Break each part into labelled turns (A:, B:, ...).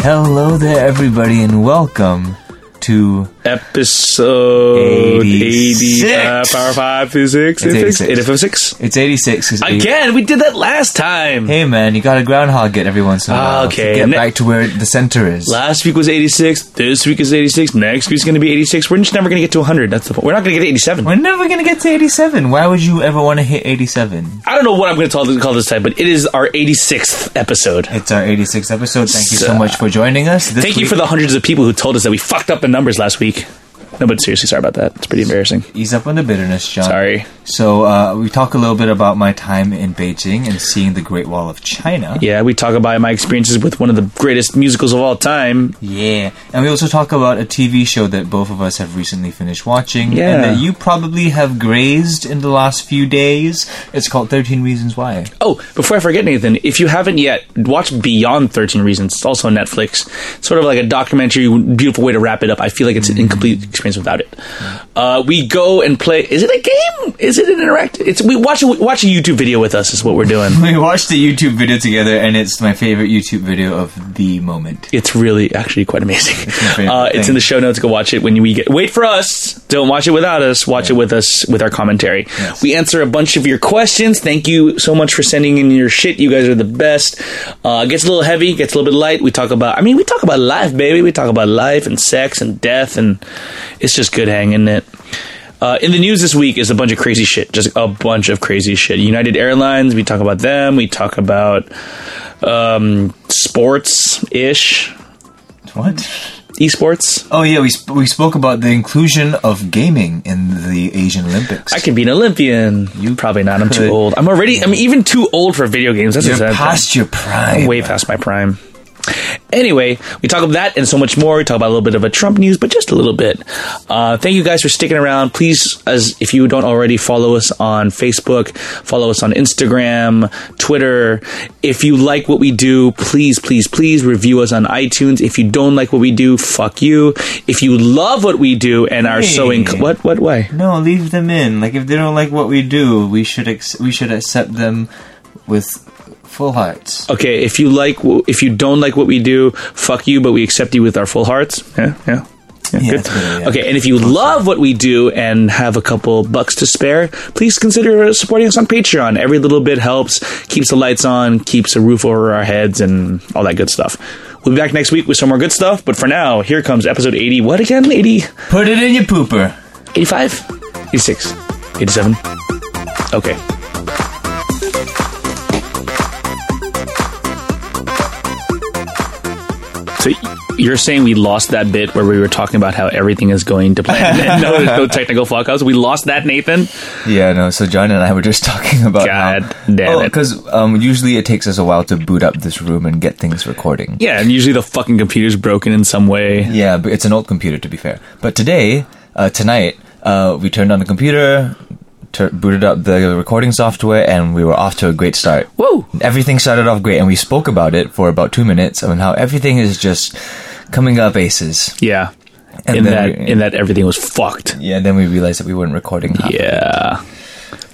A: Hello there, everybody, and welcome to
B: Episode
A: 86.
B: 85, Power 5, 56,
A: It's
B: 86,
A: 86.
B: 85, 6.
A: it's 86. 'cause eight-
B: Again, we did that last time.
A: Hey man, you gotta groundhog it every once in a
B: Ah,
A: while
B: okay.
A: to get
B: Ne-
A: back to where the center is.
B: Last week was 86, this week is 86, next week's going to be 86. We're just never going to get to 100. That's the point. We're not going to get to 87.
A: We're never gonna get to 87. Why would you ever want to hit 87?
B: I don't know what I'm going to call this, call this time, but it is our 86th episode.
A: It's our 86th episode. Thank you so much for joining us. This
B: Thank you
A: week-
B: for the hundreds of people who told us that we fucked up the numbers last week. No, but seriously, sorry about that. It's pretty embarrassing.
A: ease up on the bitterness, John.
B: Sorry.
A: So uh, we talk a little bit about my time in Beijing and seeing the Great Wall of China.
B: Yeah, we talk about my experiences with one of the greatest musicals of all time,
A: Yeah, and we also talk about a TV show that both of us have recently finished watching,
B: Yeah.
A: and that you probably have grazed in the last few days. It's called Thirteen Reasons Why.
B: Oh, before I forget anything, if you haven't yet, watch Beyond 13 Reasons. It's also on Netflix. Sort of like a documentary, beautiful way to wrap it up. I feel like it's an incomplete experience without it. Uh, we go and play. Is it a game? Is it an interactive? It's we watch a- watch a YouTube video with us. Is what we're doing.
A: We watched the YouTube video together, and it's my favorite YouTube video of the moment.
B: It's really actually quite amazing.
A: favorite
B: Uh, it's
A: thing.
B: in the show notes. Go watch it when we get. Wait for us. Don't watch it without us. Watch it with us with our commentary.
A: Yes.
B: We answer a bunch of your questions. Thank you so much for sending in your shit. You guys are the best. Uh, gets a little heavy. Gets a little bit light. We talk about. I mean, we talk about life, baby. We talk about life and sex and death, and it's just good hanging it. Uh, in the news this week is a bunch of crazy shit. Just a bunch of crazy shit. United Airlines. We talk about them. We talk about um, sports ish
A: What?
B: esports.
A: Oh yeah, we sp- we spoke about the inclusion of gaming in the Asian Olympics.
B: I can be an Olympian. You probably not. I'm too
A: could.
B: old. I'm already. I'm even too old for video games. That's
A: You're
B: the sad thing.
A: past your prime.
B: way past my prime. Anyway, we talk about that and so much more. We talk about a little bit of a Trump news, but just a little bit. Uh, thank you guys for sticking around. Please, as if you don't already, follow us on Facebook, follow us on Instagram, Twitter. If you like what we do, please, please, please review us on iTunes. If you don't like what we do, fuck you. If you love what we do and are so
A: Hey.
B: inc- what what why?
A: No, leave them in. Like if they don't like what we do, we should ex- we should accept them with full hearts.
B: Okay, if you like if you don't like what we do, fuck you, but we accept you with our full hearts. Yeah, yeah. Yeah,
A: Yeah,
B: good.
A: that's better, yeah.
B: Okay, and if you love what we do and have a couple bucks to spare, please consider supporting us on Patreon. Every little bit helps, keeps the lights on, keeps a roof over our heads, and all that good stuff. We'll be back next week with some more good stuff, but for now, here comes episode 80. What again? 80?
A: Put it in your pooper.
B: 85? 86? 87? Okay. So you're saying we lost that bit where we were talking about how everything is going to plan and no, no technical fuck-ups? We lost that, Nathan?
A: Yeah, no. So John and I were just talking about
B: God
A: how,
B: damn
A: oh,
B: it.
A: because um, usually it takes us a while to boot up this room and get things recording.
B: Yeah, and usually the fucking computer's broken in some way.
A: Yeah, but it's an old computer to be fair. But today, uh, tonight, uh, we turned on the computer, tur booted up the recording software, and we were off to a great start.
B: Whoa!
A: Everything started off great, and we spoke about it for about two minutes on how everything is just coming up aces.
B: Yeah.
A: And
B: in
A: then
B: that
A: we-
B: in that everything was fucked.
A: Yeah, then we realized that we weren't recording. half.
B: Yeah.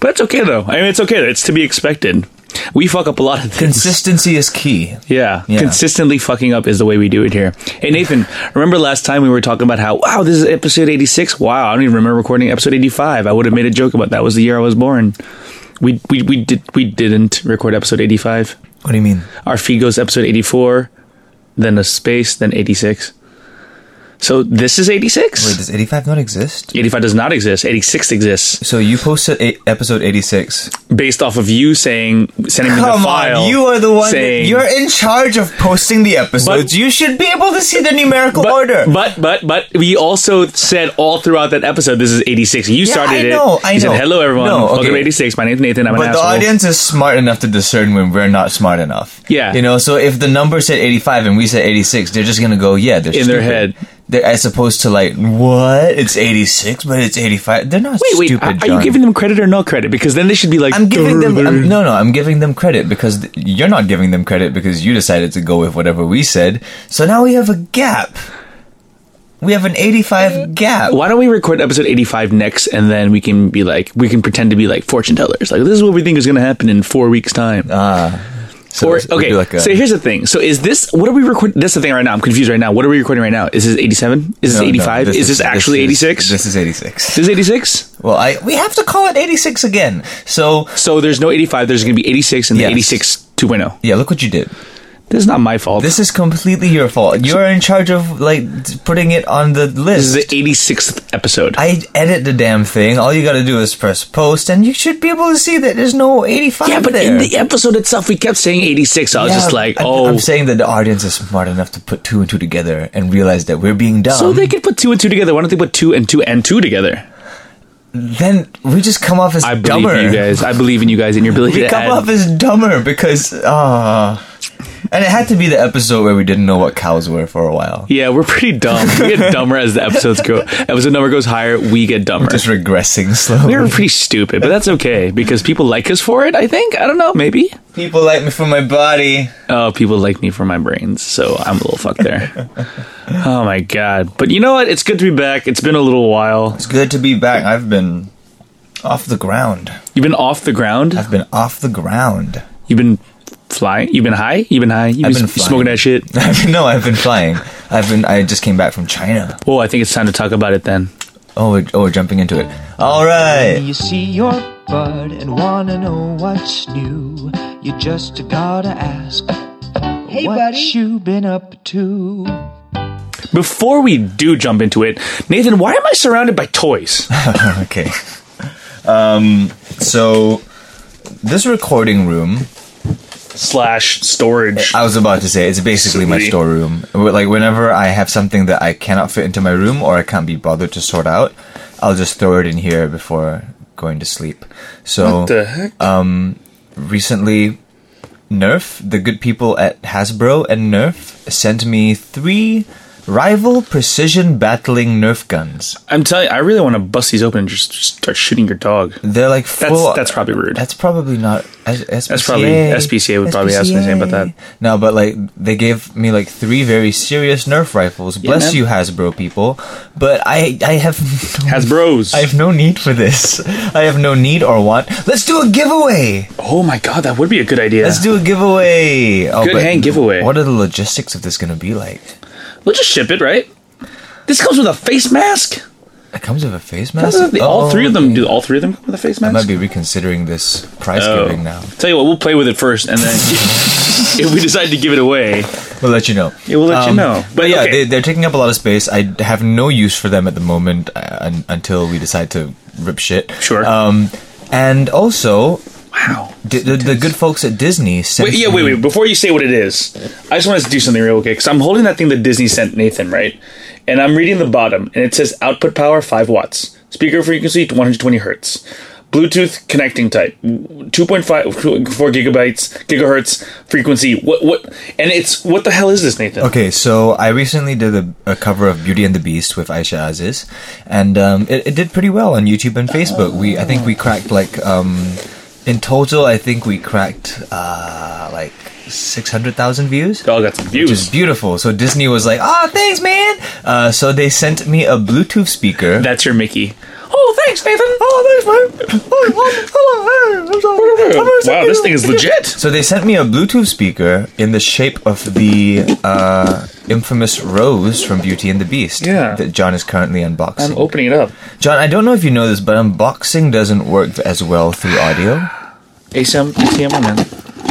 B: But it's okay though. I mean it's okay. It's to be expected. We fuck up a lot of things.
A: Consistency is key.
B: Yeah.
A: Yeah.
B: Consistently fucking up is the way we do it here. Hey, Nathan, remember last time we were talking about how, wow, this is episode 86? Wow, I don't even remember recording episode 85. I would have made a joke about that was the year I was born. We, we, we, did, we didn't record episode 85.
A: What do you mean?
B: Our feed goes episode 84, then a space, then 86. So this is 86?
A: Wait, does 85 not exist?
B: 85 does not exist. 86 exists
A: So you posted eight, episode 86.
B: based off of you saying, sending me the file.
A: you are the one.
B: saying-
A: That, you're in charge of posting the episodes. you should be able to see the numerical
B: but,
A: order.
B: But but but we also said all throughout that episode, this is 86. You started
A: I
B: it.
A: know, I
B: you
A: know.
B: said, hello everyone,
A: No,
B: welcome
A: okay.
B: to 86. My name's Nathan. I'm an
A: But the
B: asshole.
A: audience is smart enough to discern when we're not smart enough.
B: Yeah.
A: you know. So if the number said eighty-five and we said eighty-six, they're just gonna go, yeah, they're
B: In their
A: stupid.
B: head.
A: They're as opposed to like, what? It's eighty-six, but it's eighty-five. They're not
B: wait, wait,
A: stupid.
B: are, are
A: John.
B: you giving them credit or no credit? Because then they should be like,
A: I'm giving them um, I'm- no, no. I'm giving them credit because th- you're not giving them credit because you decided to go with whatever we said. So now we have a gap. We have an eighty-five gap.
B: Why don't we record episode 85 next and then we can be like, we can pretend to be like fortune tellers. Like, this is what we think is going to happen in four weeks' time.
A: Ah, So
B: or
A: it's- we
B: okay.
A: do like a-
B: so here's the thing. So is this what are we recording? That's the thing right now. I'm confused right now. What are we recording right now? Is this 87? Is this
A: No, no,
B: 85? is this actually
A: this
B: 86?
A: This is 86.
B: this is 86.
A: Well, I we have to call it 86 again. So,
B: So there's no 85. There's going to be 86 and
A: Yes.
B: the 86 2.0.
A: yeah, look what you did.
B: oh. This is not my fault.
A: This is completely your fault. You're in charge of like t- putting it on the
B: This
A: list.
B: is the 86th episode.
A: I edit the damn thing. All you got to do is press post, and you should be able to see that there's no 85
B: yeah, but
A: there.
B: in the episode itself, we kept saying 86. I was
A: Yeah,
B: just like,
A: I'm-
B: oh.
A: I'm saying that the audience is smart enough to put two and two together and realize that we're being dumb.
B: so they could put two and two together. Why don't they put two and two and two together?
A: then we just come off as
B: I believe
A: dumber.
B: in you guys. I believe in you guys and your ability
A: We
B: to
A: come
B: add.
A: off as dumber because ah, and it had to be the episode where we didn't know what cows were for a while.
B: Yeah, we're pretty dumb. We get dumber as the episodes go. Episode number goes higher, we get dumber.
A: Just regressing
B: We were
A: slowly.
B: pretty stupid, but that's okay because people like us for it. I think I don't know, maybe.
A: People like me for my body.
B: Oh, people like me for my brains, so I'm a little fucked there. oh my god! But you know what? It's good to be back. It's been a little while.
A: It's good to be back. I've been off the ground.
B: You've been off the ground.
A: I've been off the ground.
B: You've been flying. You've been high. You've been high. You've
A: I've
B: been,
A: been
B: s- smoking
A: flying.
B: that shit.
A: no, I've been flying. I've been. I just came back from China.
B: Oh, I think it's time to talk about it then.
A: Oh, we're, oh, we're jumping into it. All right.
C: You see your bud and wanna know what's new. You just gotta ask. Hey, what
D: buddy.
C: you been up to?
B: Before we do jump into it, Nathan, why am I surrounded by toys?
A: Okay. Um. So, this recording room
B: slash storage.
A: I was about to say it's basically my
B: Sweet.
A: storeroom. Wh- Like whenever I have something that I cannot fit into my room or I can't be bothered to sort out, I'll just throw it in here before going to sleep. So
B: heck?
A: recently, Nerf, the good people at Hasbro and Nerf, sent me three rival precision battling Nerf guns.
B: I'm telling you, I really want to bust these open and just, just start shooting your dog.
A: They're like
B: That's
A: full.
B: that's probably rude.
A: That's probably not. S- SPCA.
B: That's probably- SPCA would probably have something to say about that.
A: No, but like they gave me like three very serious Nerf rifles. Bless
B: man.
A: you, Hasbro people. But I, I have,
B: Has bros.
A: I have no need for this. I have no need or want. Let's do a giveaway.
B: oh my god, that would be a good idea.
A: Let's do a giveaway. Oh,
B: Good
A: but
B: hand giveaway.
A: What are the logistics of this going to be like?
B: we'll just ship it, right? This comes with a face mask.
A: It comes with a face mask.
B: all
A: Oh,
B: three of them
A: okay.
B: do. All three of them come with a face
A: I
B: mask.
A: might be reconsidering this prize
B: Oh.
A: giving now.
B: Tell you what, we'll play with it first, and then if we decide to give it away,
A: We'll let you know. Um,
B: Yeah, we'll let you know.
A: But yeah,
B: okay.
A: they, they're taking up a lot of space. I have no use for them at the moment uh, un- until we decide to rip shit.
B: Sure.
A: Um, and also,
B: wow.
A: d- the, the good folks at Disney sent.
B: Wait, yeah, wait, wait. Before you say what it is, I just wanted to do something real quick because I'm holding that thing that Disney sent Nathan, right? And I'm reading the bottom, and it says output power five watts, speaker frequency 120 hertz, Bluetooth connecting type 2.5 four gigabytes gigahertz frequency. What what? And it's what the hell is this, Nathan?
A: Okay, so I recently did a, a cover of Beauty and the Beast with Aisha Aziz, and um, it, it did pretty well on YouTube and Facebook. We I think we cracked like um, in total, I think we cracked uh, like six hundred thousand views.
B: Oh, that's
A: which is
B: views.
A: beautiful. So Disney was like, "Oh, thanks, man." Uh, so they sent me a Bluetooth speaker.
B: That's your Mickey. Oh, thanks, Nathan.
A: oh, thanks, man.
B: Wow, this thing is legit.
A: So they sent me a Bluetooth speaker in the shape of the uh, infamous rose from Beauty and the Beast.
B: Yeah.
A: That John is currently unboxing.
B: I'm opening it up.
A: John, I don't know if you know this, but unboxing doesn't work as well through audio.
B: ASM, ATM, my man.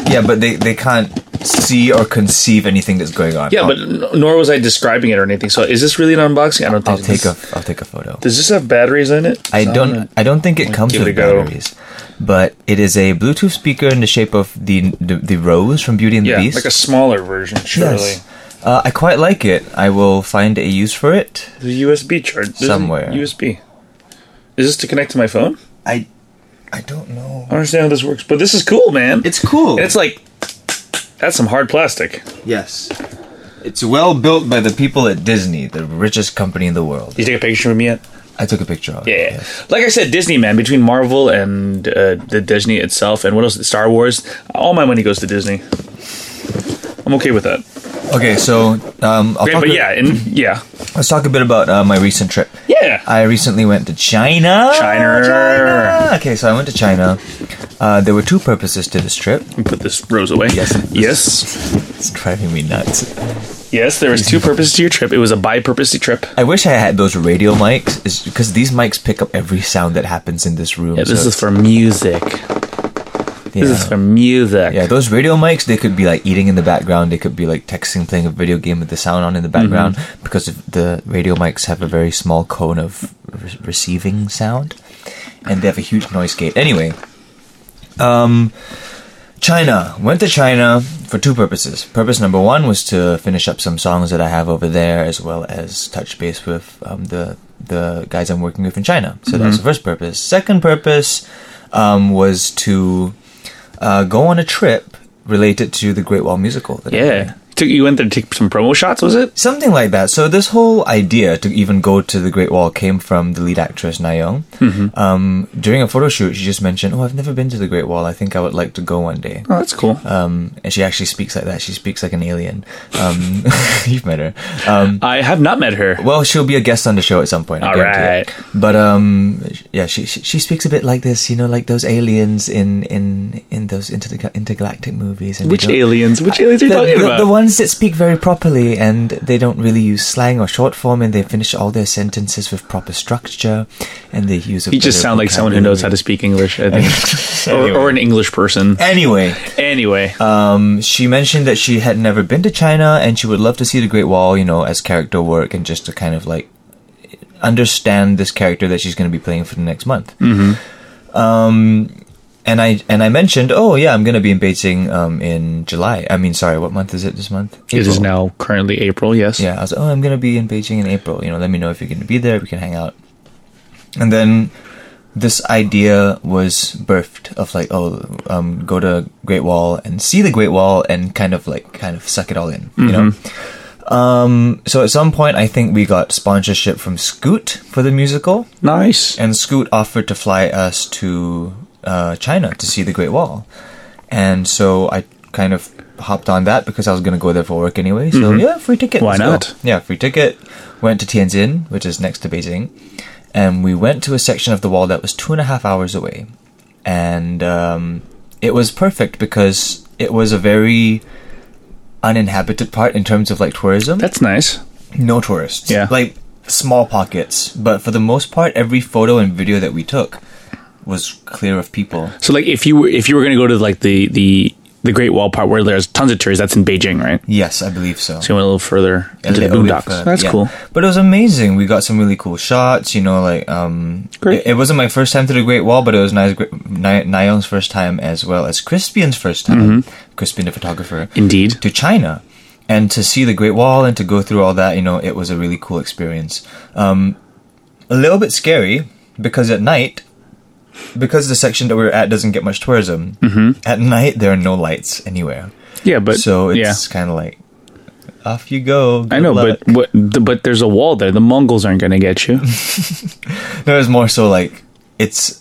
A: Yeah, but they, they can't see or conceive anything that's going on.
B: Yeah,
A: I'll,
B: but n- nor was I describing it or anything. So is this really an unboxing? I don't think
A: I'll take
B: this-
A: a I'll take a photo.
B: Does this have batteries in it?
A: I don't. I don't think it comes
B: give it a
A: with
B: go.
A: batteries, but it is a Bluetooth speaker in the shape of the the, the rose from Beauty and
B: Yeah,
A: the Beast.
B: like a smaller version, surely.
A: yes. Uh, I quite like it. I will find a use for it.
B: The USB charge There's a
A: Somewhere.
B: USB. Is this to connect to my phone?
A: I I don't know.
B: I don't understand how this works, but this is cool, man.
A: It's cool.
B: And it's like that's some hard plastic.
A: yes. It's well built by the people at Disney, the richest company in the world.
B: You take a picture of me yet?
A: I took a picture of it.
B: Yeah.
A: yes.
B: Like I said, Disney, man. Between Marvel and uh, the Disney itself, and what else? Star Wars. All my money goes to Disney. I'm okay with that.
A: Oh, Okay, so um, I'll
B: Okay,
A: talk
B: but
A: a-
B: yeah, and yeah,
A: let's talk a bit about uh, my recent trip.
B: yeah.
A: I recently went to China.
B: China.
A: China. Okay, so I went to China. Uh, there were two purposes to this trip.
B: Put this rose away.
A: Yes.
B: Yes.
A: It's driving me nuts.
B: Yes, there was two purposes to your trip. It was a bi-purpose trip.
A: I wish I had those radio mics because these mics pick up every sound that happens in this room.
B: Yeah, this
A: so
B: is for music.
A: yeah.
B: This is for music.
A: Yeah, those radio mics, they could be like eating in the background. They could be like texting, playing a video game with the sound on in the background
B: Mm-hmm.
A: because of the radio mics have a very small cone of re- receiving sound and they have a huge noise gate. Anyway, um, China. Went to China for two purposes. Purpose number one was to finish up some songs that I have over there as well as touch base with um, the, the guys I'm working with in China. So that was the first purpose. Second purpose um, was to uh, go on a trip related to the Great Wall musical. that I
B: Yeah. Took you went there to take some promo shots, was it?
A: Something like that. So this whole idea to even go to the Great Wall came from the lead actress Nayeong. Um, during a photo shoot, she just mentioned, "Oh, I've never been to the Great Wall. I think I would like to go one day."
B: Oh, that's cool.
A: Um, and she actually speaks like that. She speaks like an alien. Um, you've met her. Um,
B: I have not met her.
A: well, she'll be a guest on the show at some point. I
B: All
A: guarantee it.
B: right.
A: But um, yeah, she, she she speaks a bit like this, you know, like those aliens in in in those inter- intergalactic movies. And they
B: Which
A: don't-
B: aliens? Which aliens are you
A: the,
B: talking
A: the-
B: about?
A: the ones that speak very properly and they don't really use slang or short form and they finish all their sentences with proper structure and they use a
B: you just
A: better
B: sound like someone who knows how to speak English, I think, or, or an English person.
A: vocabulary. Anyway,
B: Anyway,
A: um, she mentioned that she had never been to China and she would love to see the Great Wall, you know, as character work and just to kind of like understand this character that she's going to be playing for the next month.
B: Mm-hmm.
A: Um, and I and I mentioned, oh yeah, I'm going to be in Beijing um, in July. I mean, sorry, what month is it this month?
B: it is
A: April.
B: now currently April. Yes.
A: Yeah, I was like, oh, I'm gonna be in Beijing in April. You know, let me know if you're gonna be there. We can hang out. And then this idea was birthed of like, oh, um, go to Great Wall and see the Great Wall and kind of like kind of suck it all in. You know. Um, so at some point, I think we got sponsorship from Scoot for the musical,
B: Nice.
A: and Scoot offered to fly us to uh, China to see the Great Wall, and so I kind of hopped on that because I was going to go there for work anyway. So yeah, free ticket.
B: Mm-hmm. Why
A: let's go.
B: not?
A: Yeah, free ticket. Went to Tianjin, which is next to Beijing, and we went to a section of the wall that was two and a half hours away, and um, it was perfect because it was a very uninhabited part in terms of like tourism
B: That's nice.
A: no tourists.
B: Yeah.
A: Like small pockets. But for the most part, every photo and video that we took was clear of people.
B: So, like, if you were if you were going to go to like the the the Great Wall part where there's tons of tourists, that's in Beijing, right?
A: Yes, I believe so.
B: So you went a little further
A: A
B: into the
A: little bit
B: boondocks.
A: further,
B: that's
A: yeah.
B: cool.
A: But it was amazing. We got some really cool shots, you know, like um
B: Great.
A: It, it wasn't my first time to the Great Wall, but it was nice Ny- Nyong's first time as well as Crispian's first time. Crispian the photographer.
B: Mm-hmm. Indeed.
A: to China and to see the Great Wall and to go through all that, you know, it was a really cool experience. Um, a little bit scary because at night, because the section that we we're at doesn't get much tourism,
B: Mm-hmm.
A: at night there are no lights anywhere.
B: Yeah, but
A: so it's
B: yeah.
A: kind of like, off you go.
B: I
A: good
B: know,
A: luck.
B: but but the, but there's a wall there. The Mongols aren't going to get you.
A: No, it's more so like it's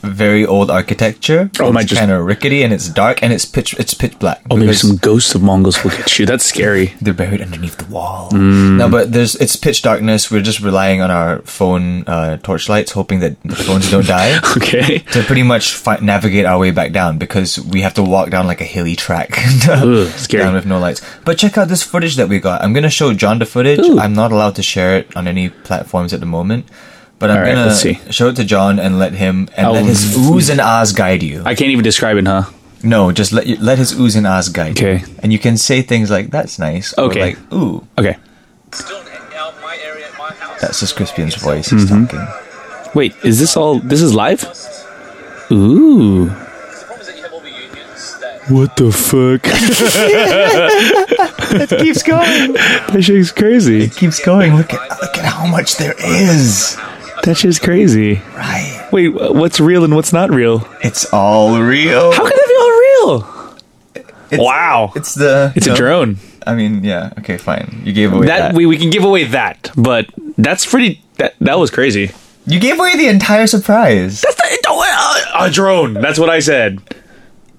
A: very old architecture.
B: Oh,
A: it's
B: my, just-
A: kind of rickety and it's dark and it's pitch it's pitch black.
B: Oh, maybe
A: because-
B: some ghosts of Mongols will get you. That's scary.
A: they're buried underneath the wall.
B: Mm.
A: No, but there's it's pitch darkness. We're just relying on our phone uh, torchlights, hoping that the phones don't die.
B: Okay.
A: To pretty much fi- navigate our way back down because we have to walk down like a hilly track
B: Ugh, scary.
A: down with no lights. But check out this footage that we got. I'm gonna show John the footage.
B: Ooh.
A: I'm not allowed to share it on any platforms at the moment, but I'm
B: All right,
A: gonna
B: let's see.
A: show it to John and let him and let
B: I'll-
A: his oohs and ahs guide you.
B: I can't even describe it, huh?
A: No, just let you, let his oohs and ahs guide.
B: Okay.
A: you. and you can say things like "That's nice." or
B: Okay.
A: like "Ooh."
B: Okay.
A: That's just Crispian's voice. He's
B: Mm-hmm.
A: talking.
B: Wait, is this all? This is live? Ooh. What the fuck?
A: It keeps going.
B: that shit's crazy.
A: It keeps going. Look at look at how much there is.
B: That shit's crazy.
A: Right.
B: Wait, wh- what's real and what's not real? How
A: It's all real.
B: can that be all real?
A: It's,
B: Wow.
A: It's the.
B: It's
A: you
B: a
A: know,
B: drone.
A: I mean, yeah. Okay, fine. You gave away
B: That,
A: that.
B: We, we can give away that, but that's pretty. That that was crazy.
A: you gave away the entire surprise.
B: That's the, a, a drone. That's what I said.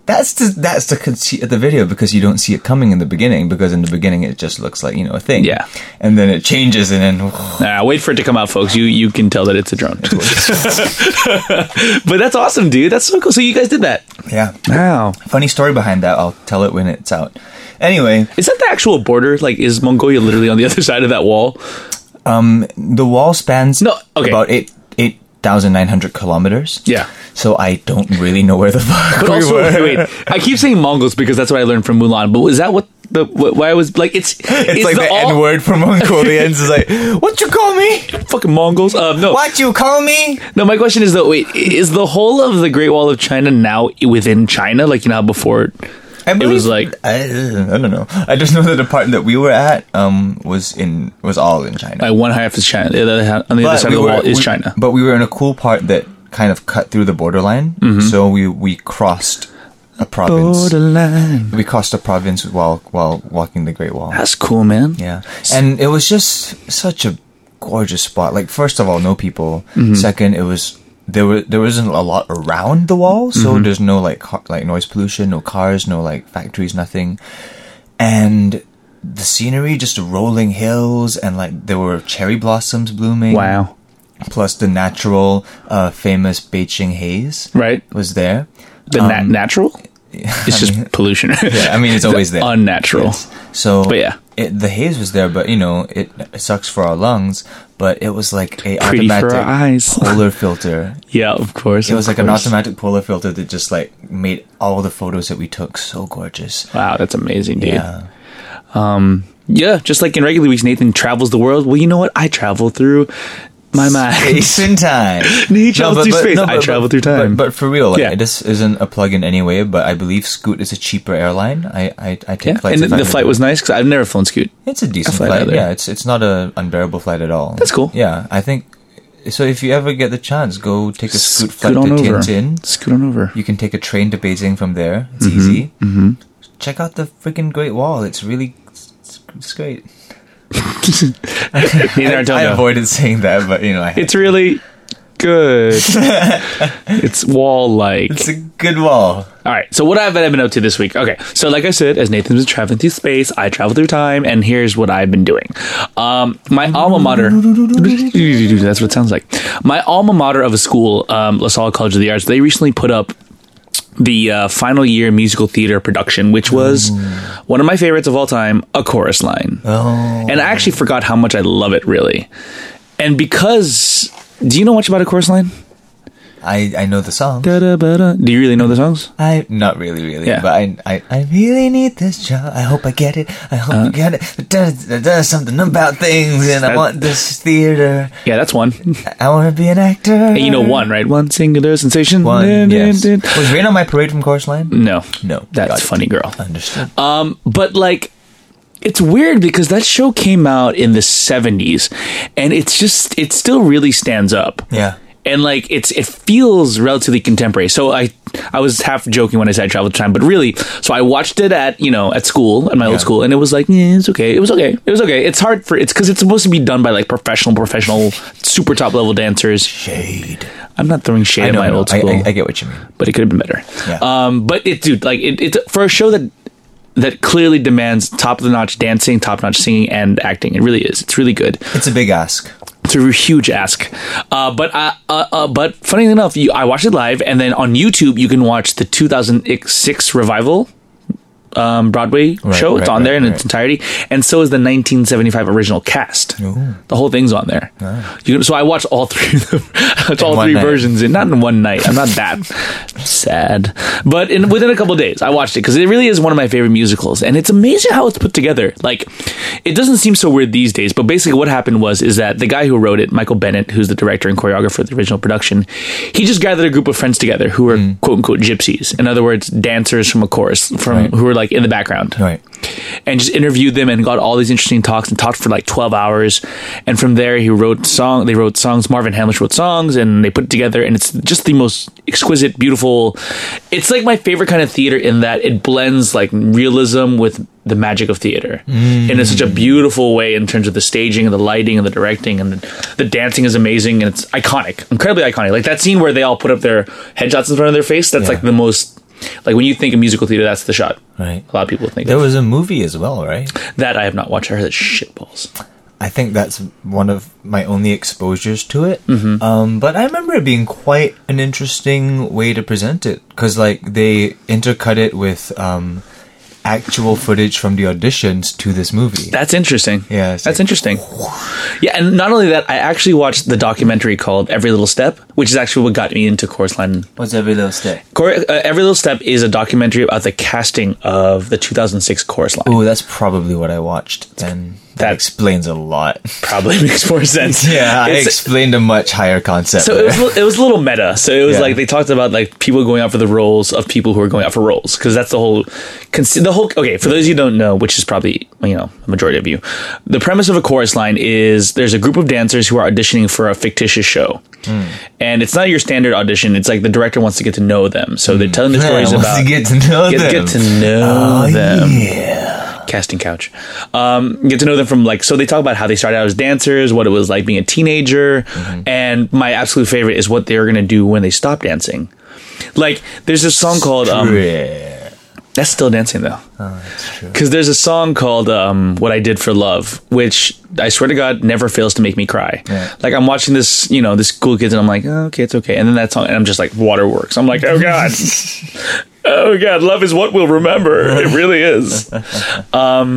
A: That's the that's the conceit of the video because you don't see it coming in the beginning because in the beginning it just looks like you know a thing.
B: Yeah.
A: And then it changes and then.
B: Nah, wait for it to come out, folks. You you can tell that it's a drone. but that's awesome, dude. That's so cool. So you guys did that.
A: Yeah.
B: Wow.
A: Funny story behind that. I'll tell it when it's out. Anyway,
B: Is that the actual border? Like, is Mongolia literally on the other side of that wall?
A: the wall spans
B: No, okay.
A: about eight eight thousand nine hundred kilometers.
B: Yeah.
A: So I don't really know where the fuck
B: But
A: we
B: also,
A: were.
B: wait, I keep saying Mongols because that's what I learned from Mulan. But is that what the what, why I was like? It's
A: It's
B: is
A: like the,
B: all-
A: N word from Mongolians. It's like, what you call me?
B: Fucking Mongols. Um, no,
A: What you call me?
B: no. My question is though. Wait, is the whole of the Great Wall of China now within China? Like you know how before.
A: I
B: It was
A: believe-
B: like-
A: I, I don't know. I just know that the part that we were at um was in was all in China.
B: Like one half is China, the other half, on the other
A: But
B: side
A: we
B: of the
A: were-
B: wall is
A: we-
B: China.
A: But we were in a cool part that kind of cut through the borderline.
B: Mm-hmm.
A: So we we crossed a province.
B: Borderline.
A: We crossed a province while while walking the Great Wall.
B: That's cool, man.
A: Yeah, and it was just such a gorgeous spot. Like, first of all, no people.
B: Mm-hmm.
A: Second, it was there were there wasn't a lot around the wall, so
B: Mm-hmm.
A: there's no like car, like noise pollution, no cars, no like factories, nothing. And the scenery, just rolling hills, and like there were cherry blossoms blooming.
B: Wow.
A: Plus the natural, uh, famous Beijing haze.
B: Right.
A: was there.
B: The nat-
A: Um,
B: natural. It's just pollution.
A: Yeah, I mean it's always there.
B: Unnatural.
A: So,
B: But yeah.
A: it, the haze was there, but you know, it, it sucks for our lungs. But it was like a
B: Pretty for
A: automatic
B: our eyes.
A: polar filter.
B: Yeah, of course.
A: It was like
B: a
A: an automatic polar filter that just like made all the photos that we took so gorgeous. Uh,
B: Wow, that's amazing, dude.
A: Yeah,
B: Yeah, just like in regular weeks, Nathan travels the world. Well, you know what? I travel through my mind.
A: it's in time.
B: He travels through space. I
A: but-
B: travel through time.
A: But, but for real, like,
B: Yeah.
A: this isn't a plug in any way. But I believe Scoot is a cheaper airline. I I, I take
B: yeah,
A: flights.
B: and
A: if I
B: the
A: can-
B: flight was nice because I've never flown Scoot.
A: It's a decent
B: flight
A: flight.
B: out of there.
A: Yeah, it's it's not a unbearable flight at all.
B: That's cool.
A: Yeah, I think so. If you ever get the chance, go take a scoot,
B: Scoot
A: flight to
B: on over.
A: Tianjin.
B: Scoot on over.
A: You can take a train to Beijing from there. It's easy. Mm-hmm. Check out the freaking Great Wall. It's really it's, it's great.
B: Neither
A: I,
B: I, don't
A: I
B: know.
A: avoided saying that, but you know, I,
B: It's really good. it's wall like.
A: it's a good wall.
B: All right. So what I've been up to this week. Okay. So like I said, as Nathan's been traveling through space, I travel through time, and here's what I've been doing. Um, my alma mater. That's what it sounds like. My alma mater of a school, um, LaSalle College of the Arts. They recently put up the uh, final year musical theater production, which was one of my favorites of all time, A Chorus Line.
A: Oh,
B: And I actually forgot how much I love it, really. And because, do you know much about A Chorus Line?
A: I I know the song.
B: Da-da-ba-da. Do you really know the songs?
A: I not really, really,
B: Yeah.
A: but I, I I really need this job. I hope I get it. I hope you get it. There's, there's something about things, and I
B: Uh. That-
A: want this theater.
B: Yeah, that's one.
A: I want to be an actor.
B: And you know one, right? One singular sensation.
A: One,
B: Dun,
A: yes.
B: dun, Mm. dun.
A: Was Rain on My Parade from Chorus Line?
B: No.
A: No.
B: That's
A: Got it. Uh-huh.
B: funny, girl.
A: Understood.
B: Um, but like, it's weird because that show came out in the 70s and it's just, it still really stands up.
A: yeah.
B: And like it's it feels relatively contemporary. So I I was half joking when I said I traveled time, but really, so I watched it at you know at school at my old
A: Yeah.
B: school, and it was like yeah, it's okay, it was okay, it was okay. It's hard for it's because it's supposed to be done by like professional, professional, super top level dancers.
A: Jade.
B: I'm not throwing shade at
A: No,
B: my
A: no,
B: old
A: I,
B: school
A: I, I get what you mean.
B: but it could have been better.
A: Yeah.
B: Um, but it, dude, like it, it for a show that that clearly demands top of the notch dancing, top notch singing, and acting. It really is. It's really good.
A: It's a big ask.
B: It's a huge ask. Uh, but uh, uh, uh, but funny enough, you, I watched it live, and then on YouTube you can watch the 2006 revival. Um, Broadway show, it's
A: right,
B: on there
A: right,
B: in its
A: right.
B: entirety, and so is the 1975 original cast. The whole thing's on there. You, so I watched all three, of them. I watched all
A: Ah. one
B: three
A: night.
B: versions in not in one night. I'm not that sad, but in within a couple of days I watched it because it really is one of my favorite musicals, and it's amazing how it's put together. Like, it doesn't seem so weird these days, but basically what happened was is that the guy who wrote it, Michael Bennett, who's the director and choreographer of the original production, he just gathered a group of friends together who were
A: Hmm.
B: quote unquote gypsies, in other words, dancers from a chorus from
A: Right.
B: who were like in the background
A: Right.
B: and just interviewed them and got all these interesting talks and talked for like 12 hours and from there he wrote song they wrote songs marvin hamlish wrote songs and they put it together and it's just the most exquisite beautiful it's like my favorite kind of theater in that it blends like realism with the magic of theater in such a beautiful way in terms of the staging and the lighting and the directing and the, the dancing is amazing and it's iconic incredibly iconic like that scene where they all put up their headshots in front of their face that's
A: Yeah.
B: like the most like when you think of musical theater that's the shot
A: Right.
B: a lot of people think
A: There was a movie as well, right?
B: that I have not watched. I heard that shit balls.
A: I think that's one of my only exposures to it.
B: Mm-hmm.
A: Um, but I remember it being quite an interesting way to present it because, like, they intercut it with um, actual footage from the auditions to this movie.
B: That's interesting.
A: Yeah, it's
B: that's
A: like-
B: interesting. Yeah, and not only that, I actually watched the documentary called Every Little Step, which is actually what got me into Chorus Line.
D: What's every little step?
B: Cor- uh, Every Little Step is a documentary about the casting of the 2006 Chorus Line.
A: Oh, that's probably what I watched, and that
B: That-
A: explains a lot.
B: Probably makes more sense.
A: Yeah, I
B: It's-
A: explained a much higher concept.
B: so it
A: there.
B: was, it was a little meta. So it was
A: Yeah.
B: like they talked about like people going out for the roles of people who are going out for roles because that's the whole consi- the whole okay for those you don't know, which is probably you know a majority of you. The premise of a chorus line is there's a group of dancers who are auditioning for a fictitious show,
A: Hmm.
B: and it's not your standard audition. It's like the director wants to get to know them, so they're telling the
A: Yeah,
B: stories
A: wants
B: about
A: to get to know
B: get,
A: them.
B: get to know
A: Oh,
B: them
A: yeah.
B: casting couch. Um, get to know them from like so they talk about how they started out as dancers, what it was like being a teenager, and my absolute favorite is what they're gonna do when they stop dancing. Like there's a song called um,
A: Yeah.
B: that's still dancing though. Because there's a song called um, "What I Did for Love," which I swear to God never fails to make me cry.
A: Yeah.
B: Like I'm watching this, you know, this cool kids, and I'm like, oh, okay, it's okay. And then that song, and I'm just like, waterworks. I'm like, oh god, oh god, love is what we'll remember. It really is. um,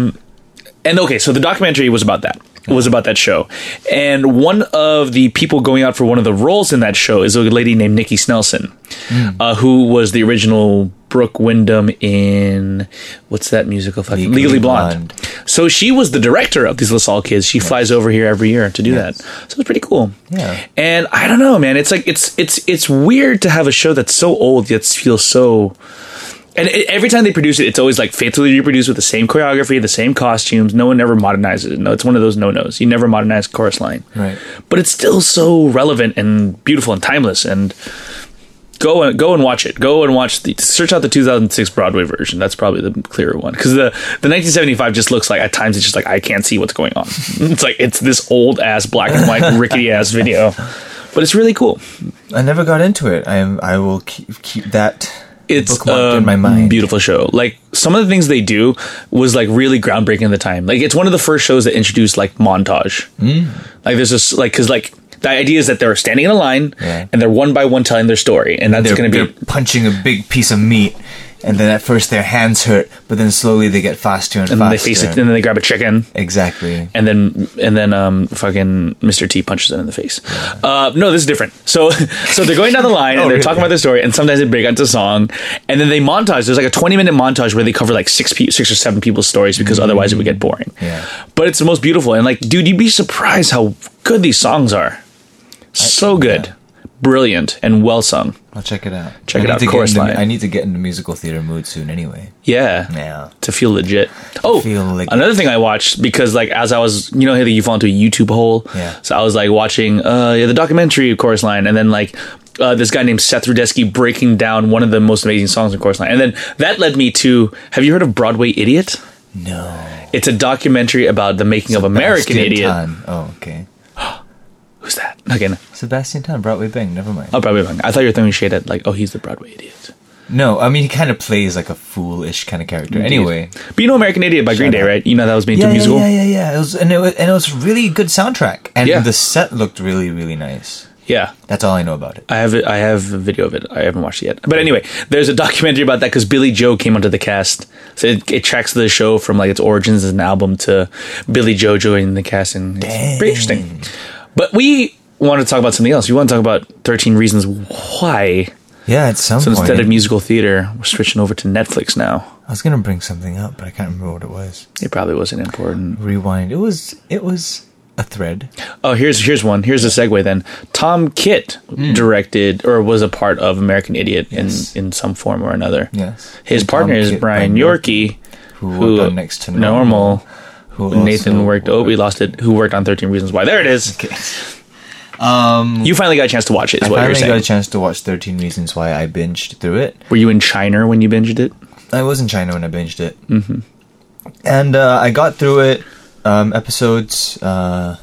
B: and okay, so the documentary was about that. Was about that show, and one of the people going out for one of the roles in that show is a lady named Nikki Snelson,
A: Hmm.
B: uh, who was the original Brooke Wyndham in what's that musical? Fucking
A: Legally
B: Legally, Blonde.
A: Blonde.
B: So she was the director of these LaSalle kids. She flies over here every year to do that. So it's pretty cool.
A: Yeah.
B: And I don't know, man. It's like it's it's it's weird to have a show that's so old yet feels so. And it, every time they produce it, it's always like faithfully reproduced with the same choreography, the same costumes. No one ever modernizes it. No, it's one of those no nos. You never modernize chorus line
A: Right.
B: but it's still so relevant and beautiful and timeless and go and go and watch it go and watch the search out the 2006 broadway version that's probably the clearer one because the the 1975 just looks like at times it's just like i can't see what's going on it's like it's this old ass black and white rickety ass video but it's really cool
A: I never got into it. I am. I will keep keep that.
B: it's
A: bookmarked
B: a
A: in my mind.
B: beautiful show. Like some of the things they do was like really groundbreaking at the time. Like it's one of the first shows that introduced like montage.
A: Mm.
B: Like there's this like because like the idea is that they're standing in a line
A: Yeah.
B: and they're one by one telling their story, and that's
A: they're,
B: going to
A: they're
B: be
A: punching a big piece of meat, and then at first their hands hurt, but then slowly they get faster and,
B: and then
A: faster.
B: they face it, and then they grab a chicken.
A: exactly.
B: and then and then um fucking Mr. T punches it in the face. Uh, no, this is different. So so they're going down the line and they're talking about their story, and sometimes they break out to song, and then they montage. There's like a 20 minute montage where they cover like six pe- six or seven people's stories because otherwise it would get boring.
A: Yeah.
B: But it's the most beautiful, and like, dude, you'd be surprised how good these songs are. So good, brilliant, and well sung.
A: I'll check it out.
B: Check
A: I
B: it
A: need
B: out,
A: to get
B: Chorus
A: into-
B: Line.
A: I need to get into musical theater mood soon. Anyway.
B: Yeah.
A: Yeah.
B: To feel legit. Oh,
A: feel legit.
B: another thing I watched because like as I was, you know, how you fall into a YouTube hole.
A: Yeah.
B: So I was like watching uh yeah, the documentary of Chorus Line, and then like uh, this guy named Seth Rudetsky breaking down one of the most amazing songs in Chorus Line, and then that led me to Have you heard of Broadway Idiot?
A: No.
B: It's a documentary about the making of American
A: Sebastian
B: Idiot.
A: Tan. Oh, okay.
B: Who's that? Okay, no.
A: Sebastian Tan, Broadway Bang. Never mind.
B: oh, Broadway. Bang. I thought you were throwing shade at like, oh, he's the Broadway Idiot.
A: No, I mean he kind of plays like a foolish kind of character. Anyway.
B: but you know American Idiot by Green Day,
A: up.
B: right? You know that was made into
A: Yeah,
B: a
A: yeah,
B: musical.
A: yeah, yeah, yeah. It was, and it was, and it was really good soundtrack, and
B: Yeah.
A: the set looked really, really nice.
B: yeah.
A: That's all I know about it.
B: I have I have a video of it. I haven't watched it yet. But anyway, there's a documentary about that because Billy Joe came onto the cast, so it, it tracks the show from like its origins as an album to Billy Joe joining the cast, and it's pretty interesting. But we want to talk about something else. We want to talk about Thirteen Reasons Why.
A: Yeah, at some
B: So
A: point.
B: instead of musical theater, we're switching over to Netflix now.
A: I was gonna bring something up, but I can't remember what it was.
B: It probably wasn't important.
A: Rewind. It was. It was a thread.
B: Oh, here's here's one. Here's a segue then. Tom Kitt directed or was a part of American Idiot
A: Hmm. Yes.
B: in in some form or another.
A: Yes.
B: His
A: And Tom
B: partner is
A: Kitt,
B: Brian
A: Brian
B: Yorkie,
A: Who worked on Next to Normal,
B: Normal.
A: Who
B: Nathan
A: also
B: worked. Oh, we lost it. Who worked on Thirteen Reasons Why? There it is. Um, you finally got a chance to watch it. Is
A: I
B: what you're
A: finally got a
B: saying.
A: chance to watch Thirteen Reasons Why. I binged through it.
B: Were you in China when you binged it?
A: I was in China when I binged it, mm-hmm. and uh, I got through it. Um, episodes, uh,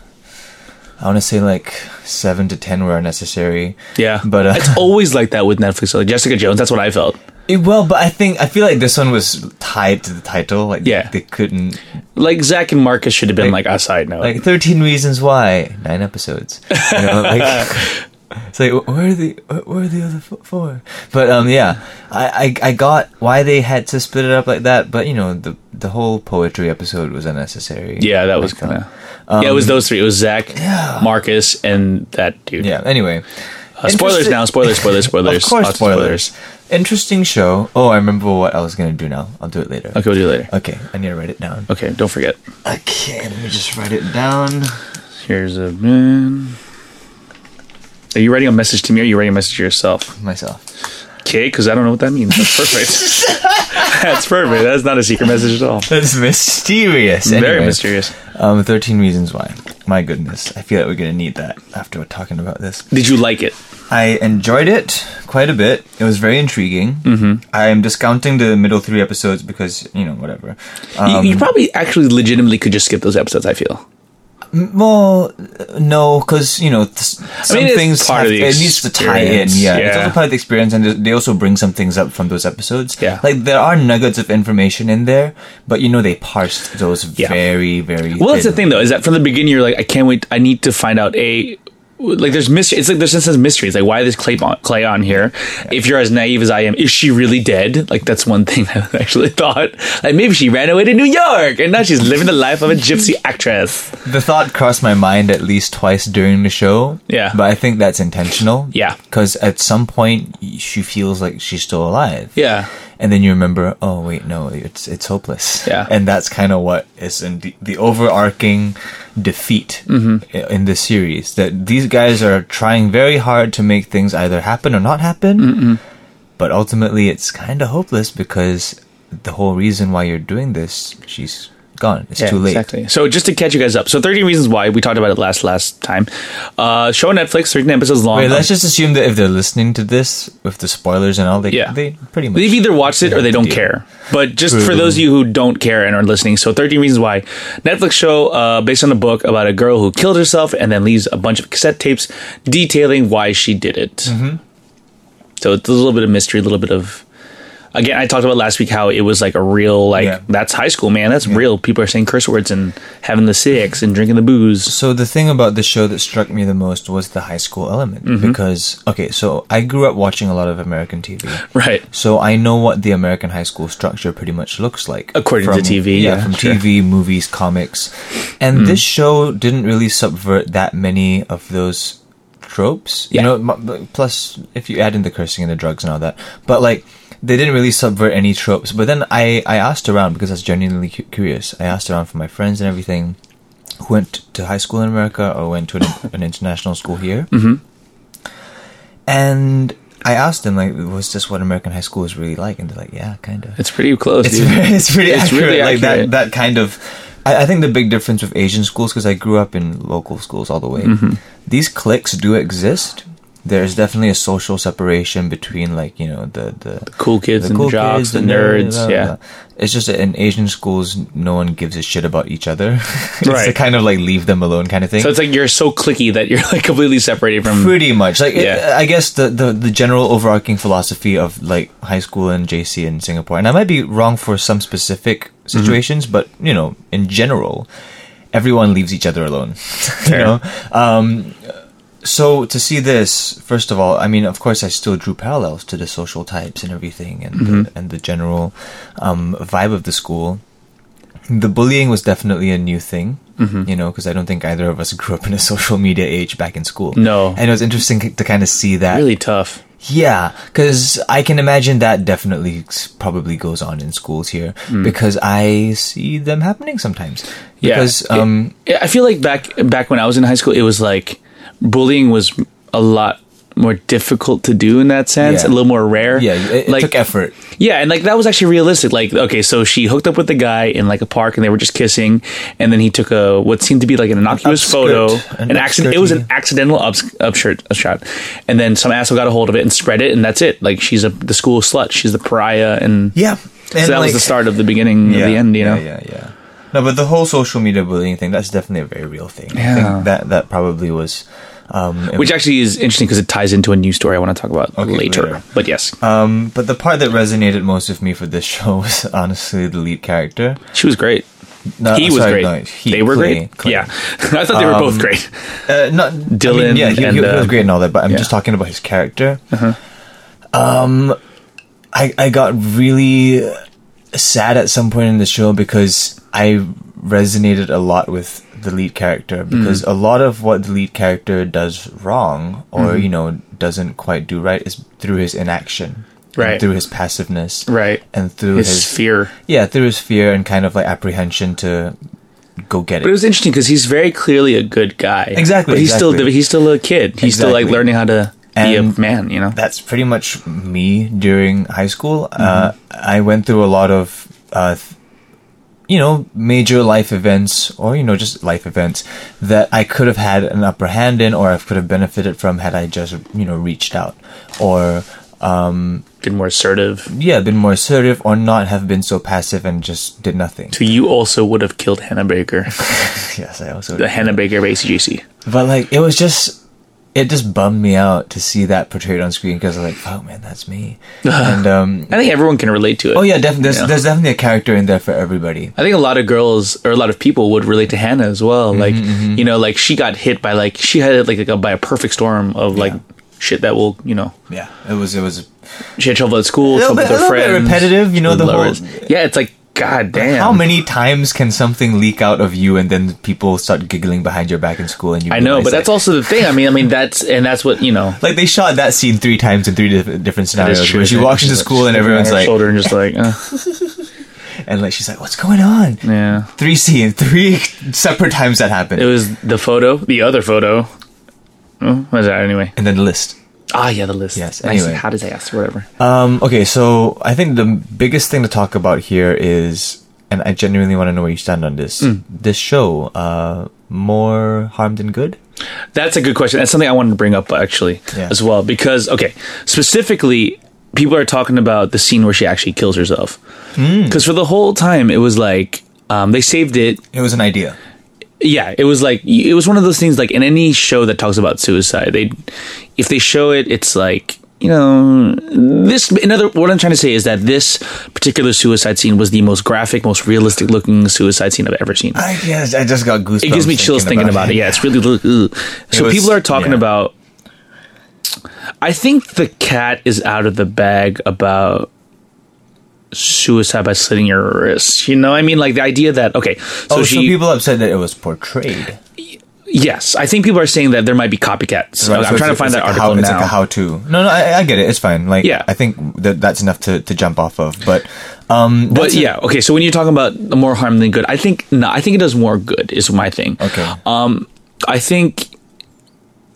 A: I want to say like seven to ten were unnecessary.
B: Yeah,
A: but uh,
B: it's always like that with Netflix. Like Jessica Jones. That's what I felt.
A: It- well, but I think I feel like this one was tied to the title. Like
B: Yeah.
A: they couldn't
B: Like Zach and Marcus should have been like, us. I know.
A: like thirteen reasons why nine episodes. You know, like, it's like where are the where are the other fo- four? But um, yeah, I, I I got why they had to split it up like that. But you know the the whole poetry episode was unnecessary. um,
B: yeah, that was
A: I thought.
B: kind of. yeah, it was those three. It was Zach, Marcus, and that dude.
A: yeah. Anyway,
B: Uh, spoilers
A: Interesting-
B: now. Spoilers. Spoilers. Spoilers.
A: Of course,
B: Lots of
A: spoilers. Interesting show. Oh, I remember what I was gonna do now. I'll do it later.
B: Okay, we'll do it later.
A: Okay, I need to write it down.
B: Okay, don't forget.
A: Okay, let me just write it down.
B: Here's a man. Are you writing a message to me or are you writing a message to yourself?
A: Myself.
B: Okay, because I don't know what that means. That's perfect. That's perfect. That's not a secret message at all.
A: That's mysterious.
B: Very
A: Anyway,
B: mysterious.
A: Um, 13 Reasons Why. My goodness, I feel like we're gonna need that after we're talking about this.
B: Did you like it?
A: I enjoyed it quite a bit. It was very intriguing. Mm-hmm. I am discounting the middle three episodes because, you know, whatever.
B: You- you, probably actually legitimately could just skip those episodes, I feel.
A: Well, no, because you know th- some
B: mean, it's
A: things
B: part
A: have,
B: of the
A: it needs to tie in.
B: experience,
A: Yeah, it's
B: yeah.
A: also part of the experience, and they also bring some things up from those episodes.
B: Yeah.
A: like there are nuggets of information in there, but you know they parsed those
B: Yeah.
A: very, very.
B: Well, that's the
A: thin.
B: thing, though, is that from the beginning, you're like, I can't wait. I need to find out a. Like there's mystery. It's like there's sense of mystery. It's like why this clay on, clay on here? If you're as naive as I am, is she really dead? Like that's one thing I actually thought. Like maybe she ran away to New York and now she's living the life of a gypsy actress.
A: The thought crossed my mind at least twice during the show.
B: Yeah.
A: but I think that's intentional.
B: Yeah.
A: because at some point she feels like she's still alive.
B: Yeah,
A: and then you remember, oh wait, no, it's it's hopeless.
B: Yeah.
A: and that's kind of what is in the, the overarching defeat
B: Mm-hmm.
A: i- in this series. That these guys are trying very hard to make things either happen or not happen, but ultimately it's kind of hopeless because the whole reason why you're doing this, she's gone. It's too late.
B: Exactly. So just to catch you guys up, so 13 Reasons Why we talked about it last last time. Uh, show on Netflix, 13 episodes long.
A: Wait, let's just assume that if they're listening to this with the spoilers and all, they
B: Yeah.
A: they pretty much
B: They've either watched it or they don't
A: Yeah.
B: care. But just for those of you who don't care and are listening, so 13 Reasons Why, Netflix show uh, based on a book about a girl who killed herself and then leaves a bunch of cassette tapes detailing why she did it. So it's a little bit of mystery, a little bit of. Again, I talked about last week how it was like a real, like,
A: Yeah.
B: that's high school, man. That's real. People are saying curse words and having the six and drinking the booze.
A: So the thing about the show that struck me the most was the high school element
B: Mm-hmm.
A: because okay, so I grew up watching a lot of American TV.
B: Right.
A: So I know what the American high school structure pretty much looks like
B: According to TV, yeah,
A: from
B: sure. Hmm.
A: TV, movies, comics. And this show didn't really subvert that many of those tropes.
B: Yeah.
A: You know, m- b- plus if you add in the cursing and the drugs and all that. But like they didn't really subvert any tropes. But then I I asked around because I was genuinely cu- curious. I asked around for my friends and everything who went to high school in America or went to an, an international school here. Mm-hmm. And I asked them, like, was this what American high school is really like? And they're like, yeah, kind of.
B: It's pretty close.
A: It's,
B: dude.
A: very, it's pretty
B: It's
A: accurate.
B: really
A: like
B: accurate.
A: that, that kind of. I, I think the big difference with Asian schools, because I grew up in local schools all the way,
B: Mm-hmm.
A: these cliques do exist. There's definitely a social separation between, like, you know, the. the
B: cool kids and the jocks, the, nerds.
A: blah,
B: uh,
A: blah,
B: yeah.
A: blah. It's just that in Asian schools, no one gives a shit about each other. it's
B: Right.
A: the kind of like leave them alone kind of thing.
B: So it's like you're so clicky that you're like completely separated from.
A: Pretty much, like it-
B: Yeah.
A: I guess the, the the general overarching philosophy of like high school and JC in Singapore, and I might be wrong for some specific
B: Mm-hmm.
A: situations, but you know, in general, everyone leaves each other alone. you know, um, so to see this, first of all, I mean, of course, I still drew parallels to the social types and everything, and the,
B: Mm-hmm.
A: and the general um, vibe of the school. The bullying was definitely a new thing,
B: Mm-hmm.
A: you know, because I don't think either of us grew up in a social media age back in school.
B: No.
A: and it was interesting c- to kind of see that.
B: Really tough.
A: Yeah, because I can imagine that definitely s- probably goes on in schools here because I see them happening sometimes.
B: Hmm. Yeah.
A: Because um,
B: Yeah, I feel like back back when I was in high school, it was like bullying was a lot more difficult to do in that sense,
A: Yeah.
B: a little more rare.
A: yeah, it, it
B: like
A: took effort.
B: yeah, and like that was actually realistic. Like okay, so she hooked up with the guy in like a park, and they were just kissing, and then he took a what seemed to be like an innocuous
A: Upskirt.
B: photo,
A: An
B: an, accident. It was an
A: upskirt.
B: accidental ups, upshirt a shot, and then some asshole got a hold of it and spread it, and that's it. Like she's a the school slut, she's the pariah, and
A: Yeah, and
B: so that was
A: like-
B: the start of the beginning of the end, you know?
A: Yeah, yeah, yeah. No, but the whole social media bullying thing, that's definitely a very real thing. I
B: Yeah.
A: think that that probably was Um,
B: Which actually is interesting because it ties into a new story I want to talk about
A: Okay,
B: later.
A: later.
B: But yes,
A: um, but the part that resonated most with me for this show was honestly the lead character.
B: she was great.
A: No,
B: he
A: uh,
B: was
A: sorry, no,
B: great.
A: he-
B: they were
A: Clay-
B: great.
A: Clay.
B: Yeah, I thought they were both great.
A: Uh, not I
B: Dylan
A: mean, yeah, he,
B: and,
A: he, he was
B: uh,
A: great and all that, but I'm
B: yeah. Uh-huh.
A: just talking about his character. Um, I I got really sad at some point in the show because I resonated a lot with the lead character
B: Mm.
A: because a lot of what the lead character does wrong or
B: Mm-hmm.
A: you know doesn't quite do right is through his inaction, and
B: Right.
A: Through his passiveness,
B: Right.
A: And through
B: His,
A: his,
B: fear.
A: yeah, through his fear and kind of like apprehension to go get it.
B: But it was interesting because he's very clearly a good guy.
A: Exactly,
B: But he's still
A: exactly.
B: he's still a kid. He's still like
A: Exactly.
B: learning how to
A: And
B: be a man. You know.
A: that's pretty much me during high school. Uh, I went through a lot of, uh, th- you know, major life events or, you know, just life events that I could have had an upper hand in or I could have benefited from had I just, you know, reached out or,
B: Been more assertive.
A: yeah, been more assertive or not have been so passive and just did nothing.
B: So you also would have killed Hannah Baker,
A: yes, I also.
B: the Hannah Baker of ACGC.
A: But, like, it was just. It just bummed me out to see that portrayed on screen because I was like, oh man, that's me. and um,
B: I think everyone can relate to it.
A: Oh yeah, definitely. There's,
B: Yeah.
A: there's definitely a character in there for everybody.
B: I think a lot of girls or a lot of people would relate to Hannah as well.
A: Mm-hmm,
B: Like you know, like she got hit by like she had like, a, by a perfect storm of like shit that will you know
A: Yeah, it was it was
B: she had trouble at school,
A: little
B: trouble
A: bit-
B: with her
A: a little bit
B: friends,
A: repetitive, you know,
B: with
A: the whole-
B: lovers. yeah, it's like god damn.
A: how many times can something leak out of you and then people start giggling behind your back in school and you
B: I
A: realize
B: know, but that's
A: that-
B: also the thing. I mean, I mean that's and that's what you know.
A: like they shot that scene three times in three diff- different scenarios where she walks into school and everyone's like
B: shoulder and just like, uh,
A: and like she's like what's going on
B: yeah.
A: three scenes three separate times that happened
B: It was the photo, the other photo. Oh, what is that anyway?
A: and then the list
B: Ah, yeah, the list.
A: Yes,
B: Nice.
A: anyway.
B: How does I ask? Whatever.
A: Um, okay, so I think the biggest thing to talk about here is, and I genuinely want to know where you stand on this.
B: Mm.
A: This show, uh, more harm than good.
B: That's a good question. That's something I wanted to bring up actually
A: Yeah.
B: as well because okay, specifically people are talking about the scene where she actually kills herself. Cuz for the whole time it was like um, they saved it.
A: It was an idea.
B: Yeah, it was like it was one of those things like in any show that talks about suicide, they if they show it it's like you know, this another what I'm trying to say is that this particular suicide scene was the most graphic, most realistic looking suicide scene I've ever seen
A: I guess I just got goosebumps.
B: it gives me chills thinking about, it. Yeah, it's really. ugh. So
A: was-
B: people are talking
A: yeah.
B: about. I think the cat is out of the bag about suicide by slitting your wrists. You know, I mean, like the idea that okay, so
A: Oh, so,
B: she.
A: people upset that it was portrayed.
B: yes, I think people are saying that there might be copycats. I was- I'm
A: So
B: trying to
A: it's-
B: find
A: it's like
B: that
A: a
B: article
A: how,
B: now.
A: It's like a how-to. No, no, I, I get it. It's fine. Like,
B: Yeah.
A: I think that that's enough to, to jump off of. But, um,
B: but yeah, okay. So when you're talking about more harm than good, I think no, I think it does more good is my thing.
A: okay.
B: I think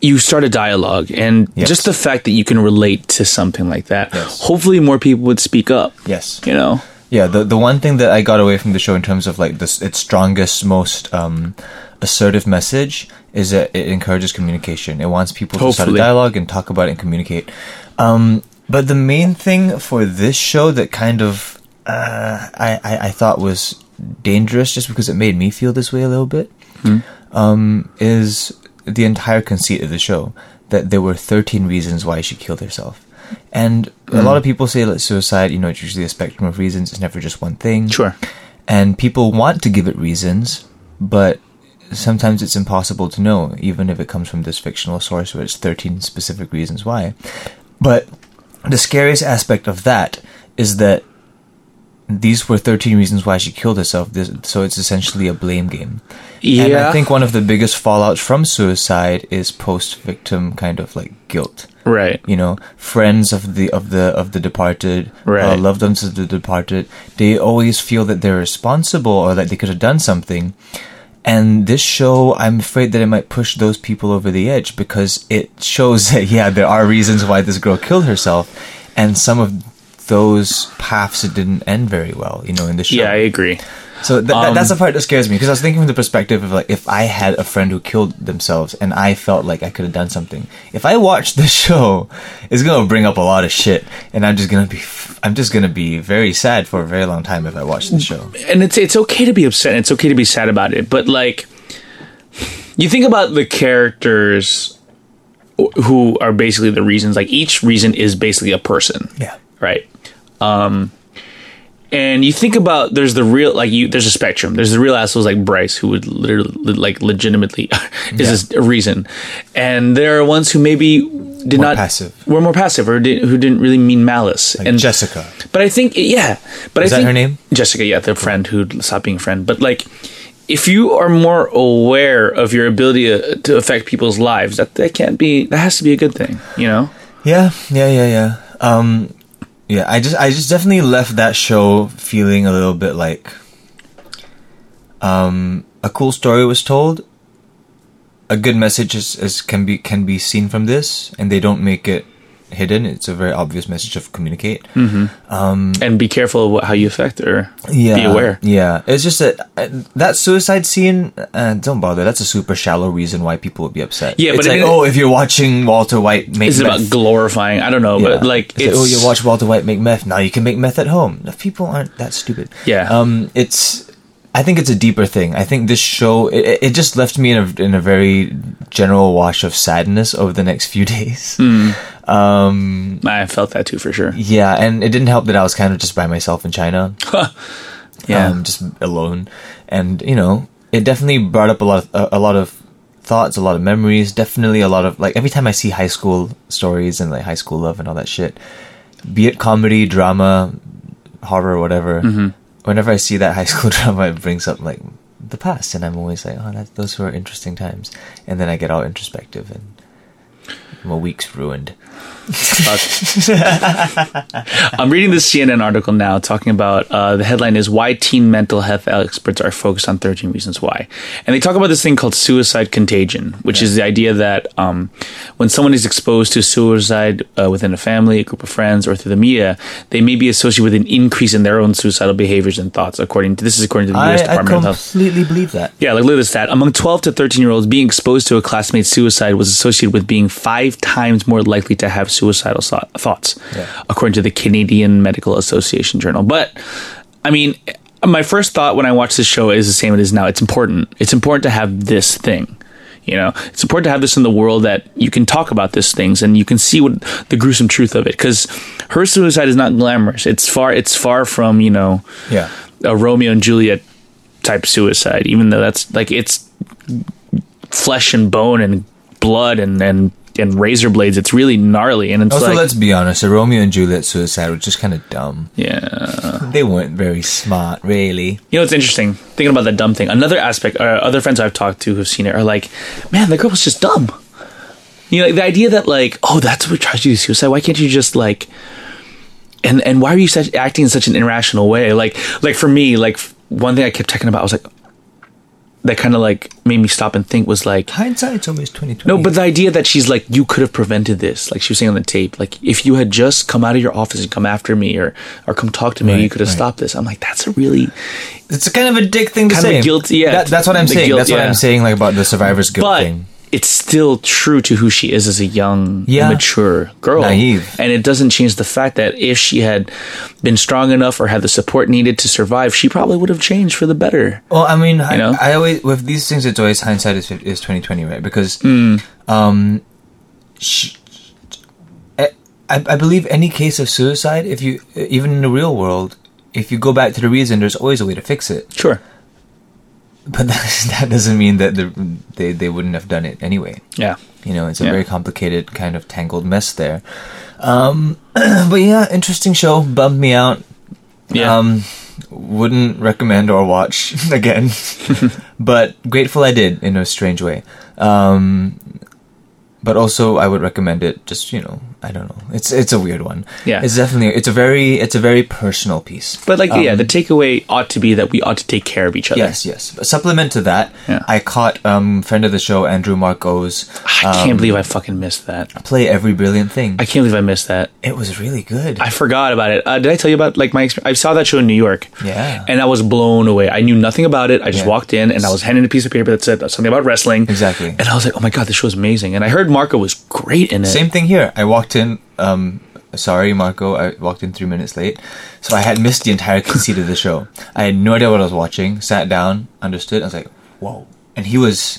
B: you start a dialogue, and
A: Yes.
B: just the fact that you can relate to something like that,
A: Yes.
B: hopefully more people would speak up.
A: yes.
B: You know,
A: Yeah, the the one thing that I got away from the show in terms of like this its strongest, most um, assertive message is that it encourages communication. It wants people to start a
B: Hopefully.
A: dialogue and talk about it and communicate. Um, but the main thing for this show that kind of uh, I, I I thought was dangerous, just because it made me feel this way a little bit, um, is the entire conceit of the show that there were 13 reasons why she killed herself. And a lot of people say that suicide, you know, it's usually a spectrum of reasons. It's never just one thing.
B: Sure.
A: And people want to give it reasons, but sometimes it's impossible to know, even if it comes from this fictional source where it's 13 specific reasons why. But the scariest aspect of that is that these were 13 reasons why she killed herself. This, so it's essentially a blame game.
B: yeah.
A: And I think one of the biggest fallouts from suicide is post-victim kind of like guilt.
B: right.
A: You know, friends of the of the of the departed, uh,
B: Right.
A: loved ones of the departed, they always feel that they're responsible or that they could have done something. And this show, I'm afraid that it might push those people over the edge because it shows that yeah, there are reasons why this girl killed herself, and some of those paths it didn't end very well. You know, in the show.
B: Yeah, I agree.
A: So th- th-
B: Um,
A: that's the part that scares me because I was thinking from the perspective of like if I had a friend who killed themselves and I felt like I could have done something. If I watch this show, it's gonna bring up a lot of shit, and I'm just gonna be f- I'm just gonna be very sad for a very long time if I watch the show.
B: And it's it's okay to be upset. and It's okay to be sad about it. But like, you think about the characters who are basically the reasons. Like each reason is basically a person,
A: Yeah.
B: right? Um, and you think about there's the real like you there's a spectrum. There's the real assholes like Bryce who would literally like legitimately is a reason, and there are ones who maybe did
A: More
B: not
A: passive.
B: were more passive or did, who didn't really mean malice
A: Like Jessica.
B: but I think yeah. But
A: Is that
B: I think
A: her name?
B: Jessica. Yeah, the friend who stopped being friend. But like, if you are more aware of your ability to, to affect people's lives, that that can't be. That has to be a good thing. You know.
A: Yeah, yeah, yeah, yeah. Um, yeah, I just, I just definitely left that show feeling a little bit like, um, a cool story was told. A good message is, is can be can be seen from this, and they don't make it hidden. It's a very obvious message of communicate.
B: Hmm. And be careful of what, how you affect or
A: Yeah,
B: be aware.
A: Yeah, it's just that uh, that suicide scene. Uh, don't bother. That's a super shallow reason why people would be upset.
B: Yeah,
A: it's
B: but it
A: like
B: didn't-
A: oh, if you're watching Walter White make
B: Is it
A: meth,
B: about glorifying? I don't know,
A: Yeah.
B: but like
A: It's like,
B: it's,
A: oh, you watch Walter White make meth. Now you can make meth at home. No, people aren't that stupid.
B: Yeah.
A: Um, it's. I think it's a deeper thing. I think this show it- it, it just left me in a in a very general wash of sadness over the next few days.
B: Hmm.
A: Um,
B: I felt that too for sure.
A: yeah, and it didn't help that I was kind of just by myself in China
B: Yeah.
A: um, just alone, and you know, it definitely brought up a lot, of, a, a lot of thoughts, a lot of memories. Definitely a lot of like every time I see high school stories and like high school love and all that shit, be it comedy, drama, horror, whatever.
B: Mm-hmm.
A: Whenever I see that high school drama, it brings up like the past, and I'm always like, oh, that, those were interesting times. And then I get all introspective and. My week's ruined.
B: I'm reading this CNN article now talking about uh, the headline is Why Teen Mental Health Experts Are Focused on 13 Reasons Why. And they talk about this thing called suicide contagion, which is the idea that um, when someone is exposed to suicide uh, within a family, a group of friends, or through the media, they may be associated with an increase in their own suicidal behaviors and thoughts, according to this is according to the U.S.
A: I, I
B: Department of Health.
A: completely believe that.
B: Yeah, like look at this stat. Among 12 to 13 year olds, being exposed to a classmate's suicide was associated with being five times more likely to have suicidal so- thoughts,
A: Yeah.
B: according to the Canadian Medical Association Journal. But, I mean, my first thought when I watched this show is the same it is now. It's important. It's important to have this thing. You know, it's important to have this in the world that you can talk about these things and you can see what the gruesome truth of it. Because her suicide is not glamorous. It's far. It's far from you know
A: Yeah.
B: a Romeo and Juliet type suicide, even though that's like it's flesh and bone and blood and and, and razor blades. It's really gnarly, and it's
A: Also,
B: like
A: let's be honest. A Romeo and Juliet suicide was just kind of dumb.
B: yeah.
A: They weren't very smart, really.
B: You know, it's interesting thinking about that dumb thing. Another aspect, or other friends I've talked to who've seen it are like, man, the girl was just dumb. You know, like, the idea that like, oh, that's what tries you to do suicide. Why can't you just like, and and why are you such, acting in such an irrational way? Like, like for me, like f- one thing I kept talking about, I was like, that kind of like made me stop and think was like,
A: Hindsight's always twenty twenty.
B: No, but the idea that she's like, you could have prevented this, like she was saying on the tape, like if you had just come out of your office and come after me or or come talk to me,
A: Right,
B: you could have
A: right.
B: stopped this. I'm like, that's a really.
A: it's kind of a dick thing to
B: Kind of
A: say.
B: a guilty- yeah,
A: That- that's what I'm
B: the
A: saying.
B: guilt,
A: that's what
B: yeah.
A: I'm saying. Like about the survivor's guilt
B: but
A: thing.
B: it's still true to who she is as a young,
A: Yeah.
B: mature girl.
A: Naive.
B: And it doesn't change the fact that if she had been strong enough or had the support needed to survive, she probably would have changed for the better.
A: Well, I mean, I,
B: know?
A: I always with these things, it's always hindsight is is twenty twenty, right? Because, um, sh- I, I I believe any case of suicide, if you even in the real world, if you go back to the reason, there's always a way to fix it.
B: Sure.
A: But that, that doesn't mean that the, they they wouldn't have done it anyway.
B: Yeah.
A: You know, it's a
B: Yeah.
A: very complicated kind of tangled mess there. Um, but yeah, interesting show. Bummed me out.
B: Yeah.
A: Um, wouldn't recommend or watch again. but grateful I did in a strange way. Um, but also I would recommend it. Just you know, I don't know. It's it's a weird one.
B: Yeah.
A: it's definitely it's a very it's a very personal piece.
B: but like, yeah, the takeaway ought to be that we ought to take care of each other.
A: um, Yes, yes. But supplement to that,
B: Yeah.
A: I caught um, friend of the show Andrew Marco's
B: I can't
A: Um,
B: believe I fucking missed that.
A: play "Every Brilliant Thing."
B: I can't believe I missed that.
A: it was really good.
B: I forgot about it. Uh, did I tell you about like my experience? I saw that show in New York.
A: Yeah.
B: And I was blown away. I knew nothing about it. I just
A: Yeah.
B: walked in and I was handed a piece of paper that said something about wrestling.
A: Exactly.
B: And I was like, oh my God, this show is amazing. And I heard Marco was great in it.
A: Same thing here. I walked in. Um, sorry, Marco. I walked in three minutes late, so I had missed the entire conceit of the show. I had no idea what I was watching. Sat down, understood. I was like, "Whoa!" And he was.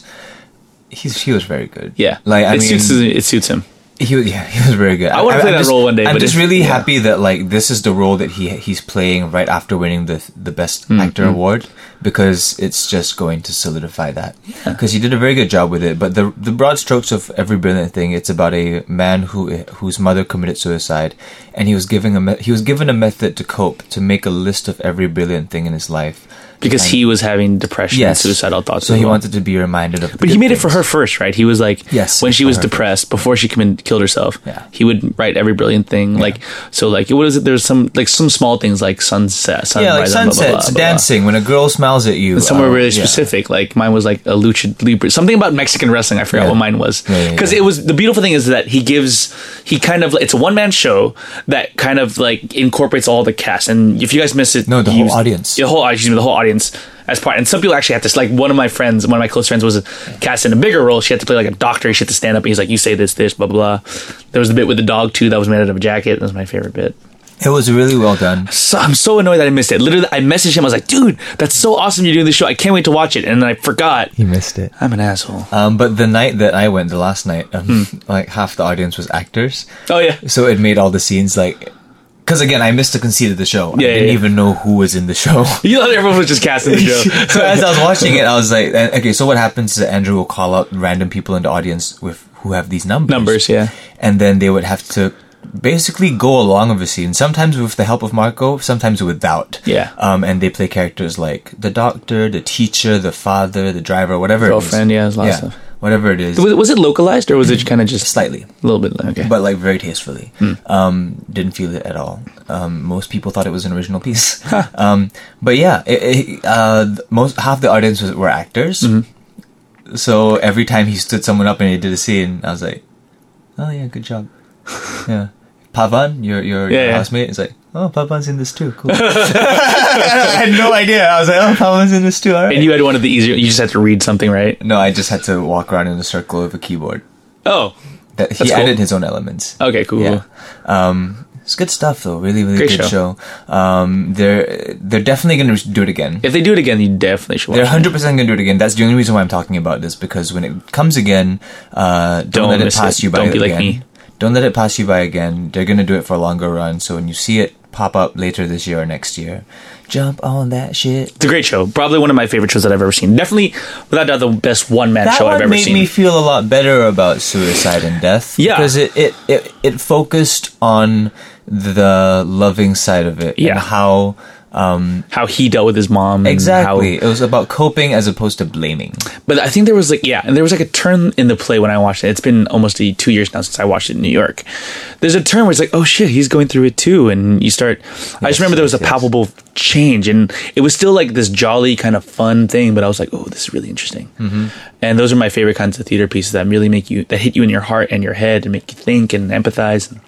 A: he's he was very good.
B: Yeah,
A: like I
B: it
A: mean,
B: suits his, it suits him.
A: He was, yeah, he was very good. I
B: wanna play
A: I'm
B: that
A: just-
B: role one day,
A: I'm
B: but
A: just
B: it's-
A: really
B: yeah.
A: happy that like this is the role that he he's playing right after winning the the best
B: Hmm,
A: actor award because it's just going to solidify that because he did a very good job with it. But the the broad strokes of every brilliant thing, it's about a man who whose mother committed suicide, and he was giving a me- he was given a method to cope to make a list of every brilliant thing in his life.
B: Because he was having depression and
A: Yes,
B: suicidal thoughts.
A: So
B: as
A: he
B: well.
A: wanted to be reminded of.
B: But he made it for her first, right? He was like,
A: Yes,
B: when she
A: for
B: was
A: her.
B: depressed before she committed, killed herself.
A: Yeah.
B: he would write every brilliant thing, like so, like what is it? There's some like some small things like sunset, sunrise,
A: Yeah, like
B: and blah, blah, blah,
A: sunsets,
B: blah, blah.
A: dancing. When a girl smiles at you,
B: somewhere
A: uh,
B: really
A: yeah.
B: specific. Like mine was like a lucha libre, something about Mexican wrestling. I forgot
A: Yeah.
B: what mine was
A: Yeah, yeah,
B: because
A: yeah.
B: it was the beautiful thing is that he gives he kind of it's a one man show that kind of like incorporates all the cast. And if you guys miss it,
A: No, the
B: he
A: whole audience.
B: the whole excuse me, the whole audience as part. And some people actually had to like one of my friends, one of my close friends was cast in a bigger role. She had to play like a doctor. She had to stand up and he's like, "You say this, this, blah blah." blah. There was the bit with the dog too that was made out of a jacket. That was my favorite bit
A: It was really well done.
B: so, I'm so annoyed that I missed it. Literally, I messaged him. I was like, dude, that's so awesome you're doing this show. I can't wait to watch it. And then I forgot.
A: He missed it.
B: I'm an asshole.
A: Um, but the night that I went, the last night, um,
B: Hmm.
A: like half the audience was actors,
B: Oh, yeah.
A: so it made all the scenes like. Because again, I missed the conceit of the show.
B: Yeah,
A: I
B: yeah,
A: didn't
B: yeah.
A: even know who was in the show.
B: You thought everyone was just casting the show.
A: so as I was watching it, I was like, uh, okay, so what happens is that Andrew will call out random people in the audience with who have these numbers.
B: Numbers, yeah.
A: And then they would have to basically go along with the scene, sometimes with the help of Marco, sometimes without.
B: Yeah.
A: Um, and they play characters like the doctor, the teacher, the father, the driver, whatever
B: Girlfriend,
A: it
B: yeah,
A: is.
B: there's lots of-
A: Whatever it is.
B: was, was it localized or was it kind of just a
A: Slightly
B: little bit? like- Okay.
A: but like very tastefully.
B: Hmm.
A: Um, didn't feel it at all. Um, most people thought it was an original piece. um, but yeah, it, it, uh, th- most half the audience was, were actors.
B: Mm-hmm.
A: So every time he stood someone up and he did a scene, I was like, "Oh yeah, good job." yeah, Pavan, your your,
B: Yeah,
A: your
B: yeah.
A: housemate, is like. Oh, Pavan's in this too. Cool. I had no idea. I was like, "Oh, Pavan's in this too." All right.
B: and you had one of the easier, you just had to read something, right?
A: no, I just had to walk around in a circle with a keyboard.
B: Oh,
A: That he
B: That's cool.
A: added his own elements.
B: okay, cool.
A: Yeah. Um, it's good stuff though. Really, really
B: Great
A: good show. Um, they're they're definitely going to do it again.
B: If they do it again, you definitely should watch
A: They're
B: it.
A: hundred percent going to do it again. That's the only reason why I'm talking about this because when it comes again, uh, don't,
B: Don't
A: let it
B: miss
A: pass
B: it.
A: you by
B: Don't be like
A: again.
B: me.
A: Don't let it pass you by again. They're going to do it for a longer run. So when you see it pop up later this year or next year, jump on that shit.
B: It's a great show. Probably one of my favorite shows that I've ever seen. Definitely, without doubt, the best one man
A: That
B: show
A: one
B: I've ever
A: made
B: seen.
A: me feel a lot better about suicide and death.
B: Yeah.
A: because it it, it it focused on the loving side of it.
B: Yeah.
A: and how.
B: how he dealt with his mom. and how-
A: Exactly. it was about coping as opposed to blaming.
B: But I think there was like yeah, and there was like a turn in the play when I watched it. It's been almost a, two years now since I watched it in New York. There's a turn where it's like, oh shit, he's going through it too, and you start. I just remember there was a
A: yes, yes.
B: palpable change, and it was still like this jolly kind of fun thing. But I was like, oh, this is really interesting.
A: Mm-hmm.
B: And those are my favorite kinds of theater pieces that really make you that hit you in your heart and your head and make you think and empathize, and,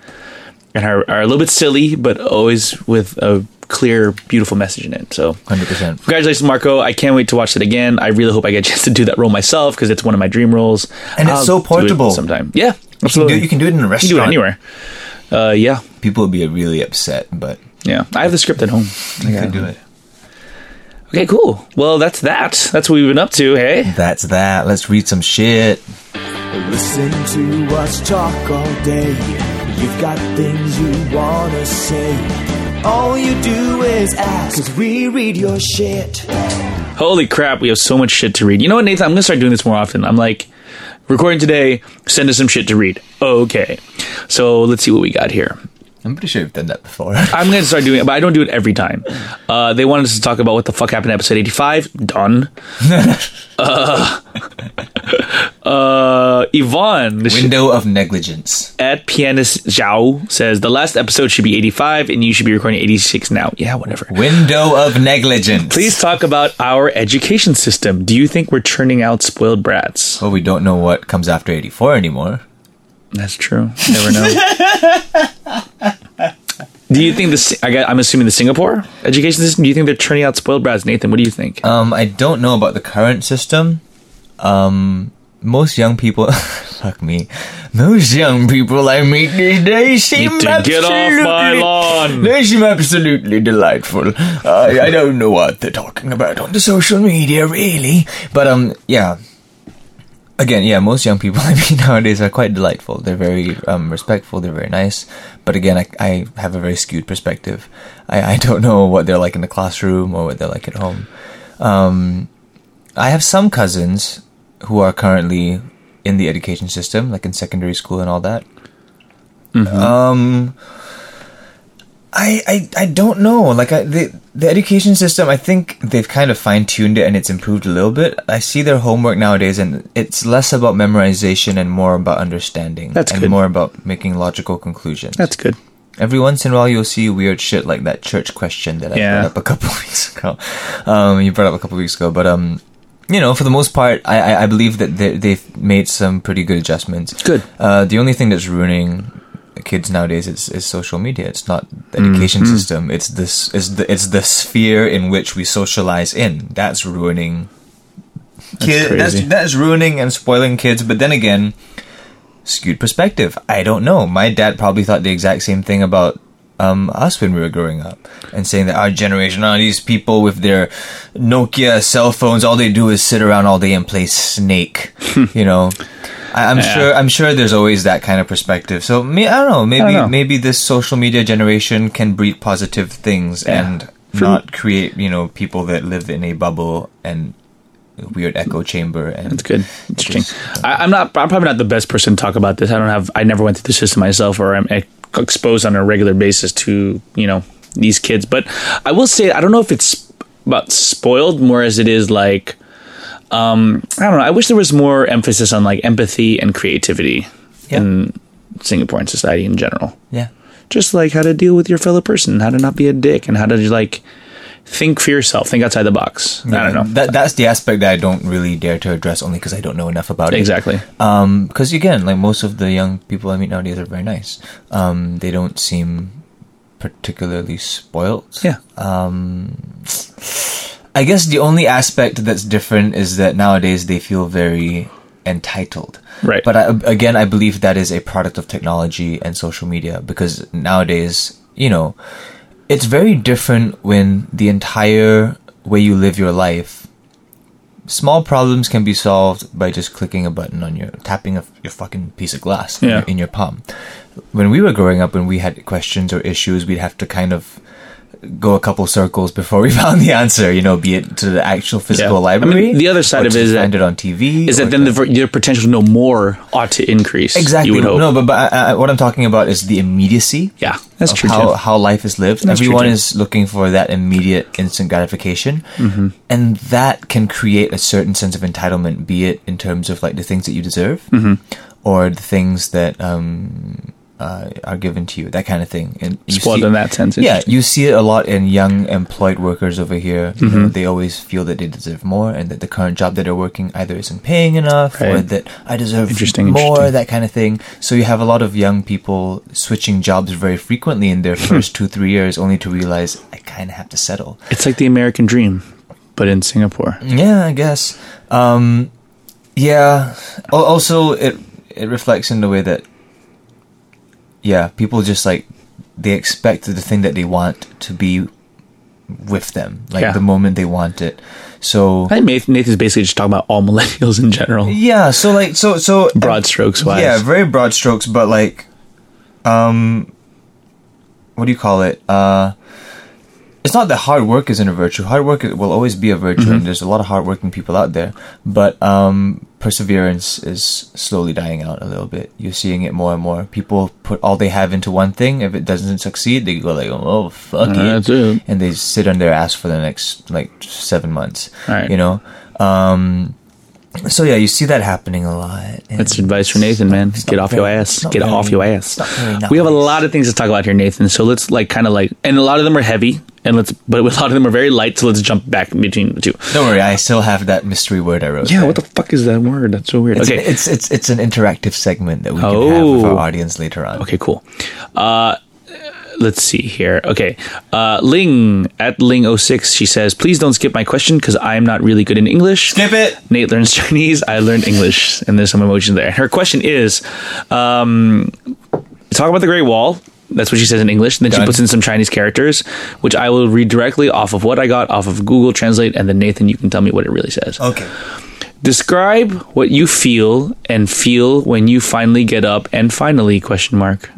B: and are, are a little bit silly, but always with a clear, beautiful message in it. So
A: 100%.
B: Congratulations, Marco. I can't wait to watch it again. I really hope I get a chance to do that role myself because it's one of my dream roles.
A: And it's so
B: do it
A: portable.
B: Sometime. Yeah,
A: You,
B: absolutely.
A: do- you can do it in a
B: You can do it
A: restaurant.
B: anywhere. Uh, yeah,
A: People would be really upset, but
B: yeah. I have the script at home.
A: you could do it.
B: Okay, cool. Well, that's that. That's what we've been up to, hey?
A: That's that. Let's read some shit.
D: Listen to us talk all day. You've got things you wanna say. All you do is ask, cause we read your shit.
B: Holy crap, we have so much shit to read. You know what, Nathan? I'm going to start doing this more often. I'm like, recording today, send us some shit to read. Okay. So let's see what we got here.
A: I'm pretty sure you've done that before.
B: I'm going to start doing it, but I don't do it every time. Uh, they wanted us to talk about what the fuck happened in episode 85. Done. uh, uh, Yvonne the sh-
A: Window of negligence.
B: at pianist Zhao says the last episode should be 85 and you should be recording 86 now. Yeah, whatever.
A: Window of negligence.
B: Please talk about our education system. Do you think we're churning out spoiled brats?
A: Well, we don't know what comes after 84 anymore.
B: That's true. Never know. do you think this? I got, I'm assuming the Singapore education system. Do you think they're churning out spoiled brats, Nathan? What do you think?
A: Um, I don't know about the current system. Um, most young people, fuck me, most young people I meet these days seem
B: Need to get off my
A: absolutely-
B: lawn.
A: They seem absolutely delightful. Uh, I, I don't know what they're talking about on the social media, really. But um, yeah, again, yeah, most young people I mean nowadays are quite delightful. They're very um, respectful. They're very nice. But again, I, I have a very skewed perspective. I, I don't know what they're like in the classroom or what they're like at home. Um, I have some cousins who are currently in the education system, like in secondary school and all that.
B: Mm-hmm.
A: Um, I, I I don't know. Like I, the the education system, I think they've kind of fine tuned it and it's improved a little bit. I see their homework nowadays, and it's less about memorization and more about understanding.
B: That's
A: and
B: good.
A: more about making logical conclusions.
B: That's good.
A: Every once in a while, you'll see weird shit like that church question that I
B: Yeah.
A: brought up a couple weeks ago. Um, you brought up a couple weeks ago, but um, you know, for the most part, I I, I believe that they, they've made some pretty good adjustments.
B: Good.
A: Uh, the only thing that's ruining kids nowadays is, is social media. It's not the education system. It's this. It's the. It's the sphere in which we socialize in. That's ruining. Kid, that's,
B: crazy.
A: that's ruining and spoiling kids. But then again, skewed perspective. I don't know. My dad probably thought the exact same thing about um, us when we were growing up, and saying that our generation, oh, these people with their Nokia cell phones, all they do is sit around all day and play Snake. you know, I, I'm sure. I'm sure there's always that kind of perspective. So may, I don't know. Maybe
B: know.
A: maybe this social media generation can breed positive things and not create you know people that live in a bubble and a weird echo chamber. And
B: That's good. Interesting. I, I'm not. I'm probably not the best person to talk about this. I don't have. I never went through the system myself, or I'm ex- exposed on a regular basis to you know these kids. But I will say, I don't know if it's about spoiled more as it is like. Um, I don't know. I wish there was more emphasis on like empathy and creativity
A: Yeah.
B: in Singaporean society in general.
A: yeah.
B: Just like how to deal with your fellow person, how to not be a dick, and how to like think for yourself, think outside the box. I don't know.
A: That, that's the aspect that I don't really dare to address only because I don't know enough about it.
B: exactly.
A: Because again, like most of the young people I meet nowadays are very nice. Um, they don't seem particularly spoilt.
B: Yeah.
A: I guess the only aspect that's different is that nowadays they feel very entitled.
B: Right.
A: But I, again, I believe that is a product of technology and social media because nowadays, you know, it's very different when the entire way you live your life small problems can be solved by just clicking a button on your tapping of your fucking piece of glass in
B: Yeah.
A: your- in your palm. When we were growing up, when we had questions or issues, we'd have to kind of go a couple circles before we found the answer. You know, be it to the actual physical
B: Yeah. I mean,
A: library.
B: the other side
A: or
B: of
A: to
B: it is that-
A: find it on TV.
B: is
A: or
B: that then the, ver- your potential to know more ought to increase.
A: exactly
B: You would hope.
A: no? But, but I, I, what I'm talking about is the immediacy.
B: yeah, that's
A: of
B: true.
A: How,
B: Jeff.
A: how life is lived.
B: That's true,
A: Everyone
B: Jeff.
A: is looking for that immediate, instant gratification,
B: Mm-hmm.
A: and that can create a certain sense of entitlement. Be it in terms of like the things that you deserve,
B: Mm-hmm.
A: or the things that um, uh, are given to you, that kind of thing. And you
B: Spoiled
A: see-
B: in that sense.
A: yeah, you see it a lot in young employed workers over here. You
B: Mm-hmm.
A: know, they always feel that they deserve more, and that the current job that they're working either isn't paying enough, or
B: Right.
A: that I deserve
B: Interesting,
A: more,
B: interesting.
A: that kind of thing. So you have a lot of young people switching jobs very frequently in their
B: Mm-hmm.
A: first two, three years, only to realize I kind of have to settle.
B: It's like the American dream, but in Singapore.
A: Yeah, I guess. Um, yeah. Al- Also, it it reflects in the way that yeah, people just like they expect the thing that they want to be with them, like
B: Yeah.
A: the moment they want it. So
B: I think Nath- Nathan's basically just talking about all millennials in general.
A: yeah, so like so so
B: Broad strokes wise.
A: Yeah, very broad strokes, but like, um, what do you call it? Uh, it's not that hard work isn't a virtue. Hard work i- will always be a virtue,
B: Mm-hmm.
A: and there's a lot of hardworking people out there. But um, perseverance is slowly dying out a little bit. You're seeing it more and more. People put all they have into one thing. If it doesn't succeed, they go like, "Oh fuck
B: Yeah,
A: it,"
B: that's it.
A: and they sit on their ass for the next like seven months.
B: Right.
A: You know. Um, so yeah, you see that happening a lot. and-
B: That's advice for Nathan, man. Get off your
A: very-
B: ass.
A: not
B: Get
A: very-
B: off your
A: not very
B: ass. We have a
A: nice.
B: lot of things to talk about here, Nathan. So let's like kind of like, and a lot of them are heavy, and let's, but a lot of them are very light. So let's jump back between the two.
A: Don't worry, I still have that mystery word I wrote.
B: Yeah,
A: there.
B: what the fuck is that word? That's so weird.
A: It's,
B: okay,
A: it's it's it's an interactive segment that we can have with
B: Oh.
A: our audience later on.
B: Okay, cool. Uh, let's see here. Okay. Uh, Ling at Ling06, she says, Please don't skip my question because I'm not really good in English.
A: Skip it.
B: Nate learns Chinese. I learned English. And there's some emotion there. Her question is um, talk about the Great Wall. That's what she says in English. And then she
A: Done.
B: puts in some Chinese characters, which I
A: Oh.
B: will read directly off of what I got off of Google Translate. And then, Nathan, you can tell me what it really says.
A: Okay.
B: Describe what you feel and feel when you finally get up and finally question mark.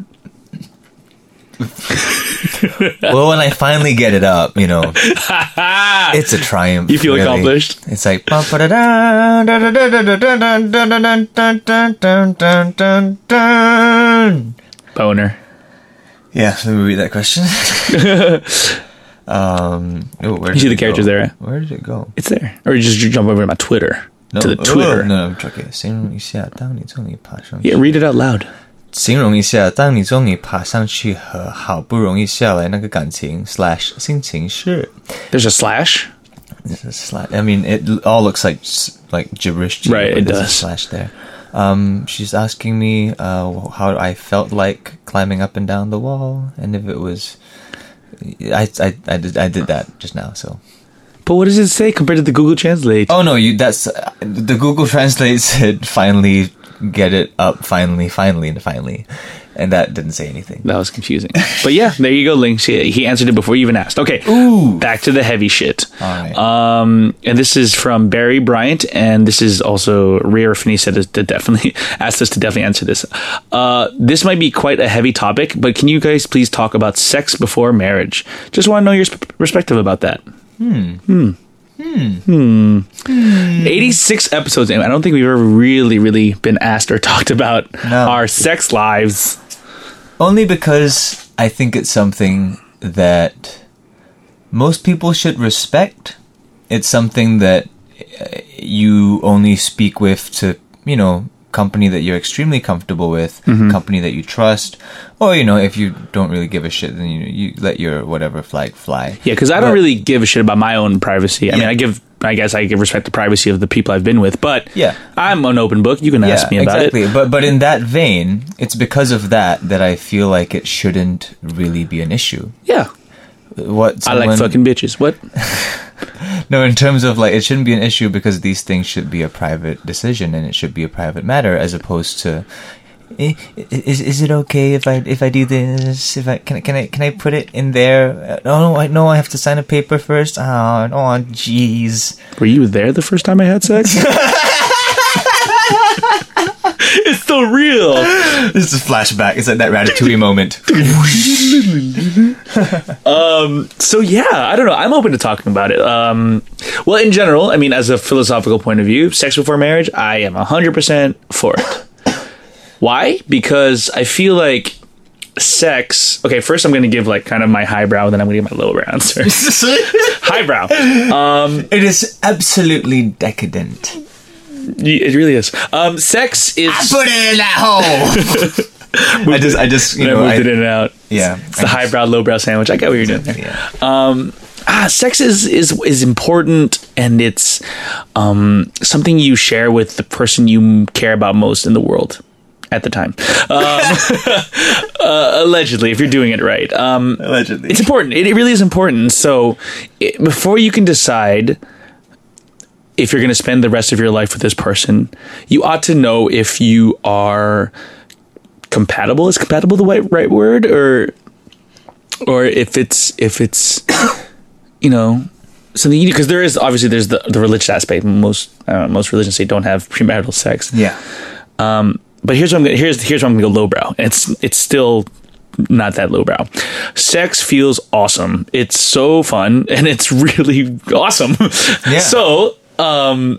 A: well, when I finally get it up, you know, it's a triumph.
B: You feel accomplished.
A: It's like "Ba, ba, da, da, da, da, da, da, da, da, da, da, da, da, da, da, da, da, da."
B: Boner.
A: Yeah, let me read that question. um, oh, where
B: You see
A: did it
B: the characters
A: go?
B: there, right?
A: Where did it go?
B: It's there. Or just jump over to my Twitter. to the
A: oh,
B: Twitter.
A: no, I'm joking. 形容一下，当你终于爬上去。
B: Yeah, read it out loud.
A: 形容一下，当你终于爬上去和好不容易下来那个感情 slash 心情是
B: There's a slash.
A: There's a slash. I mean, it l- all looks like s- like gibberish. To you,
B: Right,
A: but
B: it
A: there's a
B: does.
A: slash there. Um, she's asking me uh, wh- how I felt like climbing up and down the wall, and if it was. I, I, I did I did that just now. So
B: But what does it say compared to the Google Translate?
A: oh no, you that's uh, the Google Translate said finally get it up, finally, finally, and finally, and that didn't say anything.
B: That was confusing. But yeah, there you go, Link. He, he answered it before you even asked. Okay.
A: Ooh.
B: Back to the heavy shit.
A: Alright.
B: Um, and this is from Barry Bryant, and this is also Rhea Finny said us to definitely asked us to definitely answer this. Uh, this might be quite a heavy topic, but can you guys please talk about sex before marriage? Just want to know your sp- perspective about that. Hmm. Hmm. Hmm. 86 episodes in. I don't think we've ever really, really been asked or talked about
A: No.
B: our sex lives.
A: Only because I think it's something that most people should respect. It's something that uh, you only speak with to, you know, company that you're extremely comfortable with,
B: Mm-hmm.
A: company that you trust, or you know, if you don't really give a shit, then you you let your whatever flag fly.
B: Yeah, because I don't
A: But-
B: really give a shit about my own privacy. I mean,
A: Yeah.
B: I give, I guess, I give respect to privacy of the people I've been with, but
A: Yeah.
B: I'm an open book. You can ask me about
A: exactly.
B: it.
A: But but in that vein, it's because of that that I feel like it shouldn't really be an issue.
B: Yeah,
A: What
B: I like
A: someone-
B: fucking bitches. What?
A: No, in terms of like, it shouldn't be an issue because these things should be a private decision and it should be a private matter, as opposed to, "Eh, i- is is it okay if I if I do this? If I can I- can I can I put it in there? Uh, Oh, I no, I have to sign a paper first. Oh, oh, jeez.
B: Were you there the first time I had sex? it's so real.
A: This is a flashback. It's like that Ratatouille moment.
B: So yeah, I don't know. I'm open to talking about it. Um, well, in general, I mean, as a philosophical point of view, sex before marriage, I am 100% for it. Why? Because I feel like sex. Okay, first I'm going to give like kind of my highbrow, then I'm going to give my lowbrow answer.
A: it
B: highbrow.
A: is absolutely decadent.
B: It really is. Um, sex is.
A: it in that hole. I just I just you
B: I
A: know
B: moved
A: I,
B: it in and out.
A: yeah.
B: It's the highbrow, lowbrow sandwich. I get what you're doing there.
A: Yeah.
B: ah, sex is is is important, and it's um, something you share with the person you m- care about most in the world at the time. Um, uh, allegedly, if you're doing it right, um,
A: Allegedly.
B: it's important. It, it really is important. So it, before you can decide if you're going to spend the rest of your life with this person, you ought to know if you are compatible. Is compatible the right, right word, or or if it's if it's you know something you because there is obviously there's the, the religious aspect. Most uh, most religions say don't have premarital sex.
A: yeah.
B: But here's what I'm gonna, here's here's where I'm gonna go lowbrow. It's it's still not that lowbrow. Sex feels awesome. It's so fun and it's really awesome.
A: Yeah.
B: so um,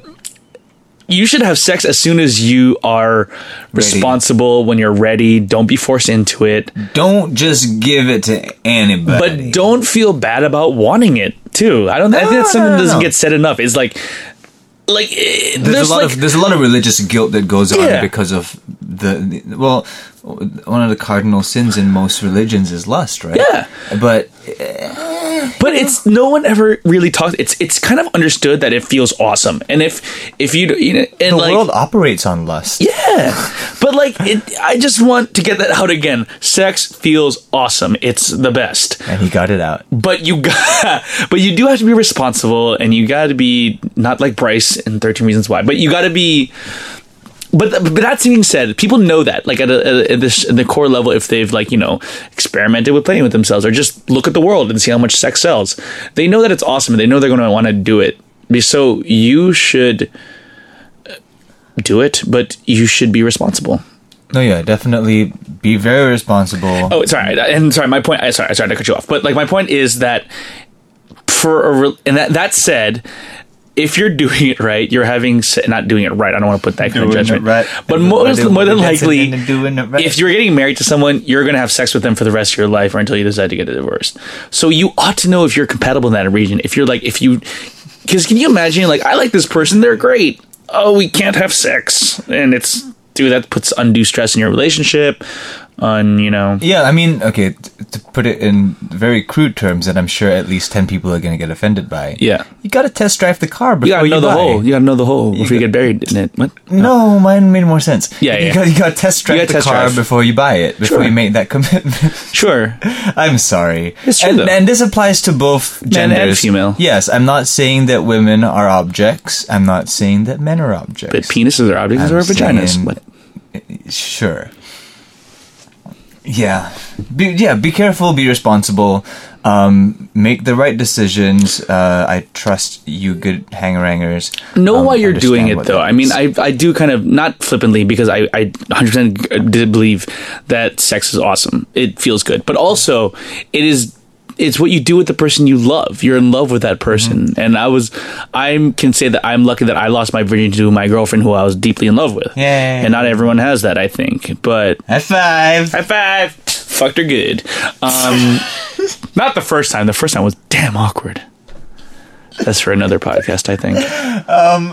B: you should have sex as soon as you are responsible. When you're ready, don't be forced into it.
A: Don't just give it to anybody.
B: But don't feel bad about wanting it too. I don't. I think that's
A: No, no,
B: something that
A: no,
B: doesn't
A: no.
B: get said enough. It's like, like eh,
A: there's, a lot
B: like,
A: of there's a lot of religious guilt that goes on
B: Yeah.
A: because of the, the well, one of the cardinal sins in most religions is lust, right?
B: Yeah.
A: But
B: but it's no one ever really talks. It's it's kind of understood that it feels awesome, and if if you you know, and
A: the
B: like
A: world operates on lust.
B: yeah, but like it, I just want to get that out again. Sex feels awesome. It's the best
A: And he got it out.
B: but you got but you do have to be responsible and you got to be not like Bryce in 13 reasons why but you got to be but but that being said people know that like at, a, at, this at the core level if they've like you know experimented with playing with themselves or just look at the world and see how much sex sells they know that it's awesome and they know they're going to want to do it so you should uh, do it, but you should be responsible.
A: No, yeah, definitely be very responsible.
B: Oh, sorry, and sorry. My point. I Sorry, I started to cut you off, but like my point is that for a re- and that that said. If you're doing it right, you're having se- not doing it right. I don't want to put that kind
A: Doing
B: of
A: it
B: judgment,
A: right.
B: but
A: Doing
B: most
A: it
B: more than
A: right.
B: likely,
A: Doing it right.
B: if you're getting married to someone, you're going to have sex with them for the rest of your life or until you decide to get divorced. So you ought to know if you're compatible in that region. If you're like, if you, because can you imagine? Like, I like this person; they're great. Oh, we can't have sex, and it's dude that puts undue stress in your relationship. On you know,
A: Yeah, I mean, okay, t- to put it in very crude terms that I'm sure at least 10 people are going to get offended by.
B: Yeah.
A: You got to test drive the car
B: You
A: before
B: gotta
A: you,
B: know the
A: buy.
B: hole. You gotta know the hole before you get buried in it. What?
A: No, mine made more sense.
B: Yeah,
A: you
B: yeah.
A: Got, you got to test drive
B: gotta
A: the
B: test
A: car
B: drive.
A: before you buy it, before
B: Sure.
A: you make that commitment.
B: Sure.
A: I'm sorry.
B: It's true,
A: and,
B: though.
A: and this applies to both
B: and
A: genders.
B: female.
A: Yes, I'm not saying that women are objects. I'm not saying that men are objects.
B: But penises are objects
A: I'm
B: or vaginas.
A: saying-
B: What?
A: Sure. Yeah. Be, yeah, be careful, be responsible, um, make the right decisions. Uh, I trust you, good hangerangers.
B: know
A: um,
B: why you're
A: understand
B: doing it
A: what
B: though.
A: that
B: I mean,
A: is.
B: I I do kind of not flippantly because I I 100% did believe that sex is awesome. It feels good, but also it is it's what you do with the person you love. You're in love with that person, and I was I can say that I'm lucky that I lost my virginity to my girlfriend who I was deeply in love with.
A: Yay.
B: And not everyone has that, I think, but
A: High five!
B: High five. Fucked her good. Um, not the first time. The first time was damn awkward. That's for another podcast, I think. Um,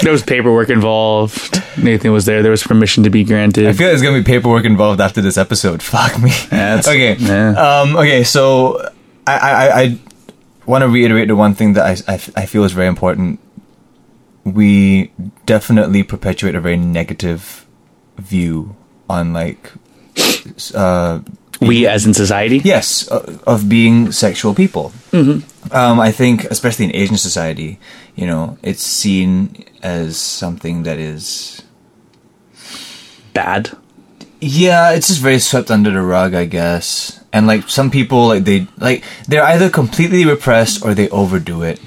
B: there was paperwork involved. Nathan was there. There was permission to be granted.
A: I feel there's gonna be paperwork involved after this episode. Fuck me.
B: That's-
A: okay.
B: yeah.
A: Um, okay. So I I, I, I want to reiterate the one thing that I, I I feel is very important. We definitely perpetuate a very negative view on like s- uh,
B: we, as in society,
A: yes uh, of being sexual people.
B: Mm-hmm.
A: Um, I think, especially in Asian society, you know, it's seen as something that is
B: bad.
A: Yeah, it's just very swept under the rug, I guess. And like some people, like they like they're either completely repressed or they overdo it.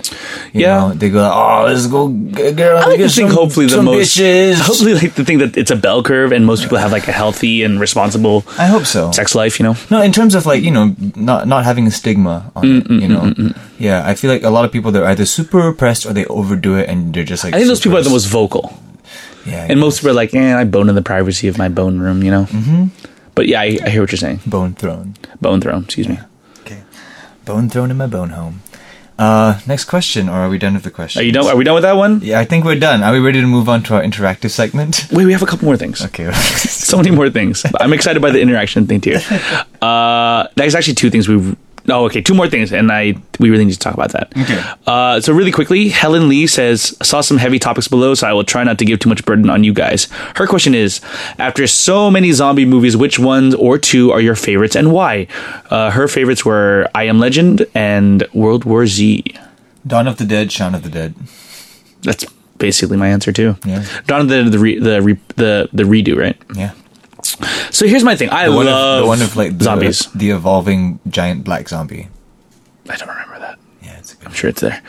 A: You
B: Yeah.
A: know, they go, oh, let's go, g- girl.
B: I like
A: get
B: to think
A: some-
B: hopefully the
A: some
B: most
A: bitches."
B: hopefully like the thing that it's a bell curve and most people have like a healthy and responsible
A: I hope so.
B: sex life. You know,
A: No, in terms of like you know, not not having a stigma
B: Mm,
A: on it. You know, yeah, I feel like a lot of people they're either super repressed or they overdo it and they're just like.
B: I think those
A: super-
B: people are the most vocal.
A: Yeah,
B: And most people are like, eh, I bone in the privacy of my bone room, you know? Mm-hmm. But yeah, I, I hear what you're saying.
A: bone thrown.
B: Bone throne, excuse me.
A: Okay, bone thrown in my bone home. Uh, next question, or are we done with the question?
B: Are you done? Are we done with that one?
A: Yeah, I think we're done. Are we ready to move on to our interactive segment?
B: Wait, we have a couple more things.
A: Okay.
B: So many more things. But I'm excited by the interaction thing too. Uh, there's actually two things we. Oh, okay, two more things, and I we really need to talk about that.
A: Okay.
B: Uh, so really quickly, Helen Lee says, "Saw some heavy topics below, so I will try not to give too much burden on you guys." Her question is, after so many zombie movies, which ones or two are your favorites and why? Uh, her favorites were I Am Legend and World War Z.
A: Dawn of the Dead, Shaun of the Dead.
B: That's basically my answer too.
A: Yeah.
B: Dawn of the the re, the, re, the the redo, right?
A: Yeah.
B: So here's my thing. I
A: The one,
B: love
A: of, the one of like the,
B: zombies.
A: the evolving giant black zombie.
B: I don't remember that.
A: Yeah, it's a good.
B: I'm sure it's there.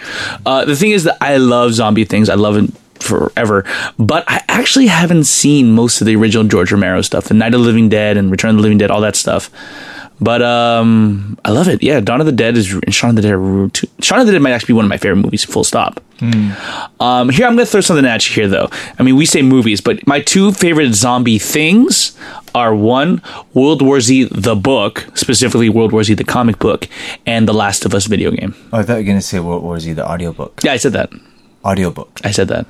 B: Uh, the thing is that I love zombie things. I love it forever. But I actually haven't seen most of the original George Romero stuff, the Night of the Living Dead and Return of the Living Dead, all that stuff. But um, I love it. Yeah, Dawn of the Dead is and Shaun of the Dead. Are, two- Shaun of the Dead might actually be one of my favorite movies. Full stop. Um, here I'm going to throw something at you here though. I mean, we say movies, but my two favorite zombie things are one World War Z the book, specifically World War Z the comic book, and The Last of Us video game.
A: Oh, I thought you were gonna say World War Z, the audiobook.
B: Yeah, I said that.
A: Audiobook.
B: I said that.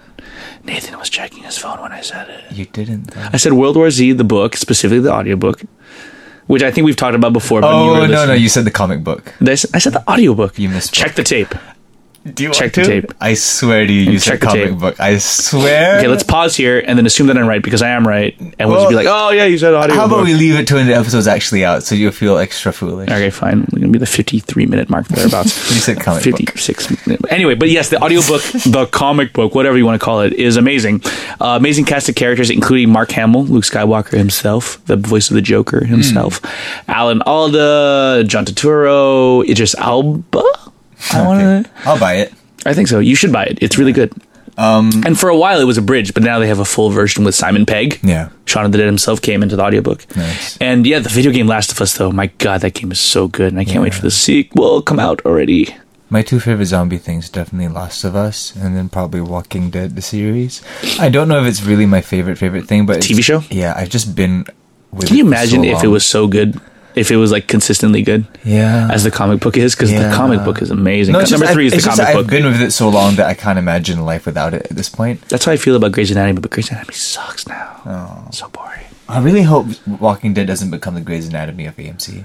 B: Nathan was checking his phone when I said it.
A: You didn't. Though.
B: I said World War Z, the book, specifically the audiobook, which I think we've talked about before. But you
A: Oh
B: were
A: no, no,
B: listening.
A: you said the comic book.
B: I said, I said the audiobook.
A: You misspoke.
B: Check the tape.
A: Do you
B: Check the tape.
A: I swear to you, you said
B: check the
A: comic
B: tape.
A: book. I swear.
B: Okay, let's pause here and then assume that I'm right because I am right, and we'll,
A: Well,
B: just be like, "Oh yeah, you said audiobook."
A: How about we leave it to when the episode's actually out, so you'll feel extra foolish.
B: Okay, fine. We're gonna be the 53 minute mark thereabouts.
A: You said comic book.
B: 56. minute- Anyway, but yes, the audiobook, the comic book, whatever you want to call it, is amazing. Uh, amazing cast of characters, including Mark Hamill, Luke Skywalker himself, the voice of the Joker himself,
A: Hmm.
B: Alan Alda, John Turturro, Idris Alba. I want to.
A: I'll buy it.
B: I think so. You should buy it. It's really good.
A: Um,
B: And for a while, it was a bridge, but now they have a full version with Simon Pegg.
A: Yeah.
B: Shaun of the Dead himself came into the audiobook.
A: Nice.
B: And yeah, the video game Last of Us, though, my God, that game is so good. And I can't wait for the sequel come out already.
A: My two favorite zombie things definitely Last of Us and then probably Walking Dead the series. I don't know if it's really my favorite favorite thing, but it's-
B: TV show?
A: Yeah, I've just been. With
B: Can you
A: it for
B: imagine
A: so
B: if it
A: long.
B: was so good? If it was like consistently good
A: yeah
B: as the comic book is? Because
A: Yeah.
B: the comic book is amazing.
A: it's
B: Number
A: just- I-
B: three is the
A: it's just
B: comic
A: that
B: book.
A: I've been with it so long that I can't imagine life without it at this point.
B: That's how I feel about Grey's Anatomy, but Grey's Anatomy sucks
A: Oh.
B: now. So boring.
A: I really hope Walking Dead doesn't become the Grey's Anatomy of AMC.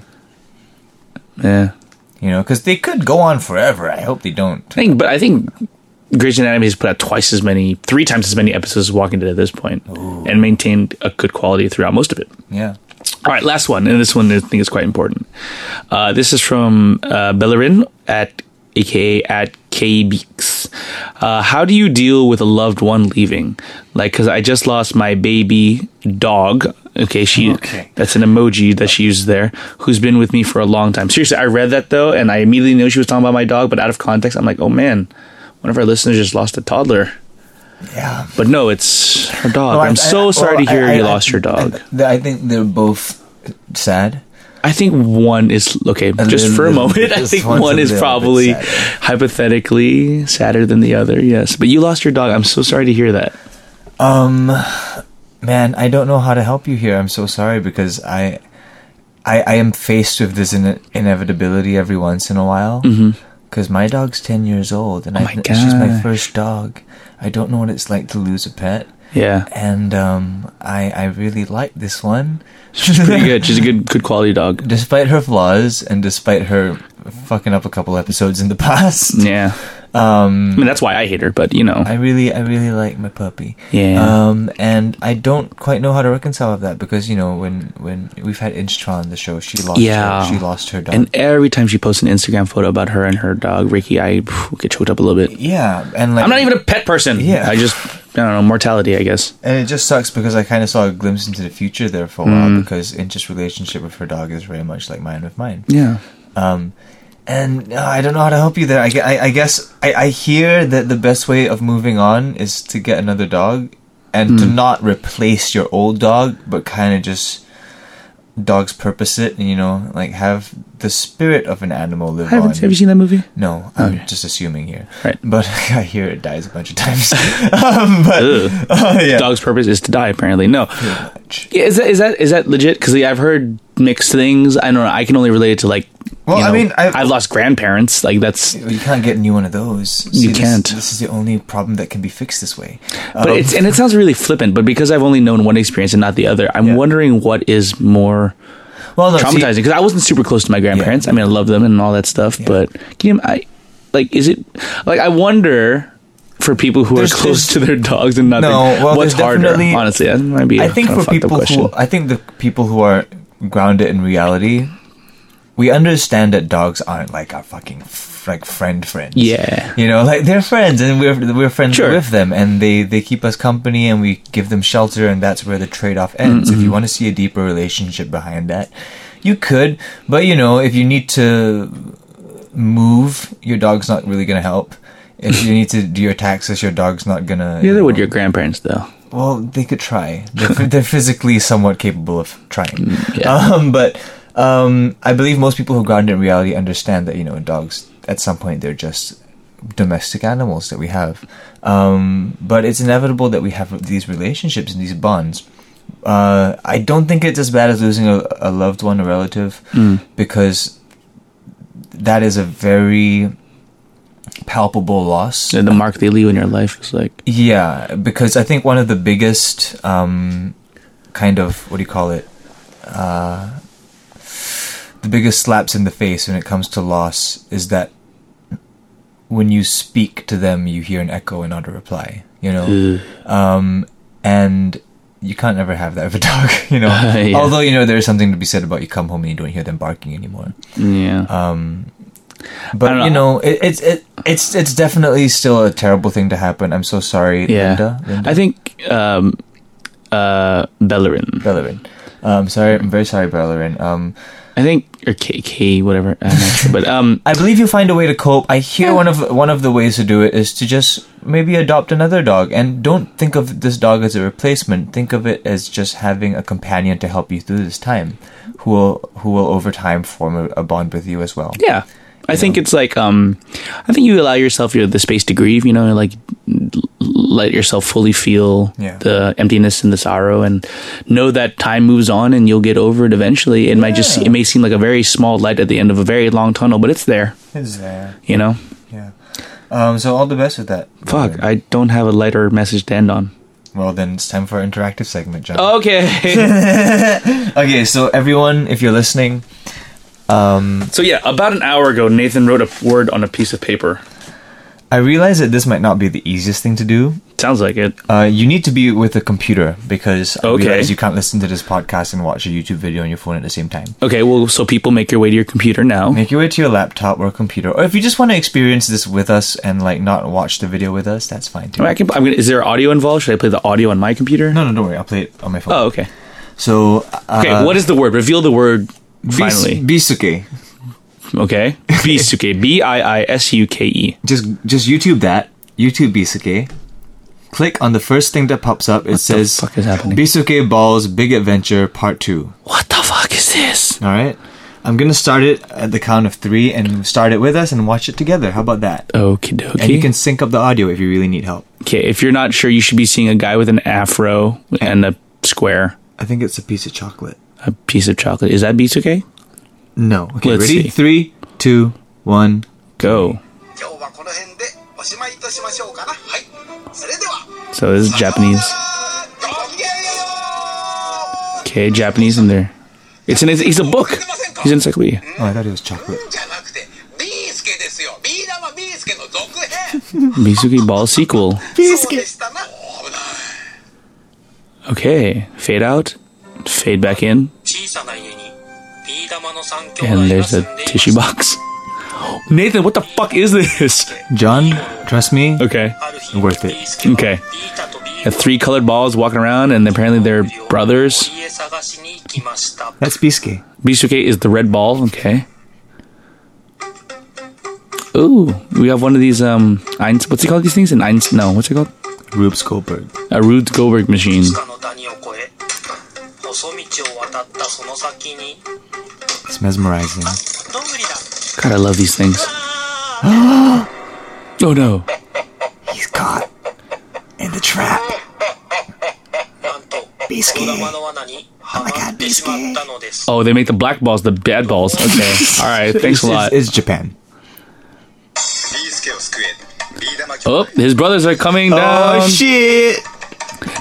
B: Yeah.
A: You know, because they could go on forever. I hope they don't.
B: I think, but I think Grey's Anatomy has put out twice as many, three times as many episodes as Walking Dead at this point, and maintained a good quality throughout most of it.
A: Yeah.
B: All right, last one, and this one I think is quite important. Uh, this is from uh, Bellerin at aka at KBeaks. Uh, how do you deal with a loved one leaving? Like, because I just lost my baby dog. Okay, she
A: Okay.
B: that's an emoji that she uses there, who's been with me for a long time. Seriously, I read that though, and I immediately knew she was talking about my dog, but out of context, I'm like, oh man, one of our listeners just lost a toddler.
A: Yeah.
B: But no, it's her dog.
A: Well, Oh, I-
B: I'm so
A: I-
B: sorry
A: well,
B: to hear
A: I-
B: you
A: I-
B: lost your dog.
A: I, I think they're both sad.
B: I think one is okay. just for a
A: little-
B: moment, I
A: just
B: think
A: one's
B: one
A: a
B: is
A: little bit
B: probably
A: sadder.
B: hypothetically sadder than the other. Yes, but you lost your dog. I'm so sorry to hear that.
A: Um, man, I don't know how to help you here. I'm so sorry because I, I, I am faced with this ine- inevitability every once in a while. Because my dog's ten years old, and I,
B: Mm-hmm. Oh my
A: she's my
B: gosh.
A: first dog. I don't know what it's like to lose a pet,
B: Yeah,
A: and um, I I really like this one,
B: pretty good. She's a good, good quality dog.
A: despite her flaws and despite her fucking up a couple episodes in the past.
B: Yeah, um, I mean that's why I hate her. But you know,
A: I really, I really like my puppy.
B: Yeah.
A: Um, and I don't quite know how to reconcile with that because you know when when we've had Inchtra on the show, she lost.
B: Yeah.
A: Her, she lost her dog.
B: and every time she posts an Instagram photo about her and her dog Ricky, I phew, get choked up a little bit.
A: yeah, and like
B: I'm not even a pet person.
A: Yeah.
B: I just I don't know mortality. I guess.
A: and it just sucks because I kind of saw a glimpse into the future there for a
B: Mm.
A: while because Incha's relationship with her dog is very much like mine with mine.
B: Yeah.
A: Um, and uh, I don't know how to help you there. I, gue- I, I guess I, I hear that the best way of moving on is to get another dog and
B: Hmm.
A: to not replace your old dog, but kind of just dog's purpose it and you know like have the spirit of an animal live on.
B: Have you seen that movie?
A: No, I'm just assuming here.
B: Right.
A: But I hear it dies a bunch of times. um, but Oh, yeah.
B: Dog's purpose is to die. Apparently, no.
A: Much.
B: Yeah, is that is that is that legit? Because I've heard mixed things. I don't know. I can only relate it to like.
A: Well,
B: you
A: I
B: know,
A: mean,
B: I've,
A: I've-
B: lost grandparents. Like that's,
A: Well, You can't get a new one of those. See, this-
B: can't.
A: This, is the only problem that can be fixed this way.
B: but
A: Um,
B: it's and it sounds really flippant. But because I've only known one experience and not the other, I'm
A: Yeah.
B: wondering what is more
A: well, no, see-
B: traumatizing. Because I wasn't super close to my grandparents. I mean, I love them and all that stuff. But can you, I like is it like I wonder for people who
A: There's-
B: are close
A: there's-
B: to their dogs and not
A: No,
B: their-
A: well,
B: what's
A: there's
B: harder?
A: definitely-
B: Honestly, that might be.
A: I think for people who, I think the people who are grounded in reality, we understand that dogs aren't like our fucking f- like friend friends.
B: Yeah.
A: you know, like they're friends, and we're we're friends
B: Sure.
A: with them, and they they keep us company, and we give them shelter, and that's where the trade off ends. If you want to see a deeper relationship behind that, you could, but you know, if you need to move, your dog's not really gonna help. If you need to do your taxes, your dog's not gonna. you
B: Neither would
A: know,
B: your grandparents though.
A: well, they could try. They're, phy- they're physically somewhat capable of trying. Um, but um, I believe most people who ground in reality understand that you know dogs at some point they're just domestic animals that we have. Um, but it's inevitable that we have these relationships and these bonds. Uh, I don't think it's as bad as losing a, a loved one, a relative, because that is a very palpable loss.
B: The mark they leave in your life is like
A: Yeah, because I think one of the biggest um, kind of what do you call it? Uh, the biggest slaps in the face when it comes to loss is that when you speak to them, you hear an echo and not a reply. You know,
B: Hmm.
A: um, and you can't ever have that with a dog. You know,
B: Yeah.
A: although you know there is something to be said about you come home and you don't hear them barking anymore.
B: yeah.
A: Um, but
B: don't
A: you know,
B: know.
A: it, it's it, it's it's definitely still a terrible thing to happen. I'm so sorry,
B: Yeah,
A: Linda. Linda
B: I think um, uh, Bellerin.
A: Bellerin. Um, sorry, I'm very sorry, Bellerin. Um,
B: I think or K K whatever. I'm not sure, but um,
A: I believe you find a way to cope. I hear one of one of the ways to do it is to just maybe adopt another dog and don't think of this dog as a replacement. Think of it as just having a companion to help you through this time, who will who will over time form a, a bond with you as well.
B: Yeah. I think it's like um I think you allow yourself your, the space to grieve, you know, like l- let yourself fully feel
A: Yeah.
B: the emptiness and the sorrow and know that time moves on and you'll get over it eventually. It might just it may seem like a very small light at the end of a very long tunnel, but it's there,
A: It's there.
B: you know.
A: Yeah. Um, so all the best with that.
B: Fuck, I don't have a lighter message to end on.
A: Well, then it's time for our interactive segment, John.
B: Oh. Okay.
A: Okay, so everyone, if you're listening, um,
B: so yeah, about an hour ago Nathan wrote a word on a piece of paper.
A: I realize that this might not be the easiest thing to do.
B: Sounds like it.
A: Uh, you need to be with a computer because I
B: Okay.
A: realize you can't listen to this podcast and watch a YouTube video on your phone at the same time.
B: Okay, well, so people make your way to your computer now.
A: Make your way to your laptop or computer, or if you just want to experience this with us and like not watch the video with us, that's fine too.
B: I can, I'm gonna, is there audio involved? Should I play the audio on my computer?
A: No, no, don't worry. I'll play it on my phone.
B: Oh, okay.
A: So uh,
B: Okay, what is the word? Reveal the word
A: bis-
B: finally.
A: Bisuke?
B: okay. Bisuke. B I I S U K E.
A: Just just YouTube that. YouTube Bisuke. Click on the first thing that pops up. It says
B: fuck is happening?
A: Bisuke Balls Big Adventure Part Two.
B: What the fuck is this?
A: All right. I'm gonna start it at the count of three and start it with us and watch it together. How about that?
B: Okie
A: And you
B: dokie.
A: can sync up the audio if you really need help.
B: okay, if you're not sure, you should be seeing a guy with an afro and a square,
A: I think it's a piece of chocolate.
B: a piece of chocolate. Is that Bisuke?
A: No. Okay,
B: Let's
A: ready?
B: see.
A: Three, two, one.
B: Go.
E: 今日はこの辺でおしまいとしましょうかなはいそれでは
B: So this is Japanese.
E: ごきげんよう
B: Okay, Japanese in there. It's an, it's, it's a book. He's an encyclopedia.
A: Oh, I thought it was chocolate.
E: じゃなくてビースケですよビー玉ビースケの続編
B: Bisuke Ball sequel.
E: そうでしたな危ない
B: Okay, fade out, fade back in,
F: 小さな家にビー玉の三兄弟
B: and
F: が
B: there's
F: 住
B: a
F: んでいま
B: tissue
F: した
B: box. Nathan, what the fuck is this?
A: John, trust me.
B: Okay.
F: ある日
A: Worth it.
F: ビースケは
B: Okay.
F: ビータとビー
B: The three colored balls walking around, and apparently they're
F: タの森
B: brothers.
F: へ探しに行きました
A: That's Bisuke.
B: Bisuke is the red ball. Okay. Ooh, we have one of these um, Eins, what's he called? These things in Eins? No, what's it called?
A: Rube Goldberg.
B: A Rude Goldberg machine.
F: 地下の谷を越え細道を渡ったその先に
A: It's mesmerizing.
F: どんぐりだ
B: God, I love these things. oh no.
A: He's caught in the trap.
F: なんとドラマの罠にはまってしまったのです
B: Oh, they make the black balls the bad balls. Okay. All right.
A: It's,
B: Thanks a lot.
A: it's, it's Japan.
E: ビースケを救えビー玉兄
B: Oh,
E: 弟
B: his brothers are coming down.
A: Oh shit!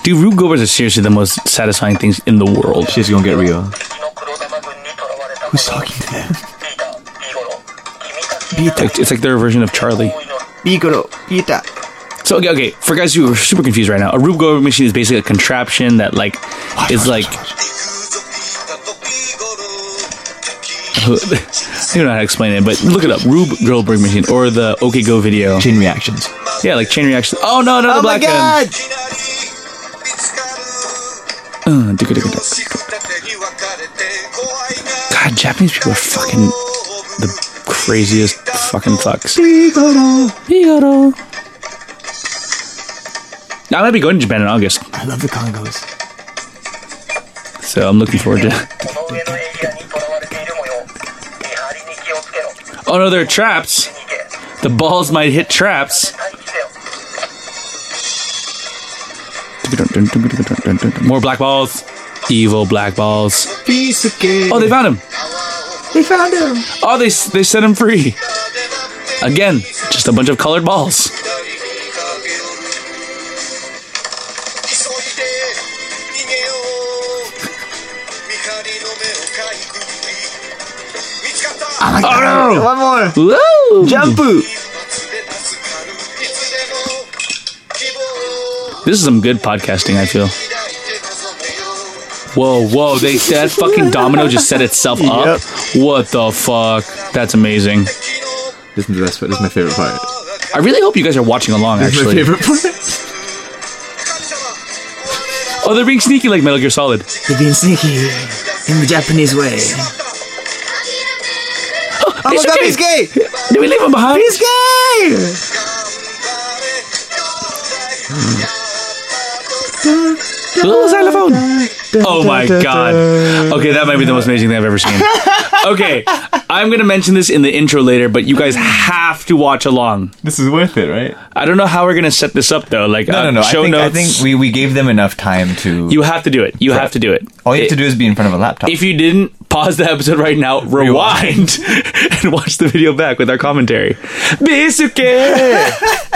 B: Dude, Rube Goldbergs are seriously the most satisfying things in the world.
A: She's gonna get real.
F: 敵の黒玉軍に囚われた
A: Who's talking to them?
F: ビータビーゴロ君たち
B: Like- It's like their version of Charlie.
F: 思いの
A: Bigoro, Ita.
B: So okay, okay. For guys who are super confused right now, a Rube Goldberg machine is basically a contraption that like is like I don't know how to explain it, but look it up. Rube Goldberg machine or the OK Go video.
A: Chain reactions.
B: Yeah, like chain reaction. Oh no,
A: Oh my
B: no, the black
A: god!
E: いきなり見つかる
B: gun. Uh, digga, digga, digga.
E: しくたてに分かれて怖いな
B: God, Japanese people are fucking the craziest fucking fucks. Bigoro. I might be going to Japan in August,
A: I love the Congos.
B: so I'm looking forward to.
F: この上のエリアに囚われている模様見張りに気をつけろ逃
B: Oh no, there are traps.
F: げ
B: The balls might hit traps.
F: 待機せよ
B: More black balls. Evil black balls.
A: Bisuke!
B: Oh, they found him.
A: they found him!
B: Oh, they they set him free. Again, just a bunch of colored balls.
E: 急いで逃げよう見張りの目をかいくぐり見つかった
A: Oh, my god.
B: no.
A: One more!
B: Woo!
A: Jumpu!
E: 一発で助かるいつでも希望を
B: This is some good podcasting. I feel.
E: 抱いて望めよ
B: Whoa, whoa! They that fucking domino just set itself up. What the fuck? That's amazing.
E: 昨日
A: This is the best part. This is my favorite part.
B: I really hope you guys are watching along. Actually.
A: part.
E: 神様我ら
B: Oh, they're being sneaky like Metal Gear Solid.
D: They've been sneaky in the Japanese way.
E: だ
B: He's
A: Oh my God,
B: okay.
A: he's gay!
B: Did we leave him behind?
A: He's gay!
B: Little xylophone. Oh my god. Okay, that might be the most amazing thing I've ever seen. Okay, I'm gonna mention this in the intro later, but you guys have to watch along.
A: This is worth it, right?
B: I don't know how we're gonna set this up though. Like
A: No,
B: uh,
A: no, no. I
B: show
A: think,
B: notes.
A: I think we, we gave them enough time to.
B: you have to do it. You have to do it.
A: all you have to do is be in front of a laptop.
B: If you didn't pause the episode right now, rewind and watch the video back with our commentary. Bisuke.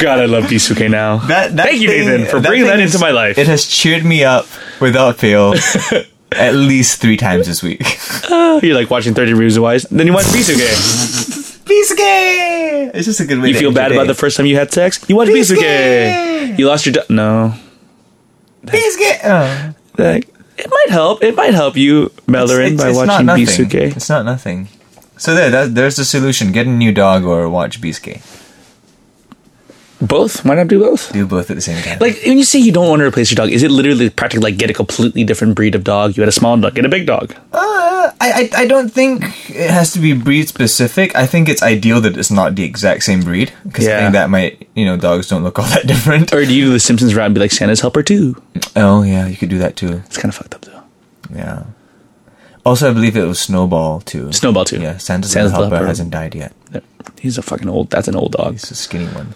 B: God, I love Bisuke now.
A: That- that
B: Thank you,
A: thing-
B: Nathan, for
A: that
B: bringing that
A: thing
B: into
A: is-
B: my life.
A: It has cheered me up without fail at least three times this week.
B: You're like watching 30 Reviews of Wise, then you watch Bisuke.
A: Bisuke! It's just a good way
B: You
A: to
B: feel bad about the
A: entertain.
B: first time you had sex? You watch
A: Bisuke!
B: Bisuke. You lost your. Do- no.
A: Bisuke! Oh,
B: Like, it might help. It might help you, Mellorin, by
A: not
B: watching
A: nothing.
B: Bisuke.
A: It's not nothing. So there, that, there's the solution. Get a new dog or watch Bisuke.
B: Both? Why not do both?
A: Do both at the same time.
B: Like when you say you don't want to replace your dog, is it literally practically like get a completely different breed of dog? You had a small dog, get a big dog.
A: Uh, I, I I don't think it has to be breed specific. I think it's ideal that it's not the exact same breed because I
B: Yeah.
A: think that might you know dogs don't look all that different.
B: Or do you do the Simpsons route and be like Santa's helper too?
A: Oh yeah, you could do that too.
B: It's kind of fucked up though.
A: Yeah. Also, I believe it was Snowball too.
B: Snowball too.
A: Yeah, Santa's,
B: Santa's
A: helper,
B: helper.
A: hasn't died yet.
B: He's a fucking old. That's an old dog.
A: He's a skinny one.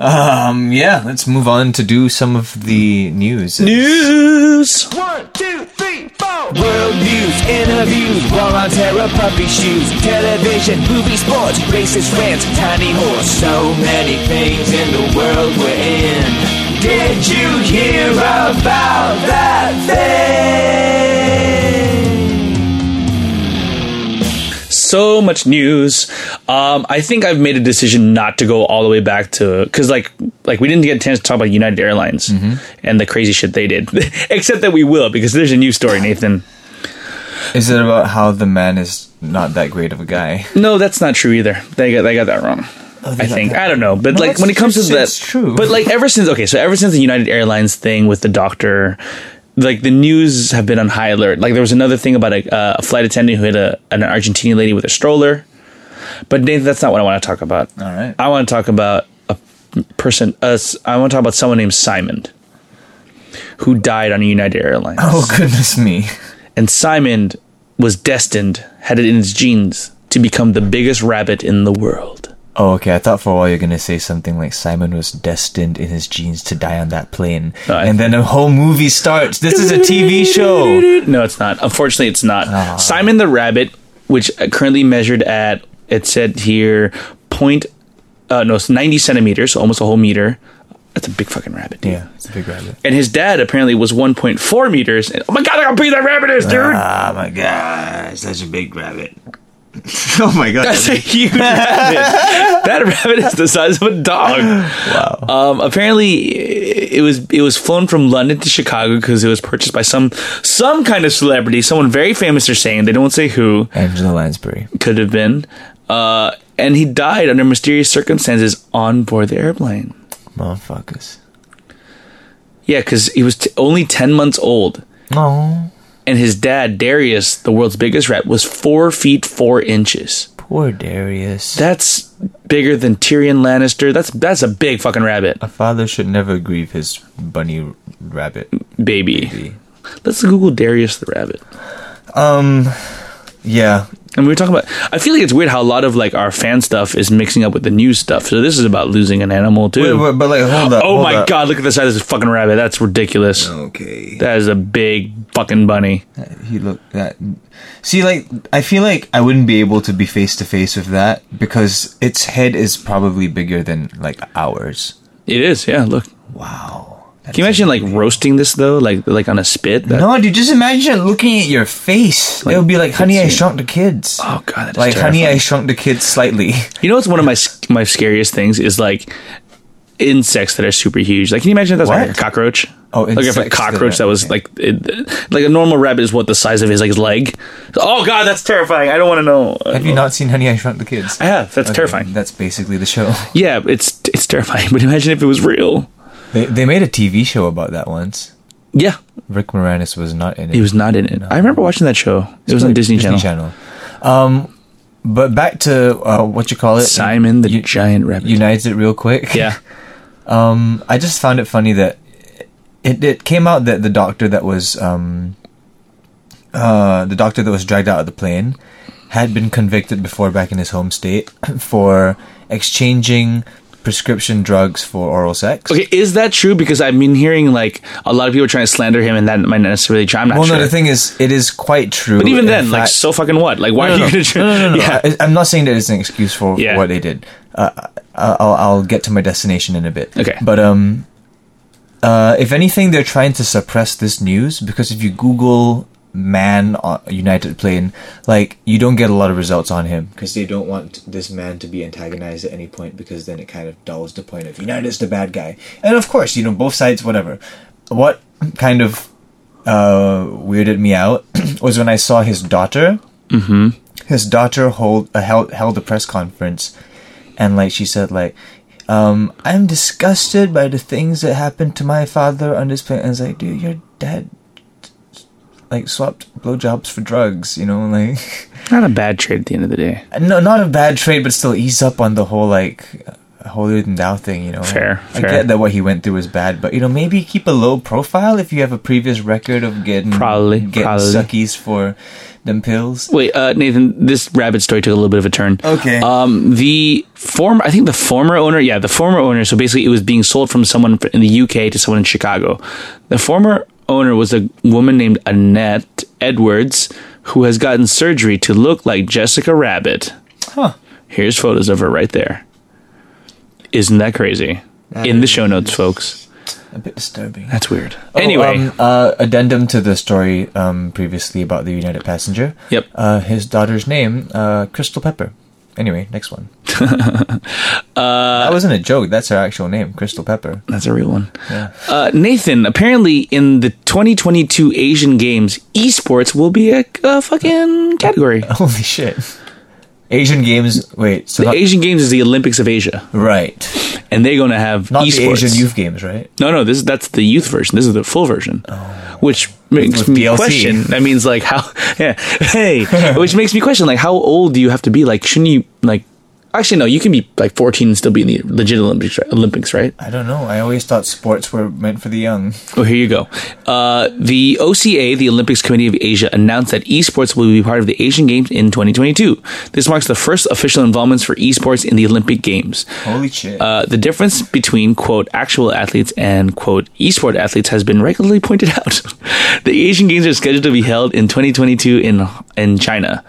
A: Um, yeah, let's move on to do some of the news.
B: News.
D: One, two, three, four. World news, interviews, war on terror, puppy shoes, television, movie, sports, racist rants, tiny horse. So many things in the world we're in. Did you hear about that thing?
B: So much news. Um, I think I've made a decision not to go all the way back to because like like we didn't get a chance to talk about United Airlines and the crazy shit they did. Except that we will because there's a news story, Nathan.
A: Is it about how the man is not that great of a guy?
B: No, that's not true either. They got they got that wrong.
A: Oh,
B: I think I don't know, but like
A: that's
B: when it comes to
A: just-
B: that,
A: it's true.
B: But like ever since okay, so ever since the United Airlines thing with the doctor, like the news have been on high alert. Like there was another thing about a, uh, a flight attendant who hit a, an Argentinian lady with a stroller. But Nathan, that's not what I want to talk about.
A: All right.
B: I want to talk about a person. Uh, s- I want to talk about someone named Simon, who died on United Airlines.
A: Oh goodness me!
B: And Simon was destined, had it in his genes, to become the biggest rabbit in the world.
A: Oh, okay. I thought for a while you were gonna say something like Simon was destined in his genes to die on that plane,
B: I-
A: and then a whole movie starts. This is a TV show.
B: No, it's not. Unfortunately, it's not. Simon the Rabbit, which uh, currently measured at, it said here, point, uh, no, it's 90 centimeters, so almost a whole meter. That's a big fucking rabbit, dude.
A: Yeah, it's a big rabbit.
B: And his dad apparently was 1.4 meters. And, oh my god, look how big that rabbit is, dude!
A: Oh my gosh, such a big rabbit. oh my god.
B: That's a huge rabbit. That rabbit is the size of a dog. Wow. Um, apparently, i- it was it was flown from London to Chicago because it was purchased by some some kind of celebrity, someone very famous. They're saying they don't say who
A: Angela Lansbury.
B: could have been. Uh, and he died under mysterious circumstances on board the airplane.
A: Motherfuckers.
B: Yeah, because he was t- only ten months old,
A: Oh,
B: and his dad Darius, the world's biggest rat, was four feet four inches.
A: poor Darius.
B: That's bigger than Tyrion Lannister. That's that's a big fucking rabbit.
A: a father should never grieve his bunny rabbit.
B: baby. Let's Google Darius the Rabbit.
A: Um, yeah.
B: And we were talking about. I feel like it's weird how a lot of like our fan stuff is mixing up with the news stuff. So this is about losing an animal too.
A: Wait, wait, but like, hold up.
B: oh
A: hold
B: my
A: up.
B: god! Look at the size of this fucking rabbit. That's ridiculous.
A: Okay.
B: That is a big fucking bunny.
A: He looked that. See, like, I feel like I wouldn't be able to be face to face with that because its head is probably bigger than like ours.
B: It is. Yeah. Look.
A: Wow.
B: Can you imagine like roasting this though? Like like on a spit. That,
A: No, dude, just imagine looking at your face. it would be like, honey, I
B: it's-
A: shrunk the kids.
B: Oh god. That is
A: like, honey,
B: terrifying.
A: I shrunk the kids slightly.
B: You know what's one of my sc- my scariest things is like insects that are super huge. Like, can you imagine if that's like
A: What?
B: a cockroach?
A: Oh,
B: like if a
A: insects that
B: cockroach
A: are-
B: that was like it, like a normal rabbit is what the size of his like his leg. Oh god, that's terrifying. I don't want to know.
A: Have you not seen Honey, Oh. I Shrunk the Kids?
B: I have. That's
A: Okay,
B: terrifying.
A: That's basically the show.
B: Yeah, it's it's terrifying. But imagine if it was real.
A: They, they made a TV show about that once.
B: Yeah,
A: Rick Moranis was not in it.
B: he was not in it. I remember watching that show. It was on Disney, Channel.
A: Channel. Um, But back to uh, what you call it,
B: Simon the
A: U-
B: Giant Rabbit.
A: United, real quick.
B: yeah.
A: Um, I just found it funny that it, it came out that the doctor that was um, uh, the doctor that was dragged out of the plane had been convicted before back in his home state for exchanging prescription drugs for oral sex.
B: Okay, is that true? Because I've been hearing like a lot of people trying to slander him, and that might not necessarily be true. I'm not
A: Well,
B: sure.
A: no, the thing is, it is quite true.
B: but even
A: In
B: then, like,
A: fact-
B: so fucking what? Like, why
A: No,
B: are you
A: no,
B: going to?
A: no, no, no, no.
B: Yeah.
A: I, I'm not saying that it's an excuse for
B: Yeah.
A: what they did. Uh, I- I'll, I'll get to my destination in a bit.
B: Okay.
A: But um, uh, if anything, they're trying to suppress this news because if you Google man on United plane, like you don't get a lot of results on him because they don't want this man to be antagonized at any point because then it kind of dulls the point of United's the bad guy. And of course, you know both sides, whatever. What kind of uh, weirded me out was when I saw his daughter his daughter hold uh, held held a press conference, and like she said, like, um, I'm disgusted by the things that happened to my father on this plane. And it's like, dude, your dad like swapped blowjobs for drugs, you know, like
B: Not a bad trade at the end of the day.
A: no, not a bad trade, but still ease up on the whole like holier than thou thing, you know.
B: Fair,
A: I
B: fair.
A: get that what he went through was bad, but you know, maybe keep a low profile if you have a previous record of getting
B: Probably,
A: getting
B: probably.
A: suckies for them pills.
B: Wait, uh, Nathan, this rabbit story took a little bit of a turn.
A: Okay.
B: Um, the former, I think the former owner, yeah, the former owner. So basically, it was being sold from someone in the UK to someone in Chicago. The former owner was a woman named Annette Edwards, who has gotten surgery to look like Jessica Rabbit.
A: Huh.
B: Here's photos of her right there. Isn't that crazy? in the show notes, folks.
A: A bit disturbing.
B: That's weird. anyway,
A: um, uh, addendum to the story um, previously about the United passenger.
B: Yep.
A: Uh, his daughter's name, uh, Crystal Pepper. Anyway, next one. uh, that wasn't a joke. That's her actual name, Crystal Pepper.
B: That's a real one. Uh, Nathan, apparently in the 2022 Asian Games, esports will be a, a fucking category.
A: Holy shit. Asian Games. Wait, so
B: The
A: not,
B: Asian Games is the Olympics of Asia,
A: right?
B: and they're going to have
A: Not the
B: esports.
A: Asian Youth Games, right?
B: No, no, this is that's the youth version. This is the full version, which makes
A: Oh. With
B: me
A: DLC.
B: question. That means like how, yeah, hey, which makes me question like how old do you have to be? Like, shouldn't you like? Actually, no, you can be like 14 and still be in the legit Olympics, right? Olympics, right?
A: I don't know. I always thought sports were meant for the young.
B: Well, Oh, here you go. Uh, the OCA, the Olympics Committee of Asia, announced that esports will be part of the Asian Games in 2022. This marks the first official involvements for esports in the Olympic Games.
A: Holy shit.
B: Uh, the difference between quote actual athletes and quote esport athletes has been regularly pointed out. the Asian Games are scheduled to be held in 2022 in in China,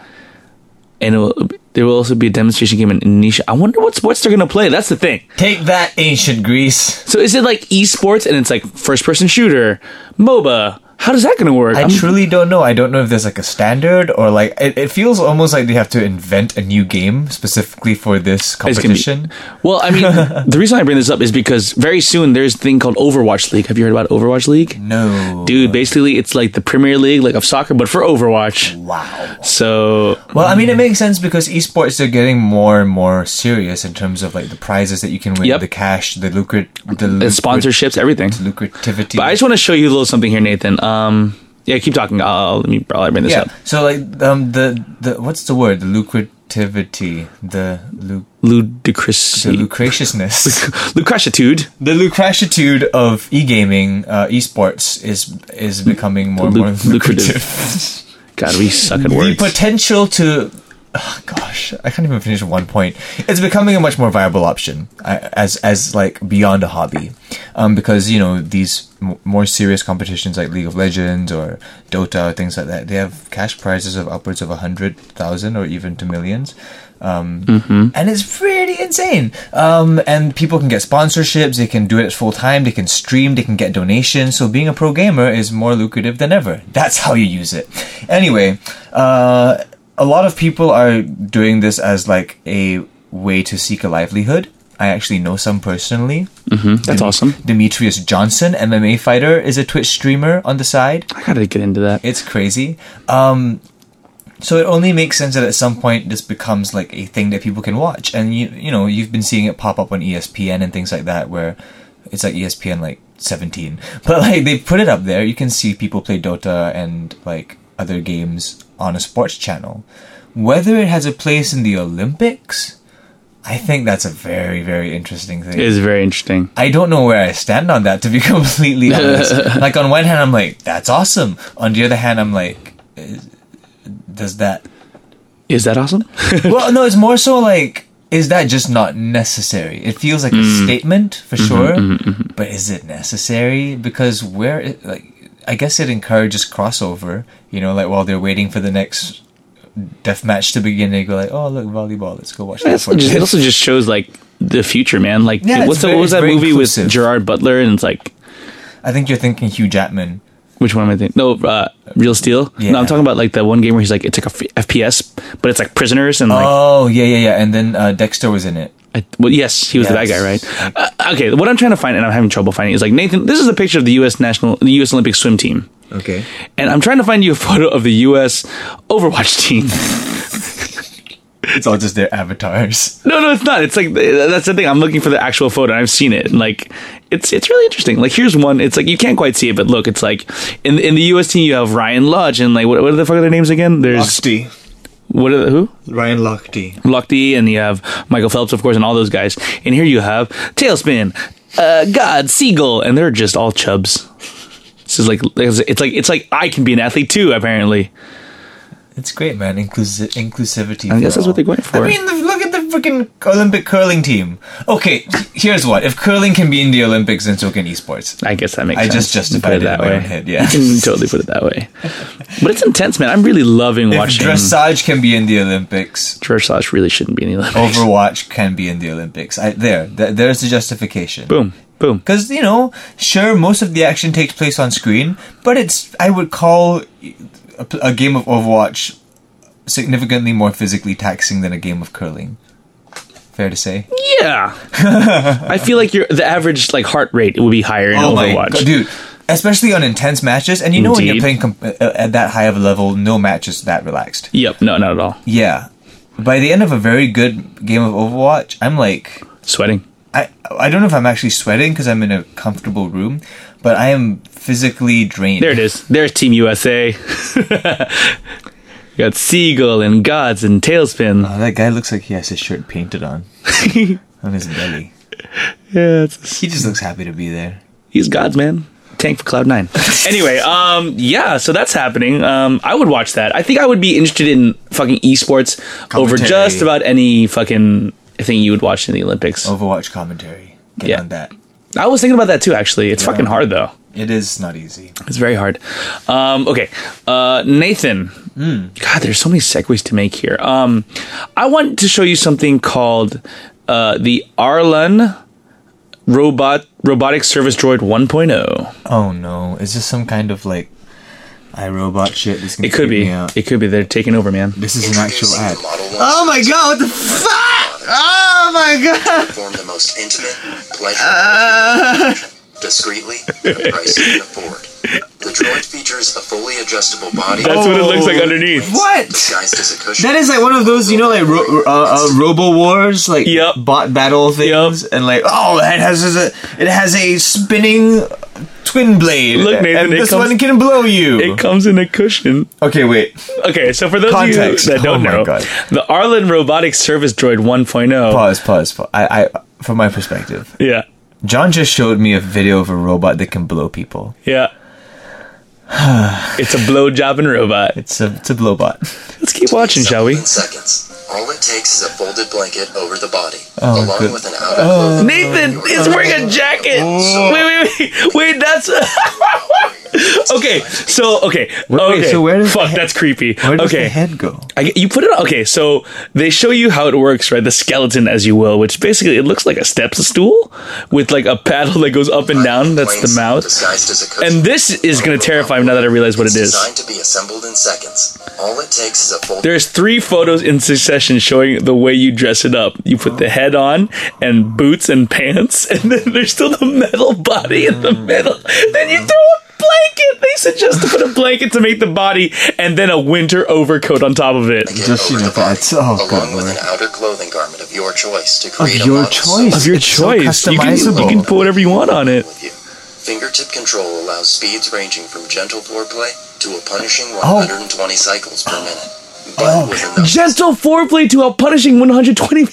B: and it will, there will also be a demonstration game in Indonesia. I wonder what sports they're going to play. That's the thing.
A: Take that, ancient Greece.
B: So is it like esports and it's like first person shooter, MOBA? How does that gonna work?
A: I
B: I'm-
A: truly don't know. I don't know if there's like a standard or like it, it feels almost like they have to invent a new game specifically for this
B: it's gonna be-
A: competition.
B: well, I mean, the reason I bring this up is because very soon there's a thing called Overwatch League. Have you heard about Overwatch League?
A: No.
B: Dude, basically it's like the Premier League, like of soccer, but for Overwatch.
A: Wow.
B: So
A: Well, I mean, it makes sense because esports are getting more and more serious in terms of like the prizes that you can win,
B: Yep.
A: the cash, the lucrat, the
B: the
A: lucrat-
B: sponsorships, everything.
A: lucrativity.
B: But I just want to show you a little something here, Nathan. Um, yeah, keep talking. I'll, let me I'll bring this
A: yeah.
B: up.
A: So like um the the what's the word? The lucrativity, the lu- the
B: Ludicrous.
A: lucratiousness.
B: Lucratitude.
A: the lucratitude of e-gaming, uh, esports is is becoming more and
B: Lu-
A: more lucrative.
B: God, we suck at
A: The
B: words.
A: potential to, oh, gosh, I can't even finish one point. It's becoming a much more viable option uh, as as like beyond a hobby, um, because you know these m- more serious competitions like League of Legends or Dota or things like that, they have cash prizes of upwards of a hundred thousand or even to millions. Um, And it's pretty insane. Um, and people can get sponsorships, they can do it full time, they can stream, they can get donations. So being a pro gamer is more lucrative than ever. That's how you use it. Anyway, uh, a lot of people are doing this as like a way to seek a livelihood. I actually know some personally.
B: That's awesome.
A: Demetrius Johnson, MMA fighter, is a Twitch streamer on the side.
B: I gotta get into that.
A: It's crazy. Um, so it only makes sense that at some point this becomes like a thing that people can watch, and you you know you've been seeing it pop up on E ESPN and things like that, where it's like E ESPN like seventeen, but like they put it up there. You can see people play Dota and like other games on a sports channel, Whether it has a place in the Olympics, I think that's a very, very interesting thing.
B: It is very interesting.
A: I don't know where I stand on that, to be completely honest. like, on one hand, I'm like, that's awesome. On the other hand, I'm like, "Is- does that.
B: Is that awesome?
A: Well, no, it's more so like, is that just not necessary? It feels like a statement for sure, but is it necessary? Because where, it, like, I guess it encourages crossover. You know, like while they're waiting for the next death match to begin, they go like, "Oh, look, volleyball! Let's go watch that."
B: That's
A: for a
B: just, it
A: bit."
B: also just shows like the future, man. Like
A: Yeah, it's
B: what's the,
A: very-
B: what was
A: it's
B: that
A: very
B: movie
A: inclusive.
B: with Gerard Butler and it's like
A: I think you're thinking Hugh Jackman.
B: which one am I thinking? No, uh, Real Steel.
A: Yeah.
B: No, I'm talking about like the one game where he's like it's like a f- FPS, but it's like prisoners and like
A: Oh, yeah, yeah, yeah. And then uh, Dexter was in it.
B: I, well, yes, he was the bad guy,
A: Yes.
B: right? Uh, okay, what I'm trying to find, and I'm having trouble finding, is like Nathan. This is a picture of the U.S. national, the U.S. Olympic swim team,
A: Okay.
B: and I'm trying to find you a photo of the U.S. Overwatch team.
A: It's all just their avatars.
B: no, no, it's not. It's like that's the thing. I'm looking for the actual photo. and I've seen it. and, Like it's it's really interesting. Like here's one. It's like you can't quite see it, but look, it's like in in the U.S. team you have Ryan Lodge and like what, what are the fuck are their names again? There's
G: Lochte.
B: what are the, who
G: Ryan Lochte.
B: Lochte, and you have Michael Phelps, of course, and all those guys. And here you have Tailspin, uh, God, Seagull, and they're just all chubs. This is like it's like it's like I can be an athlete too. Apparently,
A: It's great, man. Inclusi- inclusivity.
B: I
A: for
B: guess that's
A: all.
B: what they're going for.
A: I mean, the- look at the freaking Olympic curling team. Okay, here's what: if curling can be in the Olympics, then so can esports.
B: I guess that makes
A: I
B: sense.
A: just justified
B: Put
A: it in my own head, yeah.
B: you can totally put it that way. But it's intense, man. I'm really loving
A: If
B: watching.
A: dressage can be in the Olympics,
B: Dressage really shouldn't be in the
A: Oh.
B: Olympics.
A: Overwatch can be in the Olympics. I, there, th- there's the justification.
B: Boom, boom.
A: Because you know, sure, most of the action takes place on screen, but it's I would call a, p- a game of Overwatch significantly more physically taxing than a game of curling. Fair to say.
B: Yeah, I feel like your the average like heart rate would be higher in Overwatch.
A: Oh god, dude! Especially on intense matches, and you know when you're playing
B: Indeed.
A: comp- uh, at that high of a level, no match is that relaxed.
B: Yep, no, not at all.
A: Yeah. By the end of a very good game of Overwatch, I'm like,
B: Sweating.
A: I I don't know if I'm actually sweating because I'm in a comfortable room, but I am physically drained.
B: There it is. There's Team USA. got Seagull and Gods and Tailspin.
A: Oh, that guy looks like he has his shirt painted on on his belly.
B: yeah, it's,
A: He just looks happy to be there.
B: he's Gods, man. Tank for Cloud Nine. anyway, um, yeah, so that's happening. Um, I would watch that. I think I would be interested in fucking esports over
A: Commentary.
B: just about any fucking thing you would watch in the Olympics.
A: Overwatch commentary. Get
B: Yeah.
A: on that.
B: I was thinking about that too. Actually, it's fucking hard though.
A: It is not easy.
B: It's very hard. Um, okay, uh, Nathan. God, there's so many segues to make here. Um, I want to show you something called uh, the Arlan Robot Robotic Service Droid 1.0.
A: Oh no! Is this some kind of like iRobot shit? This
B: It could be. It could be. They're taking over, man.
A: This is an actual
F: Introducing
A: ad.
F: the Model One
B: Um,
A: Oh my god! What the fuck? Oh my god!
F: form the most intimate, pleasurable,
B: uh,
F: discreetly, the price you can afford. The droid features a fully adjustable body.
B: That's what it looks
A: Oh.
B: like underneath.
A: What?
F: Disguised as a cushion.
A: That is like one of those, you know, like ro- uh, uh, Robo Wars, like
B: Yep.
A: bot battle things, and like oh, it has a, it has a spinning twin blade.
B: Look, Nathan,
A: and
B: it
A: this
B: comes-
A: one can blow you.
B: It comes in a cushion.
A: okay, wait.
B: Okay, so for those
A: Context.
B: of you that
A: Oh
B: don't
A: my
B: know,
A: God.
B: the Arlan Robotic Service Droid 1.0.
A: Pause, pause, pause. I, I, from my perspective,
B: Yeah,
A: John just showed me a video of a robot that can blow people.
B: yeah. it's a blowjobbing robot.
A: It's a, it's a blowbot.
B: Let's keep watching, shall we?
F: In seconds. All it takes is a folded blanket over the body,
A: Oh,
F: along
A: good.
F: with an outer
B: Oh,
F: clothing.
B: Nathan is wearing a jacket.
A: Oh.
B: Wait, wait, wait, wait. That's okay. So okay,
A: wait,
B: okay.
A: so where does the
B: Fuck,
A: he-
B: that's creepy.
A: Where does the
B: Okay,
A: head go?
B: I get- you put it. on- Okay, so they show you how it works, right? The skeleton, as you will, which basically it looks like a step stool with like a paddle that goes up and down. That's the mouth.
F: Disguised as a cushion.
B: And this is gonna terrify me now that I realize what it is.
F: Designed to be assembled in seconds. All it takes is a folded.
B: There's three photos in succession showing the way you dress it up. You put the head on and boots and pants, and then there's still the metal body in the middle. Then you throw a blanket. They suggest to put a blanket to make the body, and then a winter overcoat on top of it.
F: blanket
A: Just, you
F: over
A: know,
F: the body,
A: that's- oh,
F: along
A: God,
F: with
A: Lord.
F: an outer clothing garment of your choice to create
A: your
F: a model so
A: choice.
B: Of your
A: It's so
B: choice, you can you
A: customizable.
B: can put whatever you want on it.
F: with you. Fingertip control allows speeds ranging from gentle foreplay to a punishing
A: Oh.
F: 120 cycles per minute.
B: Gentle foreplay to a punishing 120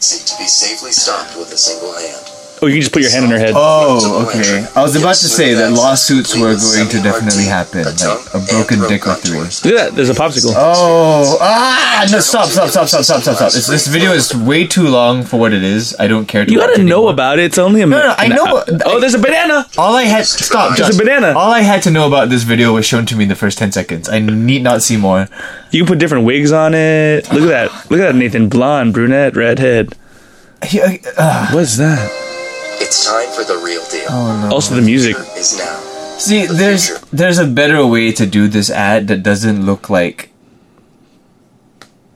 E: Seek to be safely stopped with a single hand.
B: Oh, you can just put your hand in her head.
A: Oh, okay. I was about to say that lawsuits were going to definitely happen. Like a broken dick or three.
B: Look at that. There's a popsicle.
A: Oh, ah! No, stop, stop, stop, stop, stop, stop, stop. This, this video is way too long for what it is. I don't care. To
B: you
A: watch
B: gotta know
A: anymore.
B: about it. It's only a minute.
A: no, I know, but-
B: Oh, there's a banana.
A: All I had stop.
B: There's
A: Josh.
B: a banana.
A: All I had to know about this video was shown to me in the first ten seconds. I need not see more.
B: You can put different wigs on it. Look at that. Look at that, Nathan. Blonde, brunette, redhead.
A: He- uh, uh,
B: What's that?
E: It's time for the real deal.
A: Oh.
B: Also, the music.
E: Is now.
A: see, there's there's a better way to do this ad that doesn't look like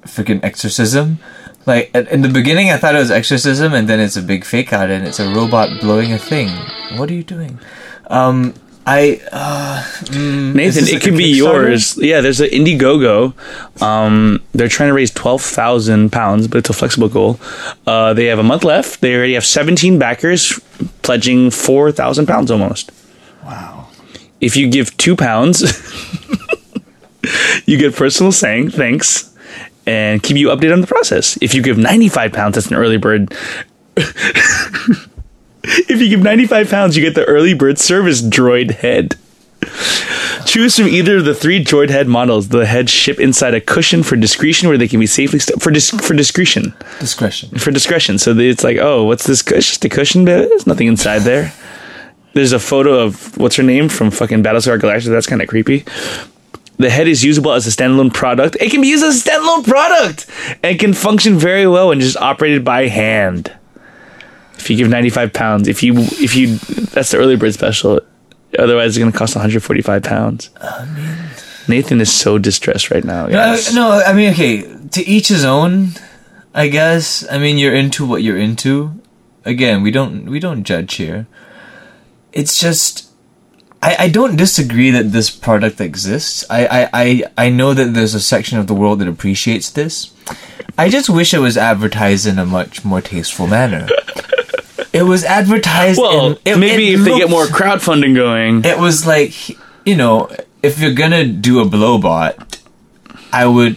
A: freaking exorcism. Like at- in the beginning, I thought it was exorcism, and then it's a big fake out, and it's a robot blowing a thing. What are you doing? Um, I uh, mm, is
B: Nathan,
A: this
B: it
A: like
B: could
A: a
B: be
A: Kickstarter?
B: yours. Yeah, there's an Indiegogo. Um, they're trying to raise twelve thousand pounds, but it's a flexible goal. Uh, they have a month left. They already have seventeen backers, pledging four thousand pounds almost. Wow! If you give two pounds, you get personal saying thanks and keep you updated on the process. If you give ninety five pounds, that's an early bird. if you give ninety five pounds, you get the early bird service droid head. Choose from either of the three droid head models. The heads ship inside a cushion for discretion, where they can be safely st- for dis- for discretion
A: Discretion.
B: for discretion. So they- it's like, oh, what's this? cu- It's just a cushion. but There's nothing inside there. There's a photo of what's her name from fucking Battlestar Galactica. That's kind of creepy. The head is usable as a standalone product. It can be used as a standalone product and can function very well when just operated by hand. If you give 95 pounds, if you if you that's the early bird special. Otherwise, it's gonna cost 145 pounds. Nathan is so distressed right now.
A: Uh,
B: guys.
A: no, I mean, okay, to each his own, I guess. I mean, you're into what you're into. Again, we don't we don't judge here. It's just, I, I don't disagree that this product exists. I, I I I know that there's a section of the world that appreciates this. I just wish it was advertised in a much more tasteful manner. It was advertised.
B: Well,
A: in, it,
B: maybe
A: it
B: if they
A: looked-
B: get more crowdfunding going,
A: it was like you know if you're gonna do a blowbot i would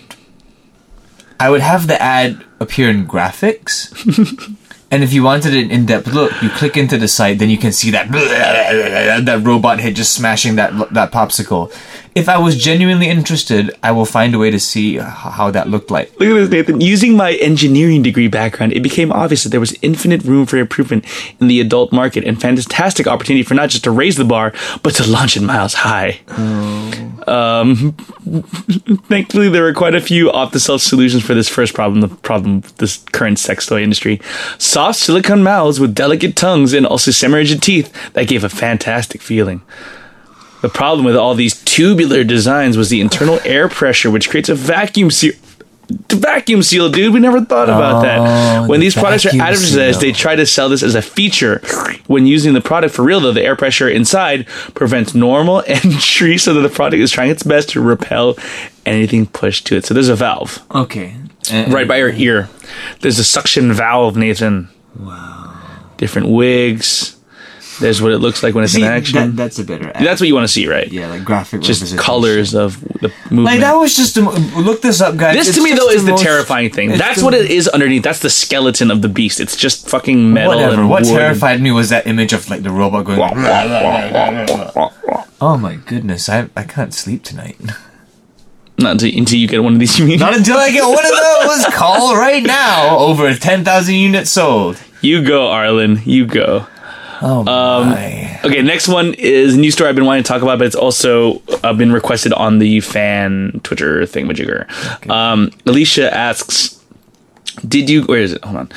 A: i would have the ad appear in graphics and if you wanted an in-depth look you click into the site then you can see that that robot head just smashing that that popsicle if i was genuinely interested i will find a way to see h- how that looked like
B: Look at this, Nathan. Using my engineering degree background, it became obvious that there was infinite room for improvement in the adult market and fantastic opportunity for not just to raise the bar, but to launch it miles high. Um, thankfully, there were quite a few off-the-shelf solutions for this first problem, the problem with this current sex toy industry. Soft silicone mouths with delicate tongues and also semi-rigid teeth that gave a fantastic feeling. The problem with all these tubular designs was the internal air pressure, which creates a vacuum seal. Vacuum seal, dude. We never thought about that.
A: Oh, the
B: When these products are
A: vacuum
B: advertised,
A: seal.
B: they try to sell this as a feature. When using the product for real, though, the air pressure inside prevents normal entry, so that the product is trying its best to repel anything pushed to it. So there's a valve
A: okay
B: right by your ear. There's a suction valve, Nathan. Wow. Different wigs. There's what it looks like when it's in action.
A: that's a better ad
B: That's what you want to see, right?
A: yeah like graphic
B: Just colors of the movement.
A: like that was just the, mo- look this up guys
B: this
A: It's
B: to me
A: just
B: though is the
A: most-
B: terrifying thing.
A: it's
B: That's
A: the-
B: what it is underneath. That's the skeleton of the beast. It's just fucking metal
A: Whatever.
B: and
A: What
B: wood.
A: terrified me was that image of like the robot going. oh my goodness! I I can't sleep tonight.
B: Not until, until you get one of these. You mean
A: Not until I get one of those. Call right now. Over ten thousand units sold.
B: you go, Arlen. You go.
A: Oh
B: Um,
A: my.
B: Okay, next one is a new story I've been wanting to talk about, but it's also uh, been requested on the fan Twitter thingamajigger. Um, Alicia asks, "Did you? Where is it? Hold on."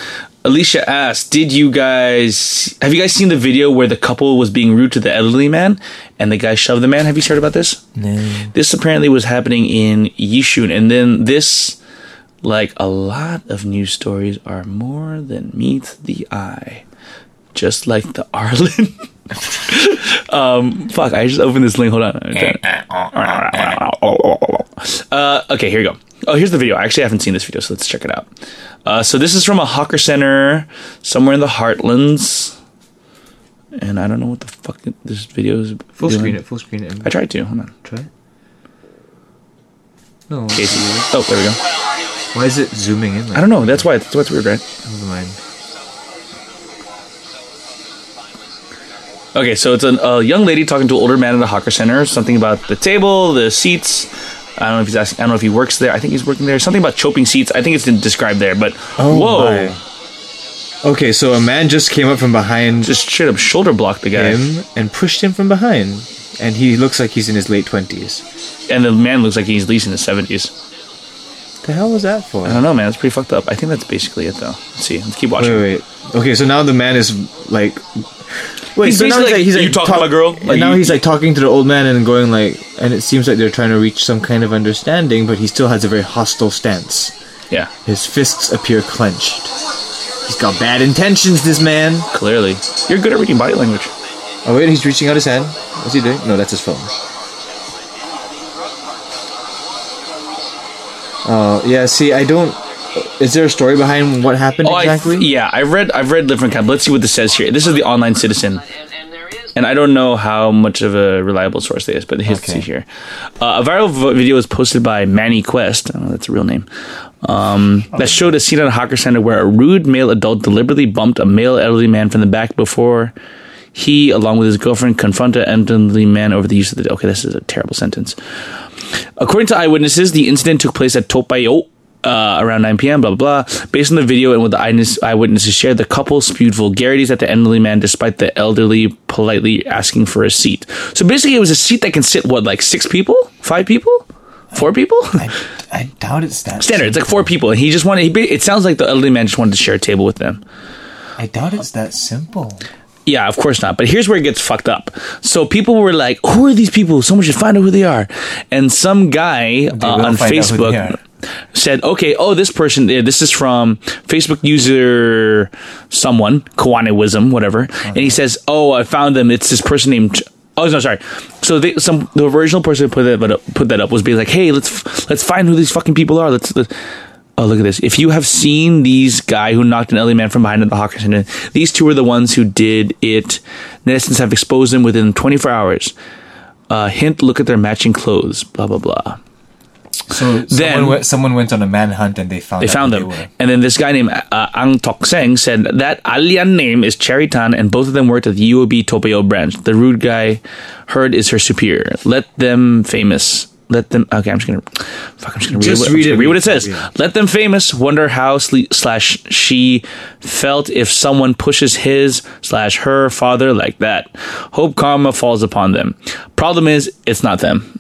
B: Alicia asks, "Did you guys have you guys seen the video where the couple was being rude to the elderly man and the guy shoved the man? Have you heard about this? This apparently was happening in Yishun, and then this." Like a lot of news stories are more than meets the eye, just like the Arlen Um, Fuck, I just opened this link. Hold on. Uh, okay, here you go. Oh, here's the video. I actually haven't seen this video, so let's check it out. Uh, so this is from a hawker center somewhere in the heartlands. And I don't know what the fuck it- this video is. doing.
A: Full screen it.
B: I tried to. Hold on.
A: Try it. No.
B: Casey. Oh, there we go.
A: Why is it zooming in? Like,
B: I don't know. That's why. That's what's weird, right?
A: Never mind.
B: Okay, so it's an, a young lady talking to an older man at a hawker center. Something about the table, the seats. I don't know if he's asking. I don't know if he works there. I think he's working there. Something about choping seats. I think it's described there. But whoa,
A: Oh Okay, so a man just came up from behind
B: just straight up shoulder blocked the guy,
A: him and pushed him from behind, and he looks like he's in his late twenties.
B: and the man looks like he's at least in his seventies.
A: The hell was that for?
B: I don't know, man. That's pretty fucked up. I think that's basically it, though. Let's see. Let's keep watching.
A: Wait, wait. Okay, so now the man is like. Wait,
B: He's
A: so now he's
B: basically like,
A: like, he's
B: "You
A: like
B: talking to my girl?"
A: and
B: Like,
A: now
B: you-
A: he's like talking to the old man and going like, and it seems like they're trying to reach some kind of understanding, but he still has a very hostile stance.
B: Yeah,
A: His fists appear clenched. He's got bad intentions, this man.
B: clearly, you're good at reading body language.
A: Oh wait, he's reaching out his hand. What's he doing? No, that's his phone. Oh yeah, see, I don't. Is there a story behind what happened
B: Oh,
A: exactly?
B: I, yeah, I've read I've read different kind. Let's see what this says here. This is the Online Citizen, and I don't know how much of a reliable source this is, but here's
A: Okay.
B: see here. Uh, a viral v- video was posted by Manny Quest. I don't know that's a real name. Um, that showed a scene at a hawker center where a rude male adult deliberately bumped a male elderly man from the back before he, along with his girlfriend, confronted an elderly man over the use of the. Okay, this is a terrible sentence. According to eyewitnesses, the incident took place at Topayo uh, around 9 p.m., blah, blah, blah. Based on the video and what the eyewitness- eyewitnesses shared, the couple spewed vulgarities at the elderly man despite the elderly politely asking for a seat. So basically, it was a seat that can sit, what, like six people? Five people? Four people?
A: I doubt it's that
B: Standard. It's like four people. And he just wanted, he, ba- it sounds like the elderly man just wanted to share a table with them.
A: I doubt it's that simple.
B: Yeah, of course not. But here's where it gets fucked up. So people were like, "Who are these people? Someone should find out who they are." And some guy uh,
A: will
B: on
A: find out who they are.
B: Facebook said, "Okay, oh, this person. yeah, This is from Facebook user someone Kwaniwism, whatever." And he says, "Oh, I found them. It's this person named." Ch- Oh no, sorry. So they, some the original person who put that but, uh, put that up was being like, "Hey, let's f- let's find who these fucking people are. Let's." let's Oh, look at this. If you have seen these guy who knocked an elderly man from behind at the hawker center, these two are the ones who did it. Netizens have exposed them within 24 hours. Uh, hint, look at their matching clothes, blah, blah, blah.
A: So
B: Then-
A: someone, went, someone went on a manhunt and they found
B: They
A: out
B: found
A: who
B: them.
A: They were.
B: And then this guy named uh, Ang Tok Seng said that Alian name is Cherry Tan, and both of them worked at the UOB Topayo branch. The rude guy heard is her superior. Let them famous. Let them. Okay, I'm just gonna. Fuck, I'm just gonna read,
A: Just
B: what, I'm
A: read
B: just gonna
A: it.
B: read what it says.
A: Yeah.
B: Let them famous. Wonder how sle- slash she felt if someone pushes his slash her father like that. Hope karma falls upon them. Problem is, it's not them.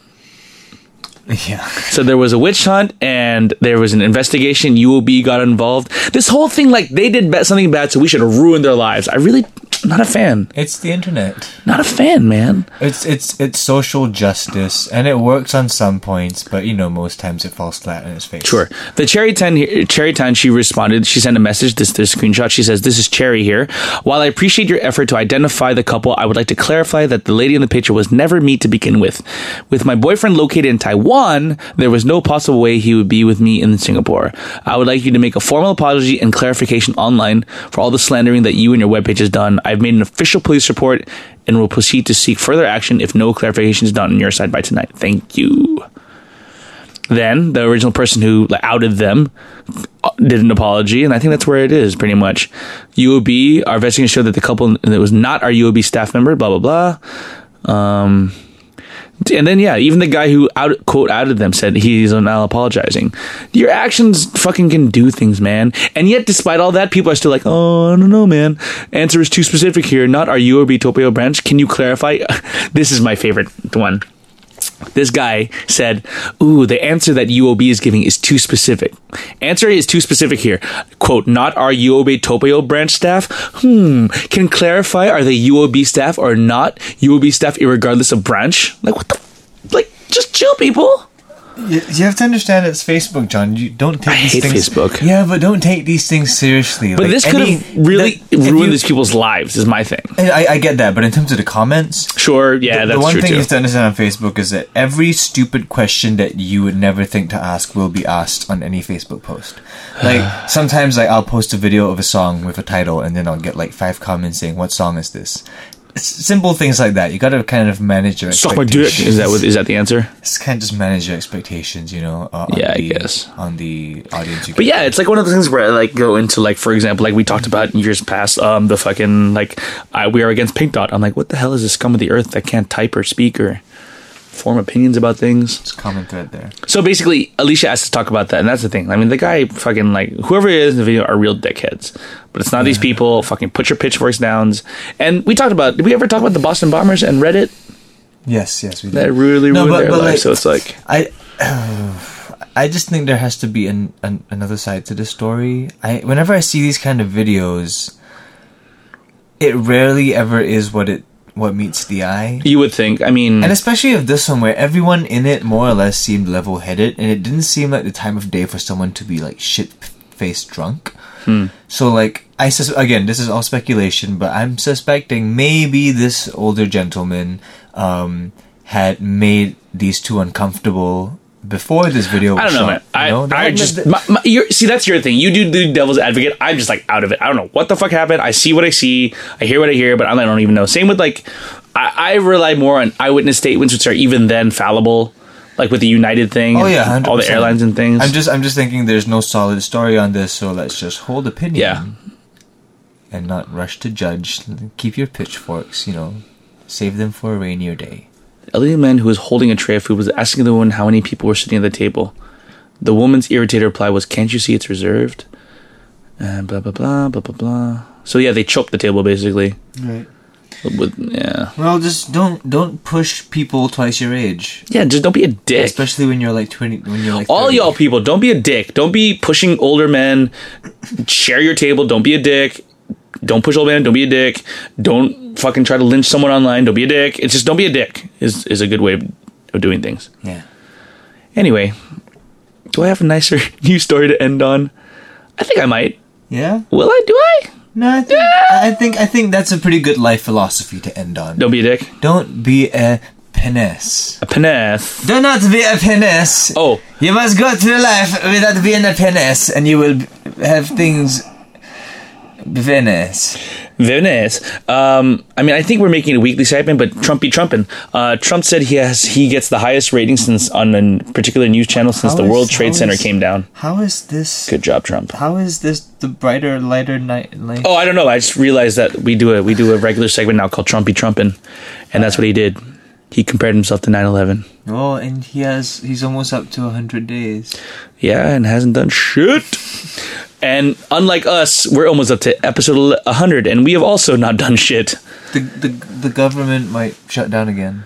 A: Yeah.
B: So there was a witch hunt and there was an investigation. UOB got involved. This whole thing, like they did ba- something bad, so we should have ruined their lives. I really, not a fan.
A: It's the internet.
B: Not a fan, man.
A: It's it's it's social justice, and it works on some points, but you know most times it falls flat on its face.
B: Sure. The Cherry Tan, here- Cherry Tan, she responded. She sent a message. This this screenshot. She says, "This is Cherry here. While I appreciate your effort to identify the couple, I would like to clarify that the lady in the picture was never me to begin with. With my boyfriend located in Taiwan, there was no possible way he would be with me in Singapore. I would like you to make a formal apology and clarification online for all the slandering that you and your webpage has done. I've made an official police report." And will proceed to seek further action if no clarification is done on your side by tonight. Thank you then the original person who like, outed them uh, did an apology and i think that's where it is pretty much uob our investigation showed that the couple that was not our uob staff member blah blah blah um and then yeah even the guy who out quote outed them said he's now apologizing your actions fucking can do things man and yet despite all that people are still like oh i don't know man answer is too specific here not our uob topio branch can you clarify this is my favorite one this guy said, Ooh, the answer that UOB is giving is too specific. Answer is too specific here. Quote, not our UOB Topio branch staff? Hmm, can clarify are they UOB staff or not UOB staff, irregardless of branch? Like, what the? f- Like, just chill, people.
A: You, you have to understand it's Facebook, John. You don't take
B: I
A: these
B: hate
A: things.
B: Facebook.
A: Yeah, but don't take these things seriously.
B: But this could have really ruined these people's lives, is my thing.
A: I, I get that, but in terms of the comments,
B: Sure, yeah, that's
A: the one
B: true
A: thing
B: too.
A: you have to understand on Facebook is that every stupid question that you would never think to ask will be asked on any Facebook post. Like sometimes, like I'll post a video of a song with a title, and then I'll get like five comments saying, "What song is this?" s- simple things like that. You got to kind of manage your
B: Suck my dick. Is that what? Is that the answer?
A: It's kind of just manage your expectations, you know. Uh, on
B: Yeah, I
A: the,
B: guess.
A: on the audience. You
B: But
A: get.
B: yeah, it's like one of those things where I like go into like for example, like we talked about in years past, um, the fucking like I, we are against Pink Dot. I'm like, what the hell is this scum of the earth that can't type or speak or form opinions about things?
A: It's a common thread there.
B: So basically, Alicia asked to talk about that, and that's the thing. I mean, the guy fucking like whoever it is in the video are real dickheads, but it's not these people. Fucking put your pitchforks down. And we talked about did we ever talk about the Boston Bombers and Reddit?
A: Yes, yes, we did.
B: That really
A: No,
B: ruined
A: but-
B: their
A: but,
B: life.
A: like,
B: so it's like
A: I I just think there has to be an, an another side to this story. I whenever I see these kind of videos, it rarely ever is what it what meets the eye.
B: you would think. I mean,
A: And especially of this one where everyone in it more or less seemed level headed and it didn't seem like the time of day for someone to be like shit faced drunk.
B: Hmm.
A: So like I sus- again, this is all speculation, but I'm suspecting maybe this older gentleman um, had made these two uncomfortable before this video. Was
B: I don't
A: shot,
B: know, man. I,
A: you know? They
B: I
A: had
B: just
A: the-
B: my, my, you're, see that's your thing. You do the devil's advocate. I'm just like out of it. I don't know what the fuck happened. I see what I see. I hear what I hear, but I don't even know. Same with like, I, I rely more on eyewitness statements, which are even then fallible. Like with the United thing,
A: Oh
B: and
A: yeah, 100%.
B: all the airlines and things.
A: I'm just, I'm just thinking. There's no solid story on this, so let's just hold opinion.
B: Yeah.
A: And not rush to judge. Keep your pitchforks. You know, save them for a rainier day.
B: elderly man who was holding a tray of food was asking the woman how many people were sitting at the table. The woman's irritated reply was, "Can't you see it's reserved?" And blah blah blah blah blah blah. So yeah, they choked the table basically.
A: Right.
B: With, yeah,
A: Well, just don't, don't push people twice your age,
B: yeah. Just don't be a dick.
A: especially when you're like 20. When you're like
B: all
A: 30.
B: y'all people don't be a dick don't be pushing older men share your table don't be a dick don't push old men don't be a dick don't fucking try to lynch someone online don't be a dick it's just don't be a dick is is a good way of, of doing things
A: Yeah.
B: anyway do i have a nicer news story to end on i think i might
A: Yeah.
B: will i do i
A: No, I think, I think, I think that's a pretty good life philosophy to end on.
B: don't be a dick
A: Don't be a penis.
B: a penis
A: Do not be a penis.
B: oh
A: You must go through life without being a penis, and you will have things. Venice.
B: Very nice. Um, I mean, I think we're making it a weekly segment, but Trump be Trumpin'. Uh, Trump said he has he gets the highest rating since on a particular news channel since
A: How
B: the
A: is-
B: World Trade
A: how
B: Center
A: is-
B: came down.
A: How is this?
B: Good job, Trump.
A: How is this the brighter, lighter night? Light?
B: Oh, I don't know. I just realized that we do a we do a regular segment now called Trumpy Trumpin', and that's what he did. He compared himself to 9/11.
A: Oh, and he has. He's almost up to hundred days.
B: Yeah, and hasn't done shit. And unlike us, we're almost up to episode 100, and we have also not done shit.
A: The the the government might shut down again.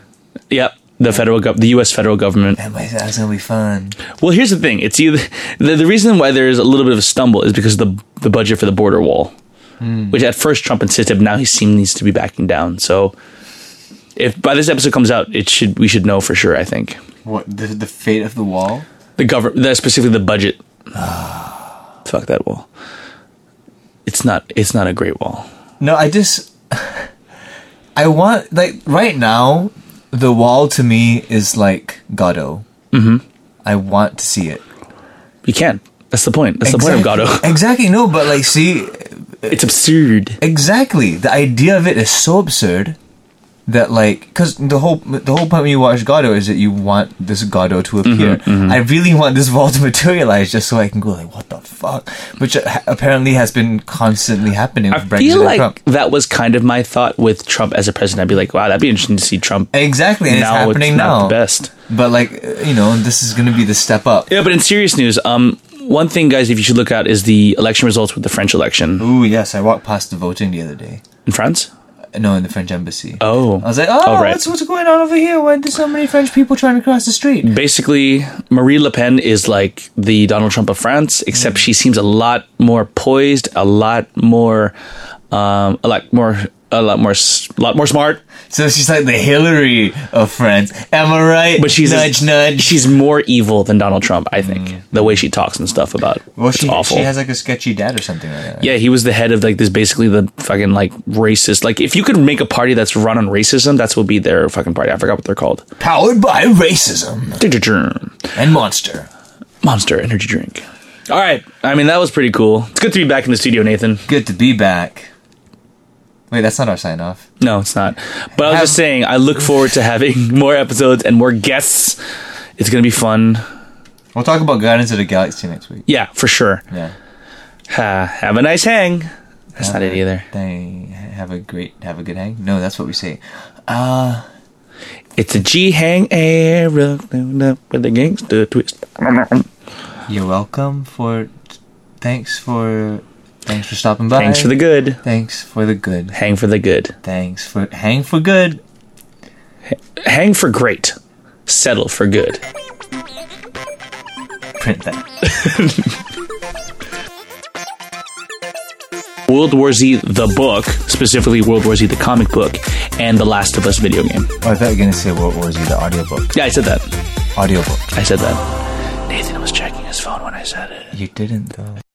B: Yep, the federal gov, the U.S. federal government.
A: That might. That's gonna be fun.
B: Well, here's the thing. It's either the, the reason why there's a little bit of a stumble is because of the the budget for the border wall,
A: Hmm.
B: which at first Trump insisted, but now he seems to be backing down. So, if by this episode comes out, it should we should know for sure. I think
A: What the the fate of the wall?
B: the government, specifically the budget. Fuck that wall. It's not. It's not a great wall.
A: No, I just I want like right now the wall to me is like Godot. Mm-hmm. I want to see it.
B: You can't. That's the point. That's the point of Gatto.
A: Exactly. No, but like, see,
B: It's absurd.
A: exactly. The idea of it is so absurd that like, because the whole the whole point when you watch Godot is that you want this Godot to
B: Mm-hmm,
A: appear. I really want this wall to materialize just so I can go like, what the fuck? Which uh, ha- apparently has been constantly happening with
B: I
A: Brexit
B: feel
A: and
B: like
A: Trump.
B: that was kind of my thought with Trump as a president. I'd be like, wow, that'd be interesting to see Trump.
A: Exactly, and
B: now
A: it's happening
B: it's
A: now.
B: Not the best.
A: But like, uh, you know, this is going to be the step up.
B: Yeah, but in serious news, um, one thing, guys, if you should look out is the election results with the French election
A: Ooh, yes, I walked past the voting the other day.
B: in France.
A: No, in the French embassy.
B: Oh.
A: I was like, oh,
B: Oh, right.
A: what's, what's going on over here? Why are there so many French people trying to cross the street?
B: Basically, Marie Le Pen is like the Donald Trump of France, except she seems a lot more poised, a lot more, um, a lot more, a lot more, s- a lot more smart.
A: So she's like the Hillary of France. Am I right?
B: But she's
A: nudge, nudge.
B: She's more evil than Donald Trump, I think. The way she talks and stuff about
A: well,
B: it's
A: she,
B: awful.
A: she has like a sketchy dad or something like that.
B: Yeah, he was the head of like this basically the fucking like racist. Like if you could make a party that's run on racism, that's what would be their fucking party. I forgot what they're called.
A: Powered by racism and monster.
B: Monster energy drink. All right. I mean, that was pretty cool. It's good to be back in the studio, Nathan.
A: Good to be back. Wait, that's not our sign off.
B: No, it's not. But I was
A: Have-
B: just saying, I look forward to having more episodes and more guests. It's gonna be fun.
A: We'll talk about Guardians of the Galaxy next week.
B: Yeah, for sure.
A: Yeah.
B: Ha, have a nice hang. That's not it either.
A: Dang. Have a great, have a good hang. No, that's what we say. Uh,
B: It's a G hang era with the gangster twist.
A: you're welcome for, thanks for, thanks for stopping by.
B: Thanks for the good.
A: thanks for the good.
B: Hang for the good.
A: Thanks for, hang for good.
B: Hang for great. Settle for good.
A: Print that.
B: World War Z the book, specifically World War Z the comic book, and The Last of Us video game.
A: Oh, I thought you were going to say World War Z, the audiobook.
B: Yeah, I said that.
A: Audiobook.
B: I said that. Nathan was checking his phone when I said it.
A: You didn't, though.